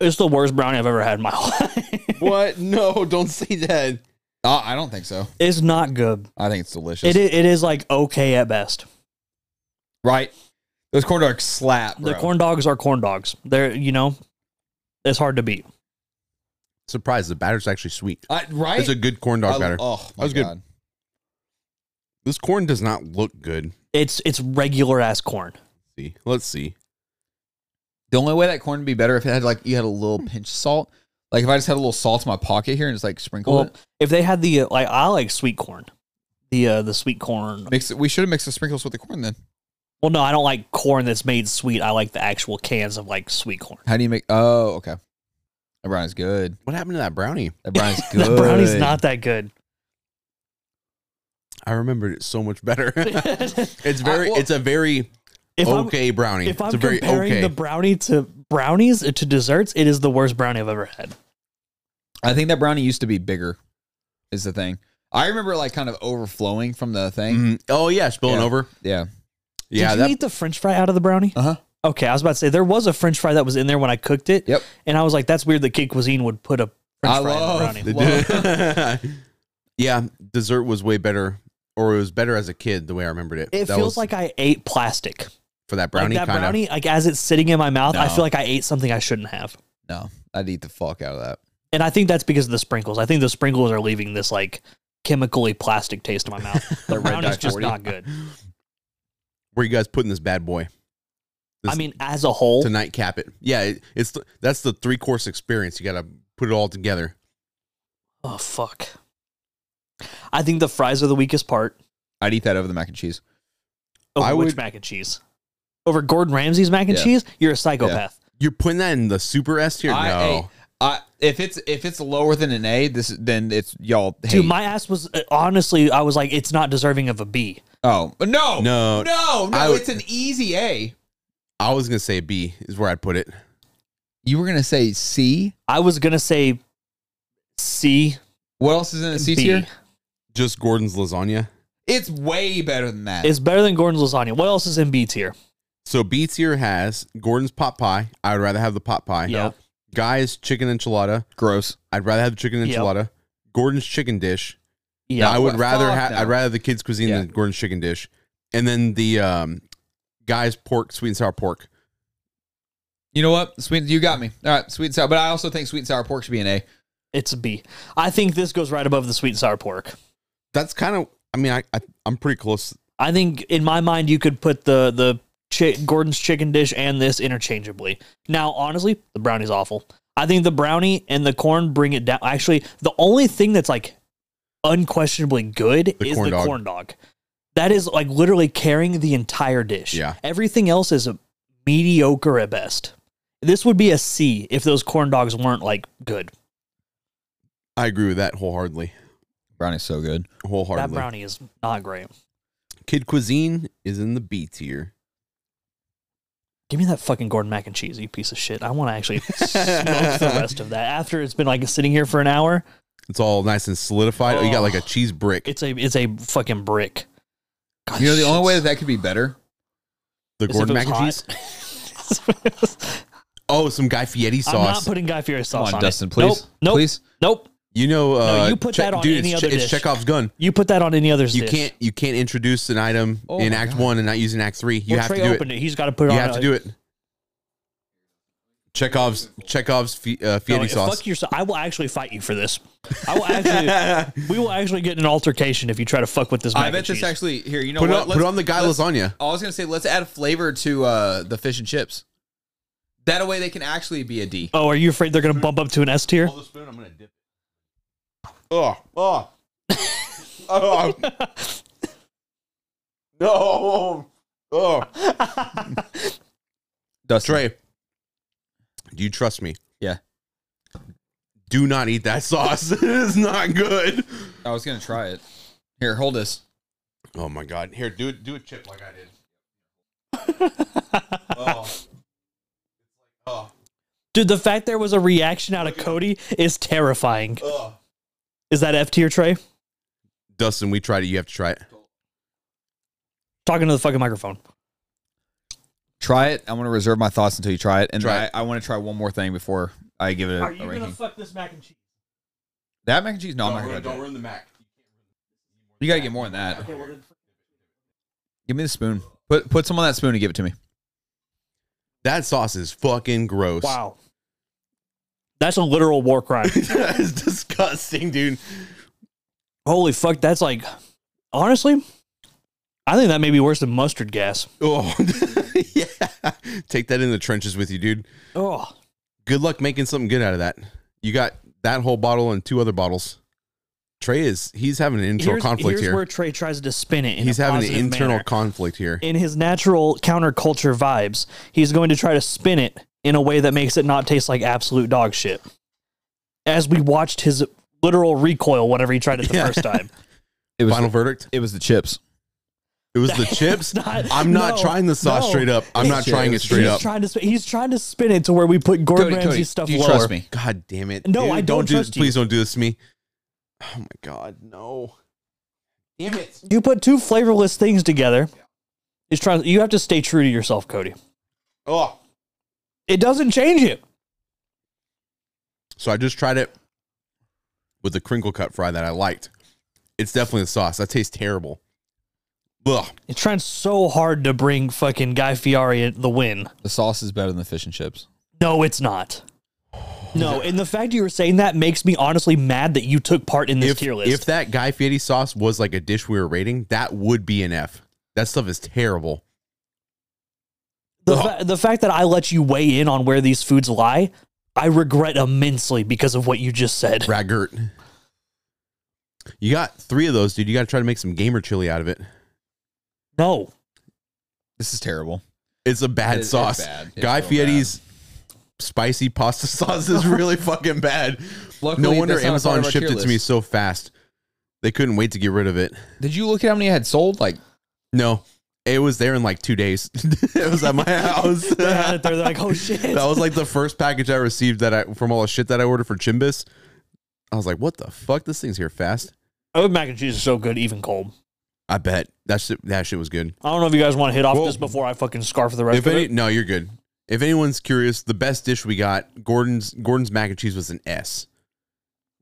Speaker 1: It's the worst brownie I've ever had in my [laughs] life.
Speaker 3: what? No, don't say that.
Speaker 2: Uh, I don't think so.
Speaker 1: it's not good.
Speaker 2: I think it's delicious.
Speaker 1: It is, it is like okay at best.
Speaker 2: Right? Those corn dogs slap. Bro.
Speaker 1: The corn dogs are corn dogs. They're you know, it's hard to beat.
Speaker 3: Surprise, the batter's actually sweet.
Speaker 2: I- right?
Speaker 3: It's a good corn dog
Speaker 2: I-
Speaker 3: batter.
Speaker 2: Oh, my
Speaker 3: That was good.
Speaker 2: God.
Speaker 3: This corn does not look good.
Speaker 1: It's it's regular ass corn.
Speaker 3: see. Let's see.
Speaker 2: The only way that corn would be better if it had like you had a little pinch of salt. Like if I just had a little salt in my pocket here and just like sprinkle
Speaker 1: Well,
Speaker 2: it.
Speaker 1: if they had the uh, like, I like sweet corn. The uh, the sweet corn.
Speaker 2: Mix it. We should have mixed the sprinkles with the corn then.
Speaker 1: Well, no, I don't like corn that's made sweet. I like the actual cans of like sweet corn. [laughs]
Speaker 2: How do you make? Oh, okay. That brownie's good.
Speaker 3: What happened to that brownie?
Speaker 2: That brownie's good.
Speaker 1: That brownie's not that good. [laughs]
Speaker 3: I remembered it so
Speaker 1: [laughs]
Speaker 3: much better. [laughs] it's very
Speaker 2: I- well-
Speaker 3: it's a very
Speaker 1: If I'm
Speaker 3: okay brownie.
Speaker 1: if
Speaker 3: it's a
Speaker 1: I'm
Speaker 3: very
Speaker 1: comparing
Speaker 3: okay.
Speaker 1: the brownie to brownies uh, to desserts, it is the worst brownie I've ever had.
Speaker 2: I think that brownie used to be bigger. Is the thing. I remember it, like kind of overflowing from the thing.
Speaker 3: Mhm. Oh yeah, spilling
Speaker 2: Yeah.
Speaker 3: over.
Speaker 2: Yeah.
Speaker 1: Did
Speaker 3: Yeah,
Speaker 1: you
Speaker 3: that [laughs]
Speaker 1: eat the French fry out of the brownie?
Speaker 2: Uh huh.
Speaker 1: Okay, I was about to say there was a French fry that was in there when I cooked it.
Speaker 2: Yep.
Speaker 1: and I was like, that's weird that Kid Cuisine would put a French
Speaker 2: I
Speaker 1: fry
Speaker 2: love
Speaker 1: in the brownie.
Speaker 2: the-
Speaker 3: [laughs] yeah, dessert was way better, or it was better as a kid the way I remembered it.
Speaker 1: It
Speaker 3: That
Speaker 1: feels
Speaker 3: was
Speaker 1: like I ate plastic.
Speaker 3: for that
Speaker 1: Brownie
Speaker 3: brownie
Speaker 1: like that
Speaker 3: kind of.
Speaker 1: brownie, like as it's sitting in my mouth, I
Speaker 2: No.
Speaker 1: feel like I ate something I shouldn't have.
Speaker 2: No, I'd eat the fuck out of that.
Speaker 1: And I think that's because of the sprinkles. I think the sprinkles are leaving this like chemically plastic taste in my mouth.
Speaker 2: [laughs]
Speaker 1: The
Speaker 2: Red
Speaker 1: brownie's
Speaker 2: Dot
Speaker 1: just
Speaker 2: 40.
Speaker 1: not
Speaker 2: [laughs]
Speaker 1: good.
Speaker 3: Where you guys putting this bad boy
Speaker 1: I mean, as a whole,
Speaker 3: tonight? Cap it. Yeah, it, it's th- that's the three course experience. You got to put it all together.
Speaker 1: oh fuck. I think the fries are the weakest part.
Speaker 2: I'd eat that over the mac and cheese.
Speaker 1: Over
Speaker 3: I
Speaker 1: which
Speaker 3: would-
Speaker 1: mac and cheese? Over Gordon Ramsay's mac and
Speaker 2: Yeah.
Speaker 1: cheese? You're a psychopath.
Speaker 3: You're putting that in the super S tier.
Speaker 2: I,
Speaker 3: no,
Speaker 2: I, if it's if it's lower than an A, this then it's y'all. Hate.
Speaker 1: Dude, my ass was uh, honestly, I was like, it's not deserving of a B.
Speaker 2: oh but no
Speaker 3: no,
Speaker 2: no no!
Speaker 3: I would-
Speaker 2: it's an easy A.
Speaker 3: I was gonna say B is where I'd put it.
Speaker 2: You were gonna say C.
Speaker 1: I was gonna say C,
Speaker 2: What else is in a C
Speaker 1: B.
Speaker 2: tier?
Speaker 3: Just Gordon's lasagna.
Speaker 2: It's way better than that.
Speaker 1: It's better than Gordon's lasagna. What else is in B tier?
Speaker 3: So B tier has Gordon's pot pie. I would rather have the pot pie.
Speaker 1: Yeah. Nope.
Speaker 3: Guy's chicken enchilada.
Speaker 2: gross.
Speaker 3: I'd rather have the chicken
Speaker 1: Yep.
Speaker 3: enchilada. Gordon's chicken dish.
Speaker 1: Yeah,
Speaker 3: I would
Speaker 2: Fuck
Speaker 3: rather ha-
Speaker 2: no.
Speaker 3: I'd rather the kids cuisine
Speaker 2: Yeah.
Speaker 3: than Gordon's chicken dish. And then the um, Guy's pork sweet and sour pork.
Speaker 2: You know what? Sweet, you got me. All right, sweet and sour. But I also think sweet and sour pork should be an A.
Speaker 1: it's a B. I think this goes right above the sweet and sour pork.
Speaker 3: That's kind of I mean I, I I'm pretty close.
Speaker 1: I think in my mind you could put the the chi- Gordon's chicken dish and this interchangeably. Now, honestly, the brownie's awful. I think the brownie and the corn bring it down. Actually, the only thing that's like unquestionably good
Speaker 3: The
Speaker 1: is
Speaker 3: corn
Speaker 1: the
Speaker 3: dog.
Speaker 1: corn dog. That is like literally carrying the entire dish.
Speaker 3: Yeah.
Speaker 1: Everything else is mediocre at best. This would be a C if those corn dogs weren't like good.
Speaker 3: I agree with that wholeheartedly.
Speaker 2: Brownie's so good.
Speaker 1: That
Speaker 3: Wholeheartedly.
Speaker 1: brownie is not great.
Speaker 3: Kid cuisine is in the B tier.
Speaker 1: Give me that fucking Gordon mac and cheese, you piece of shit. I want to actually smoke
Speaker 3: [laughs]
Speaker 1: the rest of that. After it's been like sitting here for an hour,
Speaker 3: It's all nice and solidified. Oh, you got like a
Speaker 1: Oh.
Speaker 3: cheese brick.
Speaker 1: it's a it's a fucking brick. God,
Speaker 2: You know the only way that
Speaker 1: shit's-
Speaker 2: that could be better.
Speaker 3: the
Speaker 1: is if
Speaker 3: Gordon
Speaker 1: it
Speaker 3: mac and
Speaker 1: was
Speaker 3: cheese.
Speaker 1: hot.
Speaker 3: Oh, some Guy Fieri
Speaker 1: [laughs] I'm not
Speaker 3: sauce.
Speaker 1: putting Guy Fieri
Speaker 2: Come
Speaker 1: sauce
Speaker 2: on,
Speaker 1: on,
Speaker 2: Dustin,
Speaker 1: it.
Speaker 2: please,
Speaker 1: Nope, nope,
Speaker 2: please.
Speaker 1: nope.
Speaker 3: you know, uh,
Speaker 1: you put that on
Speaker 3: dude,
Speaker 1: any
Speaker 3: it's,
Speaker 1: other
Speaker 3: it's
Speaker 1: dish.
Speaker 3: Chekhov's gun.
Speaker 1: You put that on any other
Speaker 3: You
Speaker 1: dish.
Speaker 3: can't you can't introduce an item
Speaker 2: Oh
Speaker 3: in
Speaker 2: my
Speaker 3: Act
Speaker 2: God.
Speaker 3: One and not use it in Act Three. You
Speaker 1: Well,
Speaker 3: have
Speaker 1: Trey
Speaker 3: to do it.
Speaker 1: opened it. He's got to put it
Speaker 3: You
Speaker 1: on.
Speaker 3: have to do it. Chekhov's Chekhov's fi- uh, Fieri sauce.
Speaker 1: Fuck yourself. I will actually fight you for this. I will
Speaker 3: [laughs]
Speaker 1: actually. we will actually get in an altercation if you try to fuck with this. Mac
Speaker 2: I bet
Speaker 1: and
Speaker 2: this
Speaker 1: cheese.
Speaker 2: actually here. You know
Speaker 3: Put it,
Speaker 2: what?
Speaker 3: on, put it on the guy
Speaker 2: let's-
Speaker 3: lasagna.
Speaker 2: I was gonna say let's add flavor to uh, the fish and chips. That way they can actually be a D.
Speaker 1: Oh, are you afraid they're going to bump up to an S tier?
Speaker 3: spoon. I'm gonna dip. Oh,
Speaker 1: [laughs]
Speaker 3: oh, oh, no, oh, [laughs]
Speaker 2: Dustin.
Speaker 3: Trey, do you trust me?
Speaker 2: Yeah.
Speaker 3: Do not eat that [laughs] sauce. it is not good.
Speaker 2: I was gonna try it. Here, hold this.
Speaker 3: Oh my god! Here, do do a chip like I did. oh, oh,
Speaker 1: Dude, the fact there was a reaction out of Cody is terrifying.
Speaker 3: oh.
Speaker 1: Is that F tier Trey?
Speaker 3: Dustin, we tried it. You have to try it.
Speaker 1: Talking to the fucking microphone.
Speaker 2: Try it. I'm gonna reserve my thoughts until you try it, and
Speaker 3: Try
Speaker 2: I,
Speaker 3: it.
Speaker 2: I want to try one more thing before I give it a, a ranking.
Speaker 1: fuck this mac and cheese?
Speaker 2: that mac and cheese? No, I'm not gonna. do it.
Speaker 3: ruin the mac.
Speaker 2: You gotta get more than that.
Speaker 1: well, then-
Speaker 2: Give me the spoon. Put put some on that spoon and give it to me.
Speaker 3: That sauce is fucking gross.
Speaker 1: Wow. That's a literal war crime.
Speaker 3: [laughs] that is disgusting, dude.
Speaker 1: Holy fuck, that's like honestly, I think that may be worse than mustard gas.
Speaker 3: Oh, [laughs] yeah. Take that in the trenches with you, dude.
Speaker 1: Oh.
Speaker 3: Good luck making something good out of that. You got that whole bottle and two other bottles. Trey is he's having an internal
Speaker 1: Here's,
Speaker 3: conflict
Speaker 1: here's
Speaker 3: here.
Speaker 1: where Trey tries to spin it. In
Speaker 3: he's
Speaker 1: a
Speaker 3: having an
Speaker 1: positive
Speaker 3: internal
Speaker 1: manner.
Speaker 3: conflict here.
Speaker 1: in his natural counterculture vibes, he's going to try to spin it in a way that makes it not taste like absolute dog shit. As we watched his literal recoil whenever he tried it the
Speaker 3: [laughs] Yeah.
Speaker 1: first time.
Speaker 2: It was
Speaker 3: Final verdict.
Speaker 2: it was the chips.
Speaker 3: It was
Speaker 1: [laughs]
Speaker 3: the chips.
Speaker 1: not- [laughs]
Speaker 3: I'm not
Speaker 1: no,
Speaker 3: trying the sauce
Speaker 1: no.
Speaker 3: straight up. I'm not
Speaker 2: Shit,
Speaker 3: trying
Speaker 2: it
Speaker 3: it
Speaker 2: was
Speaker 3: straight
Speaker 1: he's
Speaker 3: up.
Speaker 1: Trying to spin, he's trying to spin it to where we put Gordon
Speaker 2: Cody,
Speaker 1: Ramsay
Speaker 2: Cody,
Speaker 1: stuff
Speaker 2: do you
Speaker 1: lower.
Speaker 2: trust me?
Speaker 3: God damn it.
Speaker 1: No, I don't
Speaker 3: do
Speaker 1: trust you.
Speaker 3: Please don't do this to me. Oh my god, no. Damn it.
Speaker 1: You put two flavorless things together. He's trying. You have to stay true to yourself, Cody.
Speaker 3: Oh.
Speaker 1: It doesn't change it.
Speaker 3: So I just tried it with the crinkle cut fry that I liked. It's definitely the sauce. That tastes terrible. Ugh.
Speaker 1: It's trying so hard to bring fucking Guy Fieri the win.
Speaker 2: The sauce is better than the fish and chips.
Speaker 1: No, it's not. No, and the fact you were saying that makes me honestly mad that you took part in this
Speaker 3: If,
Speaker 1: tier list.
Speaker 3: if that Guy Fieri sauce was like a dish we were rating, that would be an F. That stuff is terrible.
Speaker 1: the,
Speaker 3: Oh.
Speaker 1: fa- the fact that I let you weigh in on where these foods lie, I regret immensely because of what you just said.
Speaker 3: Braggart. You got three of those, dude. You got to try to make some gamer chili out of it.
Speaker 1: No,
Speaker 2: This is terrible.
Speaker 3: It's a bad
Speaker 2: It- it's
Speaker 3: sauce.
Speaker 2: bad. It's
Speaker 3: Guy
Speaker 2: real
Speaker 3: Fieri's spicy pasta [laughs] sauce is really fucking bad.
Speaker 2: Luckily,
Speaker 3: no wonder
Speaker 2: that's not a part
Speaker 3: Amazon
Speaker 2: of our
Speaker 3: shipped
Speaker 2: tier
Speaker 3: it to me
Speaker 2: list.
Speaker 3: so fast. They couldn't wait to get rid of it.
Speaker 2: Did you look at how many I had sold? Like
Speaker 3: No, it was there in like two days. [laughs] it
Speaker 2: [laughs]
Speaker 3: was at my house.
Speaker 1: they had
Speaker 3: that
Speaker 1: it there. They're like,
Speaker 3: [laughs]
Speaker 1: oh shit.
Speaker 3: was like the first package I received that I from all the shit that I ordered for Chimbus. I was like, what the fuck? This thing's here fast.
Speaker 1: oh, mac and cheese is so good, even cold.
Speaker 3: I bet that shit, that shit was good.
Speaker 1: I don't know if you guys want to hit off
Speaker 3: Well,
Speaker 1: this before I fucking scarf the rest
Speaker 3: if
Speaker 1: of
Speaker 3: any,
Speaker 1: it.
Speaker 3: no, you're good. If anyone's curious, the best dish we got Gordon's Gordon's mac and cheese was an S.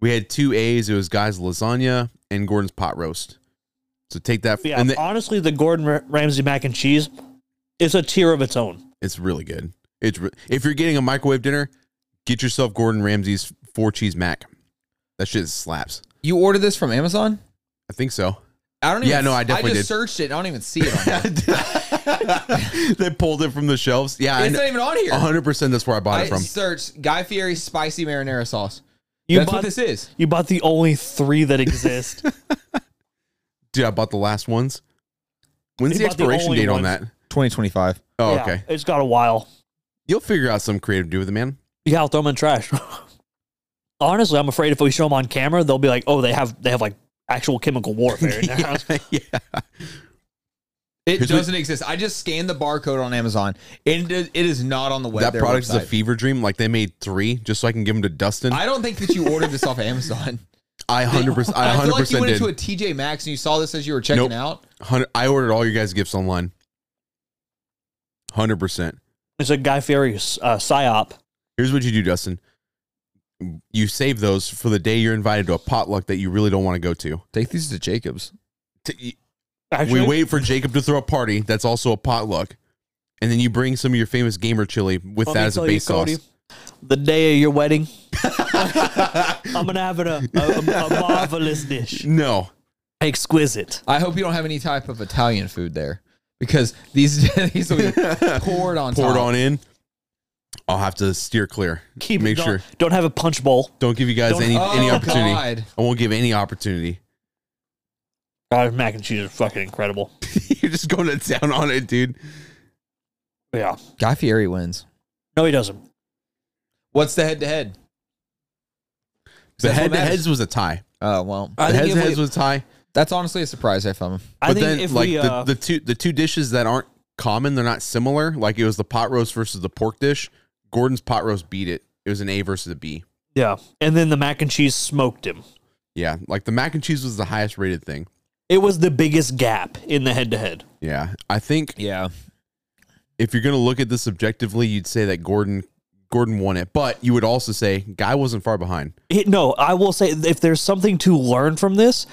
Speaker 3: We had two A's. It was Guy's lasagna and Gordon's pot roast. So take that.
Speaker 1: Yeah,
Speaker 3: and the-
Speaker 1: honestly, the Gordon Ra- Ramsay mac and cheese is a tier of its own.
Speaker 3: It's really good. It's re- if you're getting a microwave dinner, get yourself Gordon Ramsay's four cheese mac. That shit slaps.
Speaker 2: you ordered this from Amazon?
Speaker 3: I think
Speaker 1: [laughs]
Speaker 3: so. [laughs]
Speaker 2: I don't.
Speaker 3: Yeah,
Speaker 2: even,
Speaker 3: no, I definitely
Speaker 2: I just
Speaker 3: did.
Speaker 2: searched it. I don't even see it. On here.
Speaker 3: [laughs] they pulled it from the shelves. Yeah,
Speaker 2: [laughs]
Speaker 3: I
Speaker 2: it's
Speaker 3: know.
Speaker 2: not even on here.
Speaker 3: 100% that's where I bought
Speaker 2: I
Speaker 3: it from.
Speaker 2: searched Guy Fieri spicy marinara sauce.
Speaker 1: You
Speaker 2: That's
Speaker 1: bought
Speaker 2: what this is.
Speaker 1: You bought the only three that exist.
Speaker 3: Dude, I bought the last ones. When's
Speaker 1: They
Speaker 3: the
Speaker 1: bought the
Speaker 3: expiration
Speaker 1: only
Speaker 3: date on
Speaker 1: ones.
Speaker 3: that?
Speaker 2: 2025.
Speaker 3: [laughs] Oh,
Speaker 1: Yeah,
Speaker 3: okay.
Speaker 1: It's got a while.
Speaker 3: You'll figure out some creative do with it, man.
Speaker 1: Yeah, I'll throw them in trash. [laughs] Honestly, I'm afraid if we show them on camera, they'll be like, "Oh, they have they have like actual chemical warfare in their house."
Speaker 3: [laughs] yeah.
Speaker 2: It
Speaker 3: Here's what-
Speaker 2: doesn't exist. I just scanned the barcode on Amazon, and it it is not on the web.
Speaker 3: That
Speaker 2: their
Speaker 3: product is a
Speaker 2: website.
Speaker 3: fever dream. Like they made three just so I can give them to Dustin. I,
Speaker 2: I don't think that you ordered this off Amazon.
Speaker 3: 100%, I 100%
Speaker 2: feel like you went
Speaker 3: did.
Speaker 2: into a TJ Maxx and you saw this as you were checking
Speaker 3: Nope.
Speaker 2: out.
Speaker 3: 100 I ordered all your guys' gifts online. 100%.
Speaker 1: It's a Guy Fieri uh, psyop.
Speaker 3: Here's what you do, Dustin. You save those for the day you're invited to a potluck that you really don't want to go to.
Speaker 2: Take these to Jacobs.
Speaker 3: T-
Speaker 1: Actually,
Speaker 3: We wait for Jacob to throw a party that's also a potluck, and then you bring some of your famous gamer chili with
Speaker 1: let me
Speaker 3: that as a
Speaker 1: tell you,
Speaker 3: base sauce.
Speaker 1: the day of your wedding, [laughs] I'm gonna have it a, a, a marvelous dish,
Speaker 3: No,
Speaker 1: exquisite.
Speaker 2: I hope you don't have any type of Italian [laughs] food there because these these will be poured on
Speaker 3: pour it
Speaker 2: top.
Speaker 3: on in. I'll have to steer clear.
Speaker 1: Keep
Speaker 3: Make
Speaker 1: don't,
Speaker 3: sure.
Speaker 1: Don't have a punch bowl.
Speaker 3: Don't give you guys
Speaker 1: Don't-
Speaker 3: any any
Speaker 2: Oh,
Speaker 3: opportunity.
Speaker 2: God.
Speaker 3: I won't give any opportunity. [laughs]
Speaker 1: God, Uh, mac and cheese is fucking incredible.
Speaker 3: You're just going to town on it, dude.
Speaker 1: Yeah.
Speaker 2: Guy Fieri wins.
Speaker 1: No, he doesn't.
Speaker 2: What's the head to head?
Speaker 3: The
Speaker 2: That's what
Speaker 3: head to
Speaker 2: matters.
Speaker 3: heads was a tie.
Speaker 2: Oh well,
Speaker 3: The
Speaker 1: I think
Speaker 3: heads
Speaker 1: if
Speaker 3: to heads
Speaker 1: we-
Speaker 3: was a tie.
Speaker 2: that's honestly a surprise. I found.
Speaker 1: I
Speaker 3: But
Speaker 1: think
Speaker 3: then
Speaker 1: if
Speaker 3: like
Speaker 1: we,
Speaker 3: the,
Speaker 1: uh,
Speaker 3: the two the two dishes that aren't common, they're not similar. Like it was the pot roast versus the pork dish. Gordon's pot roast beat it. It was an A versus a B.
Speaker 1: yeah, and then the mac and cheese smoked him.
Speaker 3: Yeah. Like the mac and cheese was the highest rated thing.
Speaker 1: It was the biggest gap in the head to head.
Speaker 3: Yeah. I think
Speaker 2: Yeah,
Speaker 3: if you're gonna look at this objectively, you'd say that Gordon Gordon won it, but you would also say Guy wasn't far behind.
Speaker 1: It- no, I will say if there's something to learn from this,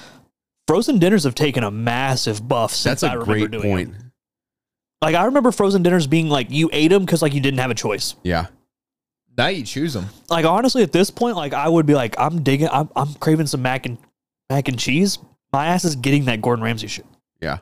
Speaker 1: frozen dinners have taken a massive buff since
Speaker 3: That's a
Speaker 1: I remember
Speaker 3: great
Speaker 1: doing
Speaker 3: point.
Speaker 1: Them. Like I remember frozen dinners being like you ate them because like you didn't have a choice.
Speaker 3: Yeah.
Speaker 2: now you choose them.
Speaker 1: Like honestly, at this point, like I would be like I'm digging, I'm, I'm craving some mac and mac and cheese. My ass is getting that Gordon Ramsay shit.
Speaker 3: Yeah.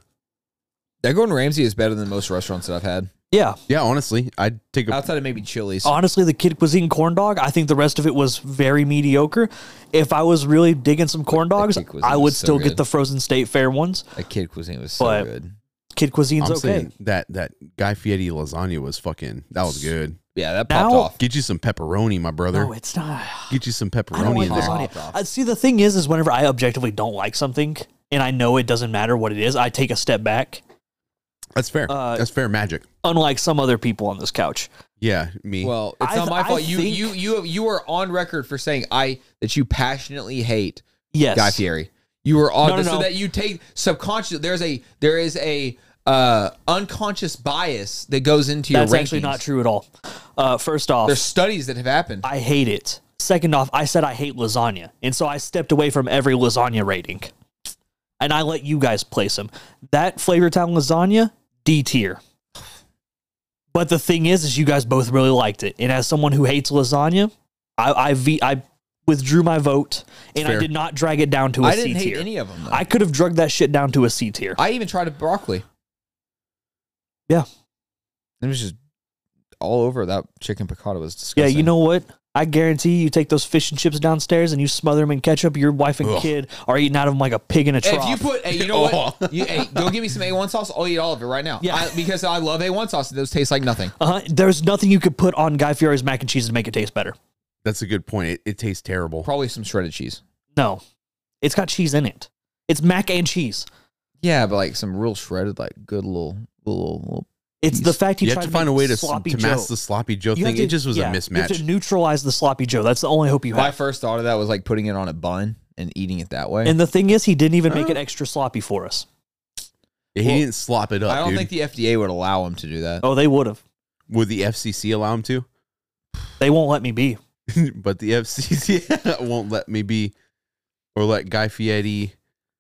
Speaker 2: That Gordon Ramsay is better than most restaurants that I've had.
Speaker 1: Yeah,
Speaker 3: Yeah, honestly. I'd take a
Speaker 2: Outside of maybe Chili's.
Speaker 1: honestly, the kid cuisine corn dog. I think the rest of it was very mediocre. If I was really digging some corn dogs,
Speaker 2: Kid Cuisine
Speaker 1: I
Speaker 2: was
Speaker 1: would
Speaker 2: so
Speaker 1: still get
Speaker 2: good.
Speaker 1: the frozen state fair ones.
Speaker 2: That kid cuisine was so
Speaker 1: But-
Speaker 2: good.
Speaker 1: Kid cuisine's
Speaker 3: I'm
Speaker 1: okay.
Speaker 3: saying that that Guy Fieri lasagna was fucking that was good.
Speaker 2: Yeah, that
Speaker 1: Now-
Speaker 2: popped off.
Speaker 3: Get you some pepperoni, my brother.
Speaker 1: No, it's not.
Speaker 3: Get you some
Speaker 1: I don't
Speaker 3: pepperoni
Speaker 1: like
Speaker 3: in there.
Speaker 2: lasagna.
Speaker 1: lasagna.
Speaker 2: Pop off.
Speaker 1: I, see, the thing is, is whenever I objectively don't like something, and I know it doesn't matter what it is, I take a step back.
Speaker 3: That's fair.
Speaker 1: Uh,
Speaker 3: That's fair magic.
Speaker 1: Unlike some other people on this couch,
Speaker 3: Yeah, me.
Speaker 2: Well, it's
Speaker 1: I
Speaker 2: not
Speaker 1: th-
Speaker 2: my
Speaker 1: I
Speaker 2: fault. You
Speaker 1: think-
Speaker 2: you you you are on record for saying I that you passionately hate
Speaker 1: yes,
Speaker 2: Guy Fieri. You were on
Speaker 1: No, no,
Speaker 2: so
Speaker 1: no.
Speaker 2: that you take subconscious. There's a there is a uh unconscious bias that goes into your
Speaker 1: that's
Speaker 2: rankings.
Speaker 1: actually not true at all. Uh, first off,
Speaker 2: There's studies that have happened.
Speaker 1: I hate it. Second off, I said I hate lasagna, and so I stepped away from every lasagna rating, and I let you guys place them. That Flavortown lasagna, D tier. But the thing is, is you guys both really liked it, and as someone who hates lasagna, I I, ve- I withdrew my vote, and I
Speaker 3: Fair.
Speaker 1: did not drag it down to a
Speaker 2: I
Speaker 1: C
Speaker 2: didn't hate
Speaker 1: tier.
Speaker 2: any of them. Though. I,
Speaker 1: I could have drugged that shit down to a C tier.
Speaker 2: even tried a broccoli.
Speaker 1: Yeah.
Speaker 2: It was just all over that chicken piccata was disgusting.
Speaker 1: Yeah, you know what? I guarantee you, you take those fish and chips downstairs and you smother them in ketchup. Your wife and
Speaker 3: Ugh.
Speaker 1: kid are eating out of them like a pig in a trough.
Speaker 2: If you put, hey, you [laughs] know
Speaker 3: Oh.
Speaker 2: what? You, hey, go give me some A1 sauce. I'll eat all of it right now.
Speaker 1: Yeah.
Speaker 2: I, because I love A1 sauce. and Those taste like nothing.
Speaker 1: Uh-huh. There's nothing you could put on Guy Fieri's mac and cheese to make it taste better.
Speaker 3: That's a good point. It, it tastes terrible.
Speaker 2: Probably some shredded cheese.
Speaker 1: No, it's got cheese in it. It's mac and cheese.
Speaker 2: Yeah, but like some real shredded, like good little, little, little.
Speaker 1: It's the fact he
Speaker 3: You
Speaker 1: tried
Speaker 3: have to find
Speaker 1: make
Speaker 3: a way to,
Speaker 1: sloppy
Speaker 3: to
Speaker 1: Joe.
Speaker 3: mask the sloppy Joe
Speaker 1: You have
Speaker 3: thing.
Speaker 1: to-
Speaker 3: it just was
Speaker 1: yeah,
Speaker 3: a
Speaker 1: You have to
Speaker 3: mismatch.
Speaker 1: neutralize the sloppy Joe. That's the only hope you
Speaker 2: My
Speaker 1: have.
Speaker 2: first thought of that was like putting it on a bun and eating it that way.
Speaker 1: And the thing is, he didn't even make
Speaker 3: Huh?
Speaker 1: it extra sloppy for us.
Speaker 3: Yeah, he
Speaker 2: Well,
Speaker 3: didn't slop it up,
Speaker 2: I don't
Speaker 3: dude.
Speaker 2: think the FDA would allow him to do that.
Speaker 1: Oh, they would have.
Speaker 3: Would the FCC allow him to? [laughs]
Speaker 1: They won't let me be.
Speaker 3: but the FCC [laughs] won't let me be, or let Guy Fieri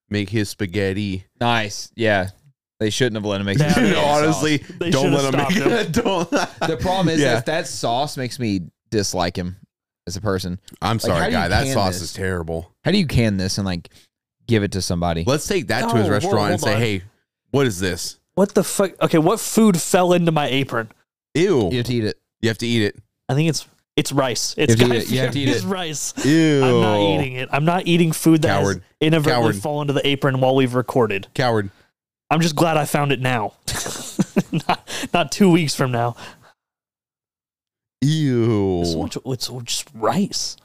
Speaker 3: make his spaghetti.
Speaker 2: Nice. Yeah. They shouldn't have let him make
Speaker 3: [laughs]
Speaker 1: Nah,
Speaker 2: it.
Speaker 1: they-
Speaker 3: honestly,
Speaker 1: They
Speaker 3: don't
Speaker 1: should've
Speaker 3: let him make
Speaker 1: stopped
Speaker 3: it. [laughs] Don't.
Speaker 2: The problem is
Speaker 3: Yeah.
Speaker 2: if that sauce makes me dislike him as a person.
Speaker 3: I'm sorry,
Speaker 2: how do you
Speaker 3: guy. That
Speaker 2: can
Speaker 3: sauce
Speaker 2: this?
Speaker 3: is terrible.
Speaker 2: How do you can this and like give it to somebody?
Speaker 3: Let's take that to his
Speaker 1: No,
Speaker 3: restaurant
Speaker 1: hold-
Speaker 3: and say,
Speaker 1: hold on.
Speaker 3: "Hey, what is this?
Speaker 1: What the fuck? Okay, what food fell into my apron?
Speaker 3: Ew!
Speaker 2: You have to eat it.
Speaker 3: You have to eat it.
Speaker 1: I think it's it's rice. It's
Speaker 2: have to
Speaker 1: Guy
Speaker 2: eat it. You have to eat
Speaker 1: Fieri's [laughs]
Speaker 2: it.
Speaker 1: rice.
Speaker 3: Ew!
Speaker 1: I'm not eating it. I'm not eating food that has
Speaker 3: Coward.
Speaker 1: inadvertently
Speaker 3: Coward.
Speaker 1: fallen to the apron while we've recorded.
Speaker 3: Coward.
Speaker 1: I'm just glad I found it now. [laughs] not, not two weeks from now.
Speaker 3: Ew!
Speaker 1: So much, it's just rice.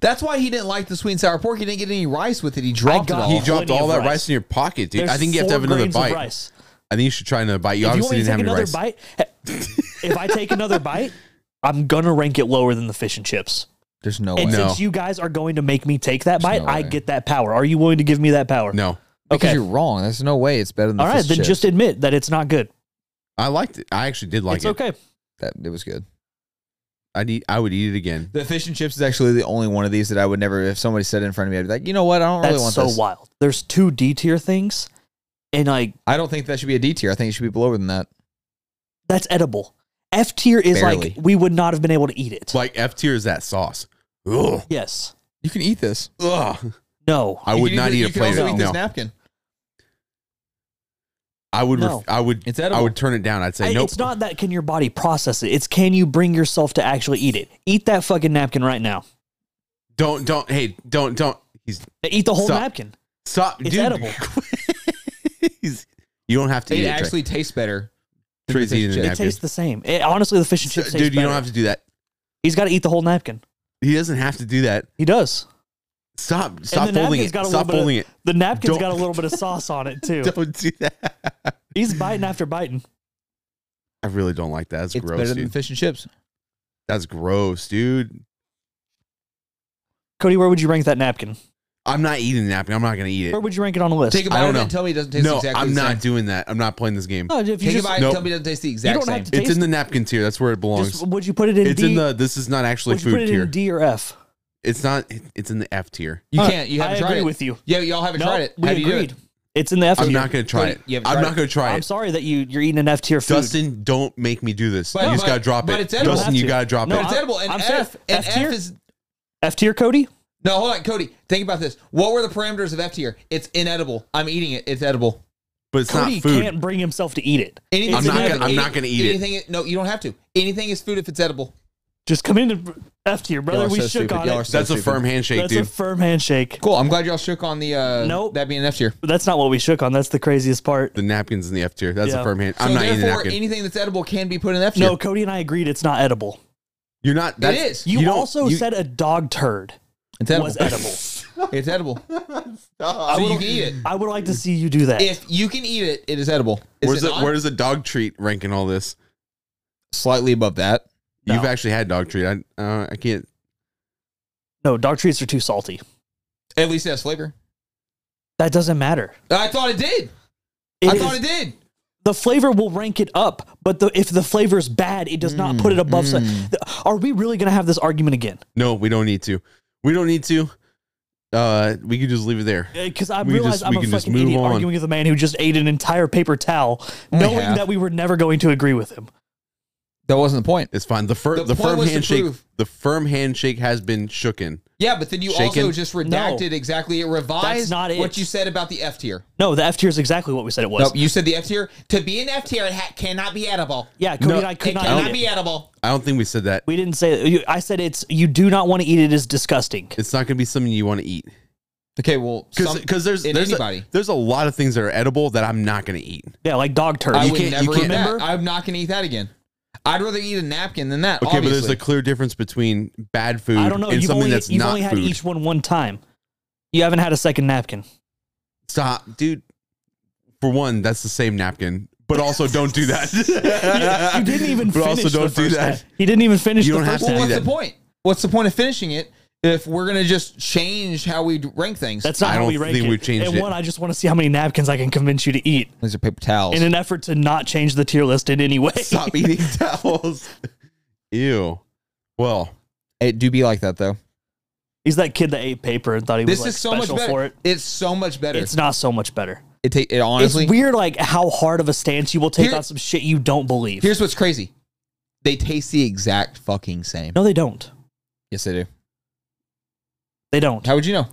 Speaker 2: That's why he didn't like the sweet and sour pork. He didn't get any rice with it. He dropped it
Speaker 1: got-
Speaker 2: all.
Speaker 3: He
Speaker 1: Oh,
Speaker 3: dropped
Speaker 1: plenty
Speaker 3: all
Speaker 1: of
Speaker 3: that
Speaker 1: rice.
Speaker 3: rice in your pocket, dude. I think you have to
Speaker 1: Four
Speaker 3: have another
Speaker 1: grains of
Speaker 3: bite.
Speaker 1: Rice.
Speaker 3: I think you should try another bite. You
Speaker 1: if you want
Speaker 3: obviously
Speaker 1: me to
Speaker 3: didn't have
Speaker 1: take
Speaker 3: any
Speaker 1: another
Speaker 3: rice.
Speaker 1: bite, if I take another [laughs] bite, I'm gonna rank it lower than the fish and chips.
Speaker 2: There's no way.
Speaker 1: And
Speaker 3: Oh, No.
Speaker 1: since you guys are going to make me take that
Speaker 2: There's
Speaker 1: bite,
Speaker 2: no
Speaker 1: I
Speaker 2: way.
Speaker 1: get that power. Are you willing to give me that power?
Speaker 3: No,
Speaker 2: Because
Speaker 1: Okay.
Speaker 2: you're wrong. There's no way it's better than the
Speaker 1: All right,
Speaker 2: fish
Speaker 1: then
Speaker 2: chips.
Speaker 1: just admit that it's not good.
Speaker 3: I liked it. I actually did like
Speaker 1: it's
Speaker 3: it.
Speaker 1: okay.
Speaker 2: that it was good.
Speaker 3: I'd eat, I would eat it again.
Speaker 2: The fish and chips is actually the only one of these that I would never. If somebody said it in front of me, I'd be like, you know what? I don't really
Speaker 1: That's
Speaker 2: want
Speaker 1: so
Speaker 2: this.
Speaker 1: wild. There's two D tier things, and like
Speaker 2: I don't think that should be a D tier. I think it should be lower than that.
Speaker 1: that's edible. F tier is
Speaker 2: Barely.
Speaker 1: like we would not have been able to eat it.
Speaker 3: Like F tier is that sauce. Ugh.
Speaker 1: yes.
Speaker 2: You can eat this.
Speaker 3: Ugh.
Speaker 1: No.
Speaker 3: I would not eat
Speaker 2: You
Speaker 3: a plate.
Speaker 2: can
Speaker 3: of
Speaker 2: also
Speaker 3: it.
Speaker 2: eat
Speaker 3: No.
Speaker 2: this napkin.
Speaker 3: I would.
Speaker 1: No.
Speaker 3: Ref- I would.
Speaker 2: It's
Speaker 3: I
Speaker 2: edible.
Speaker 3: would turn it down. I'd say
Speaker 1: I-
Speaker 3: nope.
Speaker 1: It's not that can your body process it. It's can you bring yourself to actually eat it? Eat that fucking napkin right now.
Speaker 3: Don't. Don't. Hey. Don't. Don't. He's
Speaker 1: Eat the whole
Speaker 3: Stop.
Speaker 1: napkin.
Speaker 3: stop.
Speaker 1: It's
Speaker 3: dude. [laughs]
Speaker 1: edible.
Speaker 3: He's- you don't have to
Speaker 2: It
Speaker 3: eat
Speaker 2: actually tastes better.
Speaker 3: it. Trey. Trey's eating a
Speaker 1: It
Speaker 3: napkin.
Speaker 1: tastes the same. It- honestly, the fish and chips.
Speaker 3: So-
Speaker 1: taste
Speaker 3: dude, you don't
Speaker 1: better.
Speaker 3: have to do that.
Speaker 1: He's got to eat the whole napkin.
Speaker 3: He doesn't have to do that.
Speaker 1: He does.
Speaker 3: Stop. Stop
Speaker 1: the
Speaker 3: folding
Speaker 1: napkin's
Speaker 3: it.
Speaker 1: got a
Speaker 3: Stop
Speaker 1: little
Speaker 3: folding
Speaker 1: bit
Speaker 3: it.
Speaker 1: The napkin's
Speaker 3: Don't-
Speaker 1: got a little bit of sauce on it too.
Speaker 3: [laughs] Don't do that.
Speaker 1: He's biting after biting.
Speaker 3: I really don't like that. That's
Speaker 2: It's
Speaker 3: gross,
Speaker 2: better
Speaker 3: dude.
Speaker 2: than fish and chips.
Speaker 3: That's gross, dude.
Speaker 1: Cody, where would you rank that napkin?
Speaker 3: I'm not eating the napkin. I'm not gonna eat
Speaker 1: Where
Speaker 3: it.
Speaker 1: would you rank it on the list?
Speaker 2: Take a
Speaker 3: I
Speaker 2: bite
Speaker 3: don't
Speaker 2: of it
Speaker 3: know.
Speaker 2: and tell me it doesn't taste
Speaker 3: No,
Speaker 2: exactly
Speaker 3: I'm
Speaker 2: the
Speaker 3: not
Speaker 2: same.
Speaker 3: doing that. I'm not playing this game.
Speaker 1: No, Oh, if you
Speaker 2: Take
Speaker 1: just,
Speaker 2: a bite
Speaker 3: Nope.
Speaker 2: and tell me it doesn't taste the
Speaker 1: you
Speaker 2: exact
Speaker 1: don't
Speaker 2: same.
Speaker 1: have to
Speaker 3: It's
Speaker 1: taste.
Speaker 3: in the napkin tier. That's where it belongs.
Speaker 1: just, would you put it in
Speaker 3: it's
Speaker 1: D?
Speaker 3: in the. This is not actually
Speaker 1: would you put
Speaker 3: food
Speaker 1: it
Speaker 3: tier.
Speaker 1: in D or F?
Speaker 3: it's not. It's in the F tier.
Speaker 2: you
Speaker 1: Huh.
Speaker 2: can't. You haven't
Speaker 1: Uh, I
Speaker 2: tried
Speaker 1: agree
Speaker 2: it.
Speaker 1: with you.
Speaker 2: Yeah, y'all haven't
Speaker 1: No,
Speaker 2: tried it.
Speaker 1: we
Speaker 2: How do you do
Speaker 1: agreed.
Speaker 2: it?
Speaker 1: it's in the F
Speaker 3: I'm
Speaker 1: tier.
Speaker 3: not gonna try
Speaker 2: Cody,
Speaker 3: it.
Speaker 2: you haven't
Speaker 3: I'm
Speaker 2: tried
Speaker 3: not
Speaker 2: it.
Speaker 3: gonna try
Speaker 1: I'm
Speaker 3: it.
Speaker 1: sorry that you you're eating an F tier food.
Speaker 3: Dustin, don't make me do this.
Speaker 2: But-
Speaker 3: you just
Speaker 2: but-
Speaker 3: gotta drop
Speaker 2: but
Speaker 3: it.
Speaker 2: it's edible.
Speaker 1: Have
Speaker 3: Dustin,
Speaker 1: to.
Speaker 3: you gotta drop
Speaker 1: No,
Speaker 3: it.
Speaker 2: But it's
Speaker 1: I'm-
Speaker 2: edible. And
Speaker 1: Uh, I'm
Speaker 2: F,
Speaker 1: safe.
Speaker 2: and
Speaker 1: F
Speaker 2: F,
Speaker 1: tier?
Speaker 2: is
Speaker 1: F tier, Cody.
Speaker 2: no. Hold on, Cody. Think about this. What were the parameters of F tier? It's inedible. I'm eating it. It's edible.
Speaker 3: But it's
Speaker 1: Cody
Speaker 3: not food.
Speaker 1: can't bring himself to eat it.
Speaker 2: Anything
Speaker 1: I'm
Speaker 2: is
Speaker 1: not
Speaker 2: inedible.
Speaker 1: gonna-
Speaker 3: I'm
Speaker 2: Any-
Speaker 3: not gonna eat it.
Speaker 2: anything, it. No, you don't have to. Anything is food if it's edible.
Speaker 1: Just come in and F tier, brother.
Speaker 2: Y'all are
Speaker 1: We
Speaker 2: so
Speaker 1: shook
Speaker 2: stupid.
Speaker 1: on
Speaker 2: Y'all are
Speaker 1: it.
Speaker 2: so
Speaker 3: That's a
Speaker 2: stupid.
Speaker 3: firm handshake,
Speaker 1: That's a
Speaker 3: dude.
Speaker 1: firm handshake.
Speaker 2: Cool. I'm glad y'all shook on the uh
Speaker 1: Nope.
Speaker 2: that being an F tier.
Speaker 1: But that's not what we shook on. that's the craziest part.
Speaker 3: the napkins in the F tier. That's
Speaker 1: Yeah.
Speaker 3: a firm hand.
Speaker 2: So
Speaker 3: I'm not eating
Speaker 2: therefore,
Speaker 3: napkin.
Speaker 2: anything that's edible can be put in F tier.
Speaker 1: No, Cody and I agreed it's not edible.
Speaker 3: You're not. That's,
Speaker 2: is.
Speaker 1: You,
Speaker 3: don't-
Speaker 1: also
Speaker 3: you-
Speaker 1: said a dog turd
Speaker 2: it's edible. [laughs]
Speaker 1: was edible.
Speaker 2: It's edible.
Speaker 3: [laughs]
Speaker 2: so you
Speaker 1: would've-
Speaker 2: can eat it.
Speaker 1: I would like to see you do that.
Speaker 2: If you can eat it, it is edible. Is
Speaker 3: Where's
Speaker 2: it
Speaker 3: the
Speaker 2: not?
Speaker 3: Where's the dog treat rank in all this?
Speaker 2: slightly above that?
Speaker 3: You've
Speaker 1: No.
Speaker 3: actually had dog treat. I uh, I can't.
Speaker 1: no, dog treats are too salty.
Speaker 2: At least it has flavor.
Speaker 1: That doesn't matter.
Speaker 2: I thought it did. I
Speaker 1: It
Speaker 2: thought
Speaker 1: is-
Speaker 2: it did.
Speaker 1: the flavor will rank it up, but the, if the flavor's bad, it does not
Speaker 3: Mm,
Speaker 1: put it above. so- th- are we really going to have this argument again?
Speaker 3: No, we don't need to. We don't need to. Uh, we could just leave it there.
Speaker 1: Because Uh, I
Speaker 3: We
Speaker 1: realize
Speaker 3: just-
Speaker 1: I'm
Speaker 3: we
Speaker 1: a
Speaker 3: can just
Speaker 1: fucking
Speaker 3: move
Speaker 1: idiot
Speaker 3: on.
Speaker 1: arguing with a man who just ate an entire paper towel,
Speaker 2: Only
Speaker 1: knowing
Speaker 2: half.
Speaker 1: that we were never going to agree with him.
Speaker 2: That wasn't the point.
Speaker 3: It's fine. The firm
Speaker 2: The
Speaker 3: the,
Speaker 2: point
Speaker 3: firm
Speaker 2: was to
Speaker 3: handshake
Speaker 2: prove-
Speaker 3: the firm handshake has been shooken.
Speaker 2: Yeah, but then you also
Speaker 3: Shaken?
Speaker 2: just redacted exactly. It revised
Speaker 1: That's not it.
Speaker 2: what you said about the F tier.
Speaker 1: No, the F tier is exactly what we said it was.
Speaker 2: Nope, you said the F tier. To be an F tier, it ha- cannot be edible.
Speaker 1: Yeah, Cody
Speaker 3: No,
Speaker 1: and I could
Speaker 2: It
Speaker 1: not.
Speaker 2: cannot
Speaker 1: eat
Speaker 2: be
Speaker 1: it.
Speaker 2: edible.
Speaker 3: I don't think we said that.
Speaker 1: We didn't say. you- I said it's. You do not want to eat it. Is disgusting.
Speaker 3: It's not going to be something you want to eat
Speaker 2: Okay, well,
Speaker 3: because
Speaker 2: some-
Speaker 3: there's
Speaker 2: in
Speaker 3: there's
Speaker 2: anybody.
Speaker 3: A, there's a lot of things that are edible that I'm not going to eat.
Speaker 1: Yeah, like dog turd.
Speaker 2: I
Speaker 3: you
Speaker 2: would
Speaker 3: can't- you
Speaker 2: never eat
Speaker 3: can't-
Speaker 2: that.
Speaker 1: Remember?
Speaker 2: I'm not going to eat that again. I'd rather eat a napkin than that.
Speaker 3: Okay, but there's
Speaker 2: obviously.
Speaker 3: a clear difference between bad food
Speaker 1: I don't know.
Speaker 3: and
Speaker 1: You've
Speaker 3: something
Speaker 1: only,
Speaker 3: that's
Speaker 1: you've
Speaker 3: not
Speaker 1: only had
Speaker 3: food.
Speaker 1: each one one time. You haven't had a second
Speaker 3: [laughs]
Speaker 1: napkin.
Speaker 3: Stop, dude. For one, that's the same napkin. But also, don't
Speaker 1: [laughs]
Speaker 3: do that.
Speaker 1: You didn't even
Speaker 3: But
Speaker 1: finish
Speaker 3: also don't
Speaker 1: the
Speaker 3: do
Speaker 1: first
Speaker 3: that.
Speaker 1: half. He didn't even finish
Speaker 3: You
Speaker 1: the
Speaker 3: don't have
Speaker 1: first
Speaker 3: to
Speaker 1: half.
Speaker 2: Well,
Speaker 3: do
Speaker 2: what's
Speaker 3: that.
Speaker 2: the point? What's the point of finishing it if we're going to just change how we d- rank things?
Speaker 1: That's not
Speaker 3: I
Speaker 1: how
Speaker 3: don't
Speaker 1: we rank
Speaker 3: think
Speaker 1: it.
Speaker 3: we've changed
Speaker 1: and
Speaker 3: it.
Speaker 1: one, I just want to see how many napkins I can convince you to eat
Speaker 2: These are paper towels.
Speaker 1: in an effort to not change the tier list in any way.
Speaker 3: Stop eating towels. Ew. Well,
Speaker 2: it do be like that though.
Speaker 1: [laughs] He's that kid that ate paper and thought he
Speaker 2: This
Speaker 1: was like
Speaker 2: is so much
Speaker 1: special
Speaker 2: better.
Speaker 1: for it.
Speaker 2: It's so much better.
Speaker 1: It's not so much better.
Speaker 2: it, ta- it honestly.
Speaker 1: it's weird, like how hard of a stance you will take
Speaker 2: Here-
Speaker 1: on some shit you don't believe.
Speaker 2: Here's what's crazy. They taste the exact fucking same.
Speaker 1: No, they don't.
Speaker 2: Yes, they do.
Speaker 1: They don't.
Speaker 2: How would you know?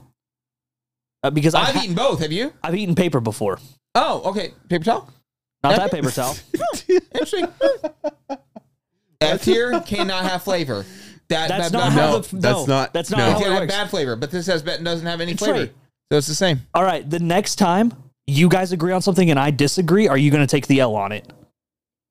Speaker 1: Uh, because I've,
Speaker 2: I've
Speaker 1: ha-
Speaker 2: eaten both. Have you?
Speaker 1: I've eaten paper before.
Speaker 2: Oh, okay. Paper towel.
Speaker 1: Not
Speaker 2: Have
Speaker 1: that
Speaker 2: you?
Speaker 1: paper
Speaker 2: [laughs]
Speaker 1: towel.
Speaker 2: Interesting. [laughs] F tier cannot have flavor. That,
Speaker 1: That's not
Speaker 2: that- that-
Speaker 1: how
Speaker 3: no,
Speaker 1: the no,
Speaker 3: that's not-
Speaker 1: that's not
Speaker 3: no.
Speaker 1: how
Speaker 2: It
Speaker 1: it
Speaker 2: had
Speaker 1: works.
Speaker 2: bad flavor, but this has bet doesn't have any
Speaker 1: It's
Speaker 2: flavor.
Speaker 1: right.
Speaker 2: So it's the same.
Speaker 1: All right, the next time you guys agree on something and I disagree, are you going to take the L on it?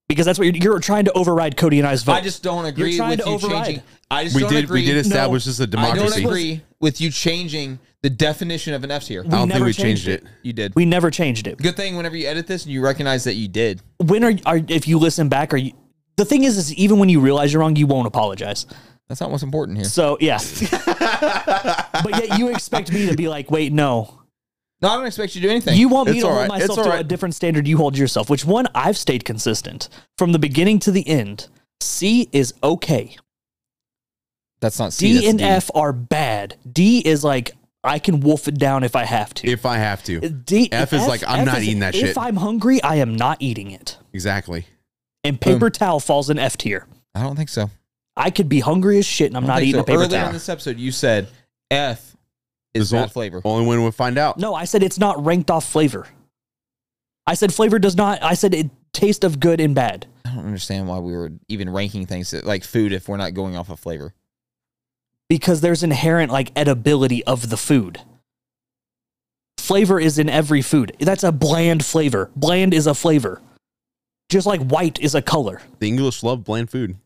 Speaker 1: Because that's what you're, you're trying to override Cody and I's vote.
Speaker 2: I just don't agree
Speaker 1: trying
Speaker 2: with
Speaker 1: to
Speaker 2: you
Speaker 1: override.
Speaker 2: changing. I just
Speaker 3: we
Speaker 2: don't
Speaker 3: did
Speaker 2: agree.
Speaker 3: we did establish
Speaker 1: No.
Speaker 3: this is a
Speaker 2: I
Speaker 3: democracy.
Speaker 2: don't agree with you changing the definition of an F tier.
Speaker 3: I don't
Speaker 1: We
Speaker 3: think
Speaker 1: never
Speaker 3: we
Speaker 1: changed
Speaker 3: changed it.
Speaker 2: You did.
Speaker 1: we never changed it.
Speaker 2: Good thing whenever you edit this and you recognize that you did.
Speaker 1: When are, are if you listen back? Are you? The thing is, is even when you realize you're wrong, you won't apologize.
Speaker 2: That's not what's important here.
Speaker 1: So yeah, but yet you expect me to be like, wait, no.
Speaker 2: No, I don't expect you to do anything.
Speaker 1: You want me
Speaker 3: It's
Speaker 1: to
Speaker 3: all
Speaker 1: hold
Speaker 3: right. It's
Speaker 1: myself
Speaker 3: all
Speaker 1: to a
Speaker 3: right.
Speaker 1: different standard you hold yourself. Which one? I've stayed consistent from the beginning to the end. C is okay.
Speaker 2: that's not C,
Speaker 1: D
Speaker 2: that's
Speaker 1: and F are bad. D is like I can wolf it down if I have to.
Speaker 3: If I have to,
Speaker 1: D
Speaker 3: F is like, I'm not eating that
Speaker 1: if
Speaker 3: shit.
Speaker 1: If I'm hungry, I am not eating it.
Speaker 3: exactly.
Speaker 1: And paper
Speaker 3: Um,
Speaker 1: towel falls in F tier.
Speaker 2: I don't think so.
Speaker 1: I could be hungry as shit and I'm
Speaker 2: I
Speaker 1: not
Speaker 2: think
Speaker 1: eating
Speaker 2: so.
Speaker 1: a paper
Speaker 2: Earlier
Speaker 1: towel.
Speaker 2: in this episode, you said F is
Speaker 3: There's
Speaker 2: bad flavor.
Speaker 3: Only one would find out.
Speaker 1: No, I said it's not ranked off flavor. I said flavor does not. I said it taste of good and bad.
Speaker 2: I don't understand why we were even ranking things that, like food if we're not going off of flavor.
Speaker 1: because there's inherent like edibility of the food. Flavor is in every food. That's a bland flavor. Bland is a flavor. Just like white is a color.
Speaker 3: The English love bland food.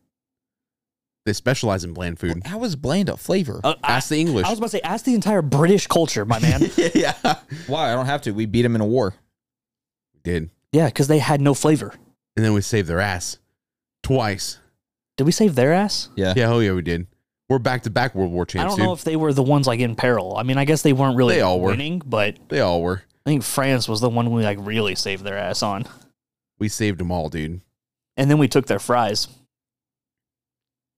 Speaker 3: They specialize in bland food.
Speaker 2: How is bland a flavor?
Speaker 1: Uh, I,
Speaker 3: Ask the English.
Speaker 1: I was [laughs] about to say, ask the entire British culture, my
Speaker 3: [laughs]
Speaker 1: man.
Speaker 3: yeah,
Speaker 2: why? I don't have to. We beat them in a war.
Speaker 3: we did,
Speaker 1: yeah, because they had no flavor.
Speaker 3: and then we saved their ass twice.
Speaker 1: Did we save their ass?
Speaker 3: Yeah, oh yeah, we did. We're back to back World War
Speaker 1: I
Speaker 3: champs,
Speaker 1: don't
Speaker 3: dude.
Speaker 1: know if they were the ones like in peril. I mean, I guess they weren't really
Speaker 3: They all were.
Speaker 1: winning, but
Speaker 3: they all were.
Speaker 1: I think France was the one we like really saved their ass on.
Speaker 3: We saved them all, dude,
Speaker 1: And then we took their fries.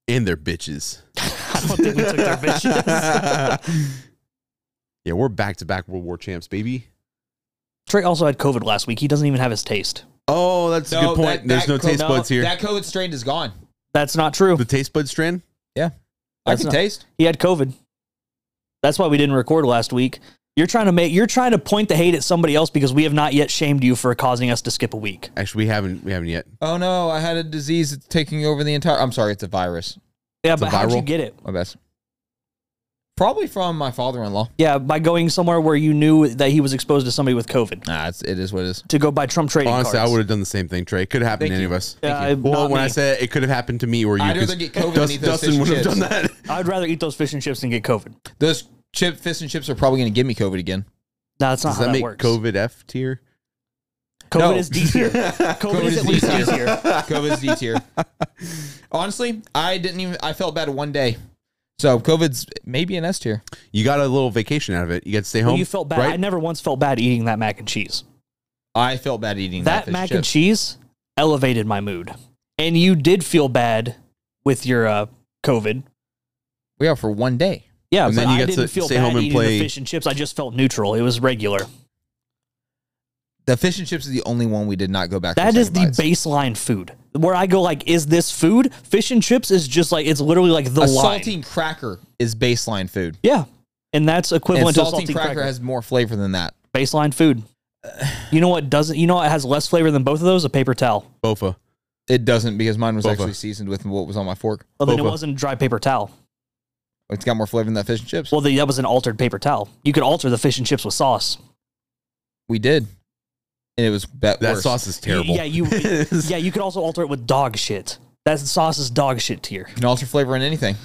Speaker 1: [laughs]
Speaker 3: and their bitches.
Speaker 1: I don't think we took
Speaker 3: [laughs]
Speaker 1: their bitches.
Speaker 3: Yeah, we're back to back World War champs, baby.
Speaker 1: Trey also had COVID last week. He doesn't even have his taste.
Speaker 3: Oh, that's a good point. There's no taste buds here.
Speaker 2: That COVID strain is gone.
Speaker 1: That's not true.
Speaker 3: the taste bud strand.
Speaker 1: That's
Speaker 2: I can
Speaker 1: not-
Speaker 2: taste.
Speaker 1: He had COVID. That's why we didn't record last week. You're trying to make you're trying to point the hate at somebody else because we have not yet shamed you for causing us to skip a week.
Speaker 3: Actually, we haven't. We haven't yet.
Speaker 2: Oh no, I had a disease that's taking over the entire. I'm sorry, it's a virus.
Speaker 1: Yeah,
Speaker 3: a
Speaker 1: but how'd you
Speaker 3: viral-
Speaker 1: get it?
Speaker 2: My best. Probably from my father-in-law.
Speaker 1: Yeah, by going somewhere where you knew that he was exposed to somebody with COVID
Speaker 2: Nah, it's, it is what it is.
Speaker 1: to go buy Trump trading
Speaker 3: Honestly,
Speaker 1: cards.
Speaker 3: I would have done the same thing, Trey. It could have happened
Speaker 2: Thank
Speaker 3: to any
Speaker 2: you.
Speaker 3: of us.
Speaker 1: Yeah, I-
Speaker 3: Well,
Speaker 1: not
Speaker 3: when I
Speaker 1: me.
Speaker 3: said it could have happened to me or you,
Speaker 2: I'd
Speaker 3: 'cause
Speaker 2: rather get COVID
Speaker 3: Dus-
Speaker 2: than eat those
Speaker 3: Dustin
Speaker 2: fish
Speaker 3: would have
Speaker 2: chips.
Speaker 3: done that.
Speaker 1: I'd rather eat those fish and chips than get COVID. No,
Speaker 2: Those chip fish and chips are probably going to give me COVID again.
Speaker 3: [laughs]
Speaker 1: that's not
Speaker 3: Does
Speaker 1: how
Speaker 3: that
Speaker 1: that,
Speaker 3: make
Speaker 1: works. COVID,
Speaker 3: COVID F tier?
Speaker 2: No.
Speaker 1: is D
Speaker 3: [laughs]
Speaker 1: tier. COVID, is
Speaker 2: is
Speaker 1: at least
Speaker 2: D
Speaker 1: D
Speaker 2: tier.
Speaker 1: tier.
Speaker 2: COVID's D tier. Honestly, I didn't even. I felt bad one day. So COVID's maybe an S tier.
Speaker 3: You got a little vacation out of it. You got to stay home.
Speaker 1: Well, you felt bad. I
Speaker 3: Right?
Speaker 1: never once felt bad eating that mac and cheese.
Speaker 2: I felt bad eating
Speaker 1: that
Speaker 2: fish
Speaker 1: mac
Speaker 2: chip.
Speaker 1: and cheese elevated my mood. And you did feel bad with your uh, COVID.
Speaker 2: We are for one day.
Speaker 1: Yeah,
Speaker 3: And
Speaker 1: but
Speaker 3: then you
Speaker 1: I
Speaker 3: got to
Speaker 1: didn't feel
Speaker 3: stay
Speaker 1: bad
Speaker 3: home and
Speaker 1: eating
Speaker 3: play-
Speaker 1: the fish and chips. I just felt neutral. It was regular.
Speaker 2: The fish and chips is the only one we did not go back.
Speaker 1: That
Speaker 2: for
Speaker 1: is the
Speaker 2: second bites.
Speaker 1: baseline food. Where I go like, is this food? Fish and chips is just like it's literally like the
Speaker 2: A
Speaker 1: line.
Speaker 2: saltine cracker is baseline food.
Speaker 1: Yeah, and that's
Speaker 2: And
Speaker 1: equivalent
Speaker 2: saltine,
Speaker 1: to a saltine
Speaker 2: cracker,
Speaker 1: cracker.
Speaker 2: has more flavor than that.
Speaker 1: baseline food. You know what doesn't? You know what has less flavor than both of those? A paper towel.
Speaker 3: Bofa.
Speaker 2: It doesn't because mine was
Speaker 3: Boba.
Speaker 2: actually seasoned with what was on my fork.
Speaker 1: Well, then it
Speaker 3: Boba.
Speaker 1: wasn't a dry paper towel.
Speaker 2: It's got more flavor than that fish and chips.
Speaker 1: Well, the, that was an altered paper towel. You could alter the fish and chips with sauce.
Speaker 2: we did, and it was bet
Speaker 3: That
Speaker 2: worse.
Speaker 3: sauce is terrible.
Speaker 1: Yeah,
Speaker 3: [laughs]
Speaker 1: you. yeah, you could also alter it with dog shit. That sauce is dog shit tier.
Speaker 2: You can alter flavor in anything.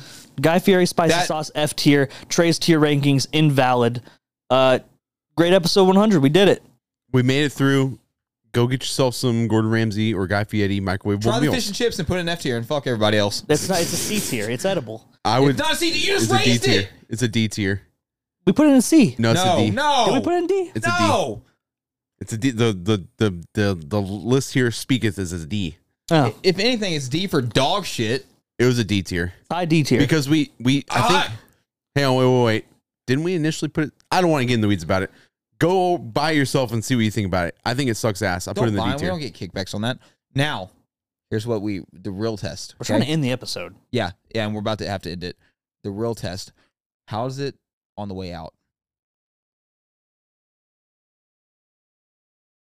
Speaker 1: Guy Fieri spicy
Speaker 2: That-
Speaker 1: sauce F tier. Trey's tier rankings invalid. Uh, great episode 100. We did it.
Speaker 3: we made it through. Go get yourself some Gordon Ramsay or Guy Fieri microwave
Speaker 2: Try the
Speaker 3: meals.
Speaker 2: fish and chips and put an F tier and fuck everybody else.
Speaker 1: That's not. It's a C tier. It's edible.
Speaker 3: I would.
Speaker 2: Not a C tier. You
Speaker 3: it's
Speaker 2: just
Speaker 3: a D
Speaker 2: raised
Speaker 3: tier.
Speaker 2: it.
Speaker 3: It's a D tier.
Speaker 1: We put it in C.
Speaker 3: No, it's
Speaker 2: No,
Speaker 3: a D.
Speaker 2: no.
Speaker 1: Did we put it in D?
Speaker 3: It's a D.
Speaker 2: no.
Speaker 3: It's a D. The the the the the list here speaketh as a D.
Speaker 1: Oh,
Speaker 2: If anything, it's D for dog shit.
Speaker 3: It was a D tier
Speaker 1: I D tier.
Speaker 3: because we we I think.
Speaker 2: Ah.
Speaker 3: Hang on, wait, wait, wait. Didn't we initially put it? I don't want to get in the weeds about it. Go buy yourself and see what you think about it. I think it sucks ass. I put it
Speaker 2: Don't
Speaker 3: in the
Speaker 2: buy.
Speaker 3: D
Speaker 2: We
Speaker 3: tier.
Speaker 2: don't get kickbacks on that. Now, here's what we the real test.
Speaker 1: We're trying to end the episode.
Speaker 2: Yeah, yeah, and we're about to have to end it. The real test. How's it on the way out?